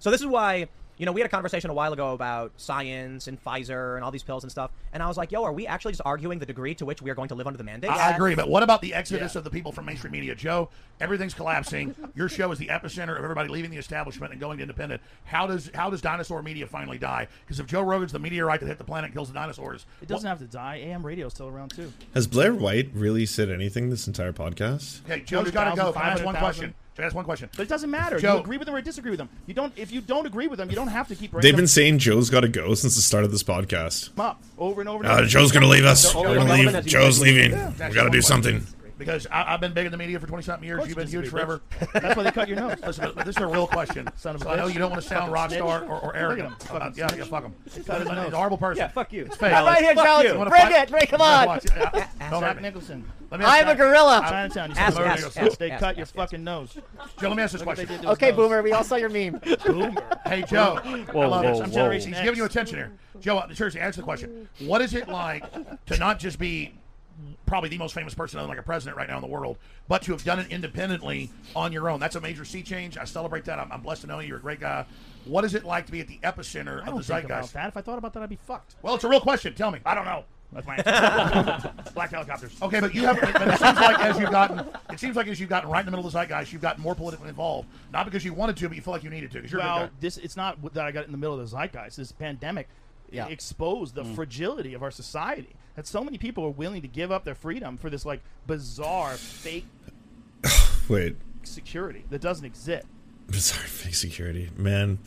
[SPEAKER 3] So this is why, you know, we had a conversation a while ago about science and Pfizer and all these pills and stuff, and I was like, yo, are we actually just arguing the degree to which we are going to live under the mandate?
[SPEAKER 1] I agree, but what about the exodus of the people from mainstream media, Joe? Everything's collapsing. Your show is the epicenter of everybody leaving the establishment and going to independent. How does how does dinosaur media finally die? Because if Joe Rogan's the meteorite that hit the planet and kills the dinosaurs,
[SPEAKER 2] It doesn't have to die. AM radio's still around too.
[SPEAKER 4] Has Blair White really said anything this entire podcast?
[SPEAKER 1] Hey, Joe's got to go. Can I ask one
[SPEAKER 2] 200,000,
[SPEAKER 1] question? Can I ask one question?
[SPEAKER 2] But it doesn't matter.
[SPEAKER 1] Joe-
[SPEAKER 2] you agree with them or disagree with them. You don't. If you don't agree with them, you don't have to keep. bringing
[SPEAKER 4] They've been
[SPEAKER 2] them
[SPEAKER 4] saying Joe's got to go since the start of this podcast.
[SPEAKER 2] up over and over. And
[SPEAKER 4] Uh,
[SPEAKER 2] over.
[SPEAKER 4] Joe's gonna leave us. We're gonna leave. Joe's leaving.
[SPEAKER 1] Yeah.
[SPEAKER 4] We gotta do something.
[SPEAKER 1] Because I, I've been big in the media for 20 something years. You've been
[SPEAKER 2] you
[SPEAKER 1] huge forever.
[SPEAKER 2] disagree, That's why they cut your nose.
[SPEAKER 1] Listen, but- but this is a real question.
[SPEAKER 2] Son of a
[SPEAKER 1] so I know
[SPEAKER 2] bitch.
[SPEAKER 1] you don't want to sound rock
[SPEAKER 2] Fucking
[SPEAKER 1] star
[SPEAKER 2] snitch.
[SPEAKER 1] or, or
[SPEAKER 2] Look at
[SPEAKER 1] arrogant.
[SPEAKER 2] him. Fucking
[SPEAKER 1] about- yeah, yeah,
[SPEAKER 2] snitch.
[SPEAKER 1] fuck him.
[SPEAKER 2] He's
[SPEAKER 1] He's
[SPEAKER 2] got his
[SPEAKER 1] a
[SPEAKER 2] nose.
[SPEAKER 1] horrible person.
[SPEAKER 2] Yeah, fuck you.
[SPEAKER 1] It's fake.
[SPEAKER 2] All right here,
[SPEAKER 1] Fuck
[SPEAKER 2] Charles.
[SPEAKER 1] you. You wanna
[SPEAKER 2] Bring
[SPEAKER 1] fight?
[SPEAKER 2] it. Bring- come on.
[SPEAKER 1] Watch it. Yeah.
[SPEAKER 2] Ask
[SPEAKER 1] Don't
[SPEAKER 2] Jack
[SPEAKER 1] hurt me.
[SPEAKER 2] Nicholson.
[SPEAKER 1] Let me ask Jack-
[SPEAKER 2] Chinatown. You
[SPEAKER 1] Ask-
[SPEAKER 2] said
[SPEAKER 1] ask-
[SPEAKER 2] murder
[SPEAKER 1] ask-
[SPEAKER 2] yourself. They
[SPEAKER 1] ask-
[SPEAKER 2] cut
[SPEAKER 1] ask-
[SPEAKER 2] your fucking nose.
[SPEAKER 1] Joe, let me ask this
[SPEAKER 2] Look what they
[SPEAKER 1] question.
[SPEAKER 2] did to his
[SPEAKER 6] Okay,
[SPEAKER 2] nose.
[SPEAKER 6] Boomer, we all saw your meme.
[SPEAKER 2] Boomer.
[SPEAKER 1] Hey Joe,
[SPEAKER 6] Whoa,
[SPEAKER 1] I love
[SPEAKER 6] whoa,
[SPEAKER 1] this. I'm
[SPEAKER 6] whoa.
[SPEAKER 1] Generation He's giving you attention here. Joe, uh, seriously, answer the question. What is it like to not just be probably the most famous person, other than like a president right now in the world, but to have done it independently on your own? That's a major sea change. I celebrate that. I'm, I'm blessed to know you. You're a great guy. What is it like to be at the epicenter
[SPEAKER 2] I
[SPEAKER 1] of the
[SPEAKER 2] don't think about
[SPEAKER 1] zeitgeist?
[SPEAKER 2] that. If I thought about that, I'd be fucked.
[SPEAKER 1] Well, it's a real question. Tell me. I don't know. That's my answer. Black helicopters. Okay, but you have. But it seems like as you've gotten, it seems like as you've gotten right in the middle of the zeitgeist, you've gotten more politically involved. Not because you wanted to, but you feel like you needed to. Because you're a
[SPEAKER 2] well,
[SPEAKER 1] big guy.
[SPEAKER 2] this it's not w- that I got in the middle of the zeitgeist. This pandemic
[SPEAKER 1] Yeah.
[SPEAKER 2] exposed the
[SPEAKER 1] Mm.
[SPEAKER 2] fragility of our society. That so many people are willing to give up their freedom for this like bizarre fake
[SPEAKER 4] Wait,
[SPEAKER 2] security that doesn't exist.
[SPEAKER 4] bizarre fake security, man.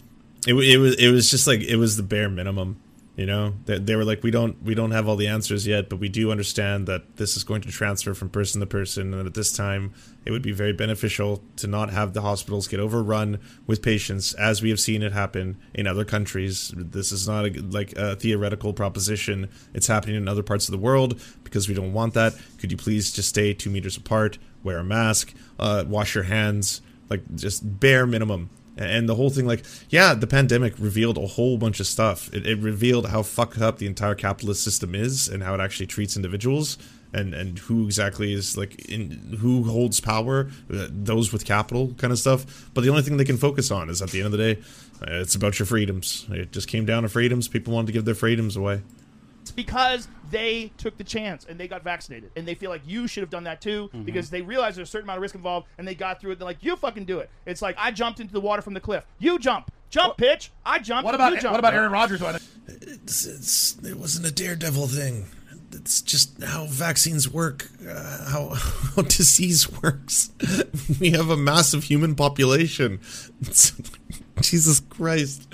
[SPEAKER 4] It, wa- it was it was just like it was the bare minimum, you know. They, they were like, we don't we don't have all the answers yet, but we do understand that this is going to transfer from person to person, and at this time, it would be very beneficial to not have the hospitals get overrun with patients, as we have seen it happen in other countries. This is not a, like a theoretical proposition; it's happening in other parts of the world because we don't want that. Could you please just stay two meters apart, wear a mask, uh, wash your hands? like just bare minimum and the whole thing like yeah the pandemic revealed a whole bunch of stuff it, it revealed how fucked up the entire capitalist system is and how it actually treats individuals and and who exactly is like in who holds power uh, those with capital kind of stuff but the only thing they can focus on is at the end of the day uh, it's about your freedoms it just came down to freedoms people wanted to give their freedoms away
[SPEAKER 2] It's because they took the chance and they got vaccinated, and they feel like you should have done that too
[SPEAKER 4] Mhm.
[SPEAKER 2] because they realized there's a certain amount of risk involved, and they got through it. They're like, "You fucking do it." It's like I jumped into the water from the cliff. You jump, jump, pitch. I jumped.
[SPEAKER 1] What about
[SPEAKER 2] you jump.
[SPEAKER 1] what about Aaron Rodgers?
[SPEAKER 13] It's, it's, it wasn't a daredevil thing. It's just how vaccines work, uh, how, how disease works.
[SPEAKER 4] we have a massive human population. It's- Jesus Christ.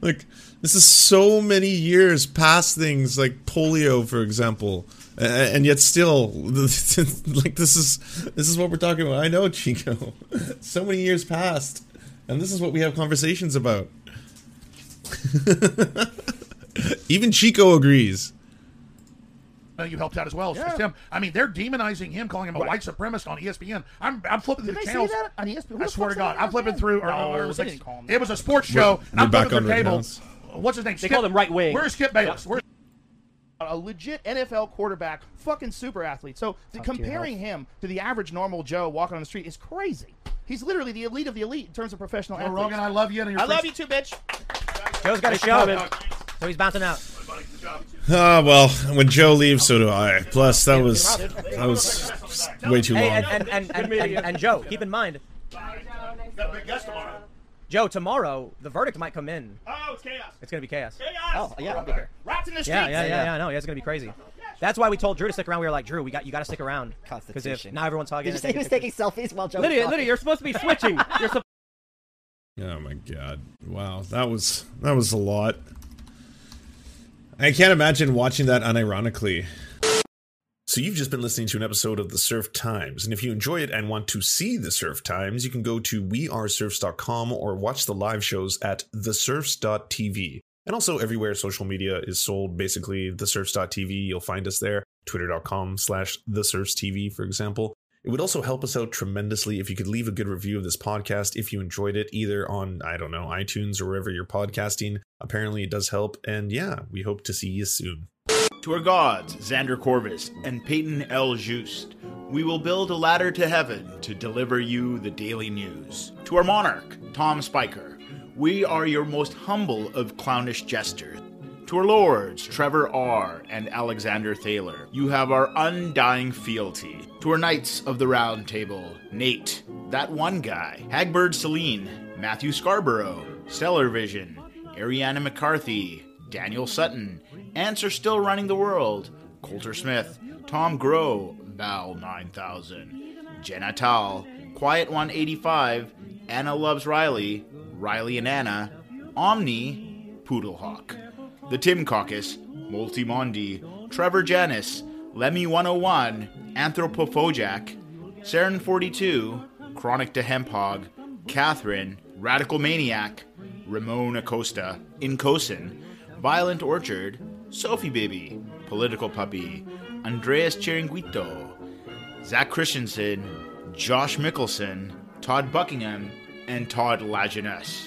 [SPEAKER 4] Like, this is so many years past things like polio, for example. A- And yet, still, like this is this is what we're talking about. I know, Chico. So many years past, and this is what we have conversations about. Even Chico agrees.
[SPEAKER 1] Uh, you helped out as well.
[SPEAKER 2] Yeah.
[SPEAKER 1] Tim. I mean, they're demonizing him, calling him a white supremacist on E ESPN. I'm, I'm flipping
[SPEAKER 2] Did
[SPEAKER 1] through
[SPEAKER 2] they
[SPEAKER 1] the
[SPEAKER 2] say
[SPEAKER 1] channels.
[SPEAKER 2] that on E ESPN? Who
[SPEAKER 1] I
[SPEAKER 2] the
[SPEAKER 1] swear to
[SPEAKER 2] fuck
[SPEAKER 1] God,
[SPEAKER 2] said
[SPEAKER 1] I'm flipping through. Or,
[SPEAKER 2] No,
[SPEAKER 1] or it, was
[SPEAKER 2] they
[SPEAKER 1] like-
[SPEAKER 2] didn't call him
[SPEAKER 1] it was a sports
[SPEAKER 2] We're-
[SPEAKER 1] show, and I'm
[SPEAKER 4] we're back
[SPEAKER 1] flipping through
[SPEAKER 4] on
[SPEAKER 1] cable.
[SPEAKER 4] Rittenhouse.
[SPEAKER 1] What's his name?
[SPEAKER 4] They call them right wing.
[SPEAKER 2] Where's Skip Bayless? Where's a legit NFL quarterback, fucking super athlete. So the,
[SPEAKER 7] Fuck your
[SPEAKER 2] comparing him to the average normal Joe walking on the street is crazy. He's literally the elite of the elite in terms of professional
[SPEAKER 1] Joe
[SPEAKER 2] athletes.
[SPEAKER 1] Rogan, I love you, and you're
[SPEAKER 2] I love
[SPEAKER 1] free-
[SPEAKER 2] you too, bitch.
[SPEAKER 3] Joe's got a
[SPEAKER 2] Thanks,
[SPEAKER 3] show,
[SPEAKER 2] Robin.
[SPEAKER 3] so he's bouncing out.
[SPEAKER 4] Ah, well, when Joe leaves, so do I. Plus, that was that was way too
[SPEAKER 3] Hey,
[SPEAKER 4] long.
[SPEAKER 3] and, and, and, and, and, and Joe, keep in mind. Joe, tomorrow the verdict might come in.
[SPEAKER 2] Oh, it's chaos.
[SPEAKER 3] It's gonna be chaos.
[SPEAKER 2] Chaos.
[SPEAKER 3] Oh yeah, I'll be here.
[SPEAKER 2] Rats in the
[SPEAKER 3] Yeah,
[SPEAKER 2] streets.
[SPEAKER 3] yeah, yeah, yeah. I know. Yeah, it's gonna be crazy. That's why we told Drew to stick around. We were like, Drew, we got you got to stick around because if
[SPEAKER 6] Constitution.
[SPEAKER 3] now everyone's hugging.
[SPEAKER 6] Did you say he was taking selfies while Joe?
[SPEAKER 3] Lydia,
[SPEAKER 6] was
[SPEAKER 3] Lydia,
[SPEAKER 6] you're supposed to be switching. You're supposed.
[SPEAKER 4] Oh my god. Wow, that was that was a lot. I can't imagine watching that unironically. So you've just been listening to an episode of The Surf Times, and if you enjoy it and want to see The Surf Times, you can go to wearesurfs.com or watch the live shows at thesurfs.tv. And also everywhere social media is sold, basically thesurfs.tv, you'll find us there, twitter.com slash thesurfstv, for example. It would also help us out tremendously if you could leave a good review of this podcast if you enjoyed it, either on, I don't know, iTunes or wherever you're podcasting. Apparently, it does help. And yeah, we hope to see you soon.
[SPEAKER 15] To our gods, Xander Corvus and Peyton L. Just, we will build a ladder to heaven to deliver you the daily news. To our monarch, Tom Spiker, we are your most humble of clownish jesters. To our lords, Trevor R. and Alexander Thaler, you have our undying fealty. To our knights of the round table, Nate, that one guy, Hagbird Celine, Matthew Scarborough, Stellar Vision, Ariana McCarthy, Daniel Sutton, Ants Are Still Running the World, Coulter Smith, Tom Groh, Val 9000, Jenna Tal, Quiet 185, Anna Loves Riley, Riley and Anna, Omni, Poodlehawk, The Tim Caucus, Multimondi, Trevor Janis, Lemmy 101, Anthropophojack, Saren 42, Chronic to Hemphog, Catherine, Radical Maniac, Ramon Acosta, Incosin, Violent Orchard, Sophie Baby, Political Puppy, Andreas Chiringuito, Zach Christensen, Josh Mickelson, Todd Buckingham, and Todd Lajeunesse.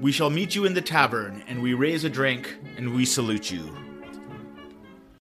[SPEAKER 15] We shall meet you in the tavern, and we raise a drink, and we salute you.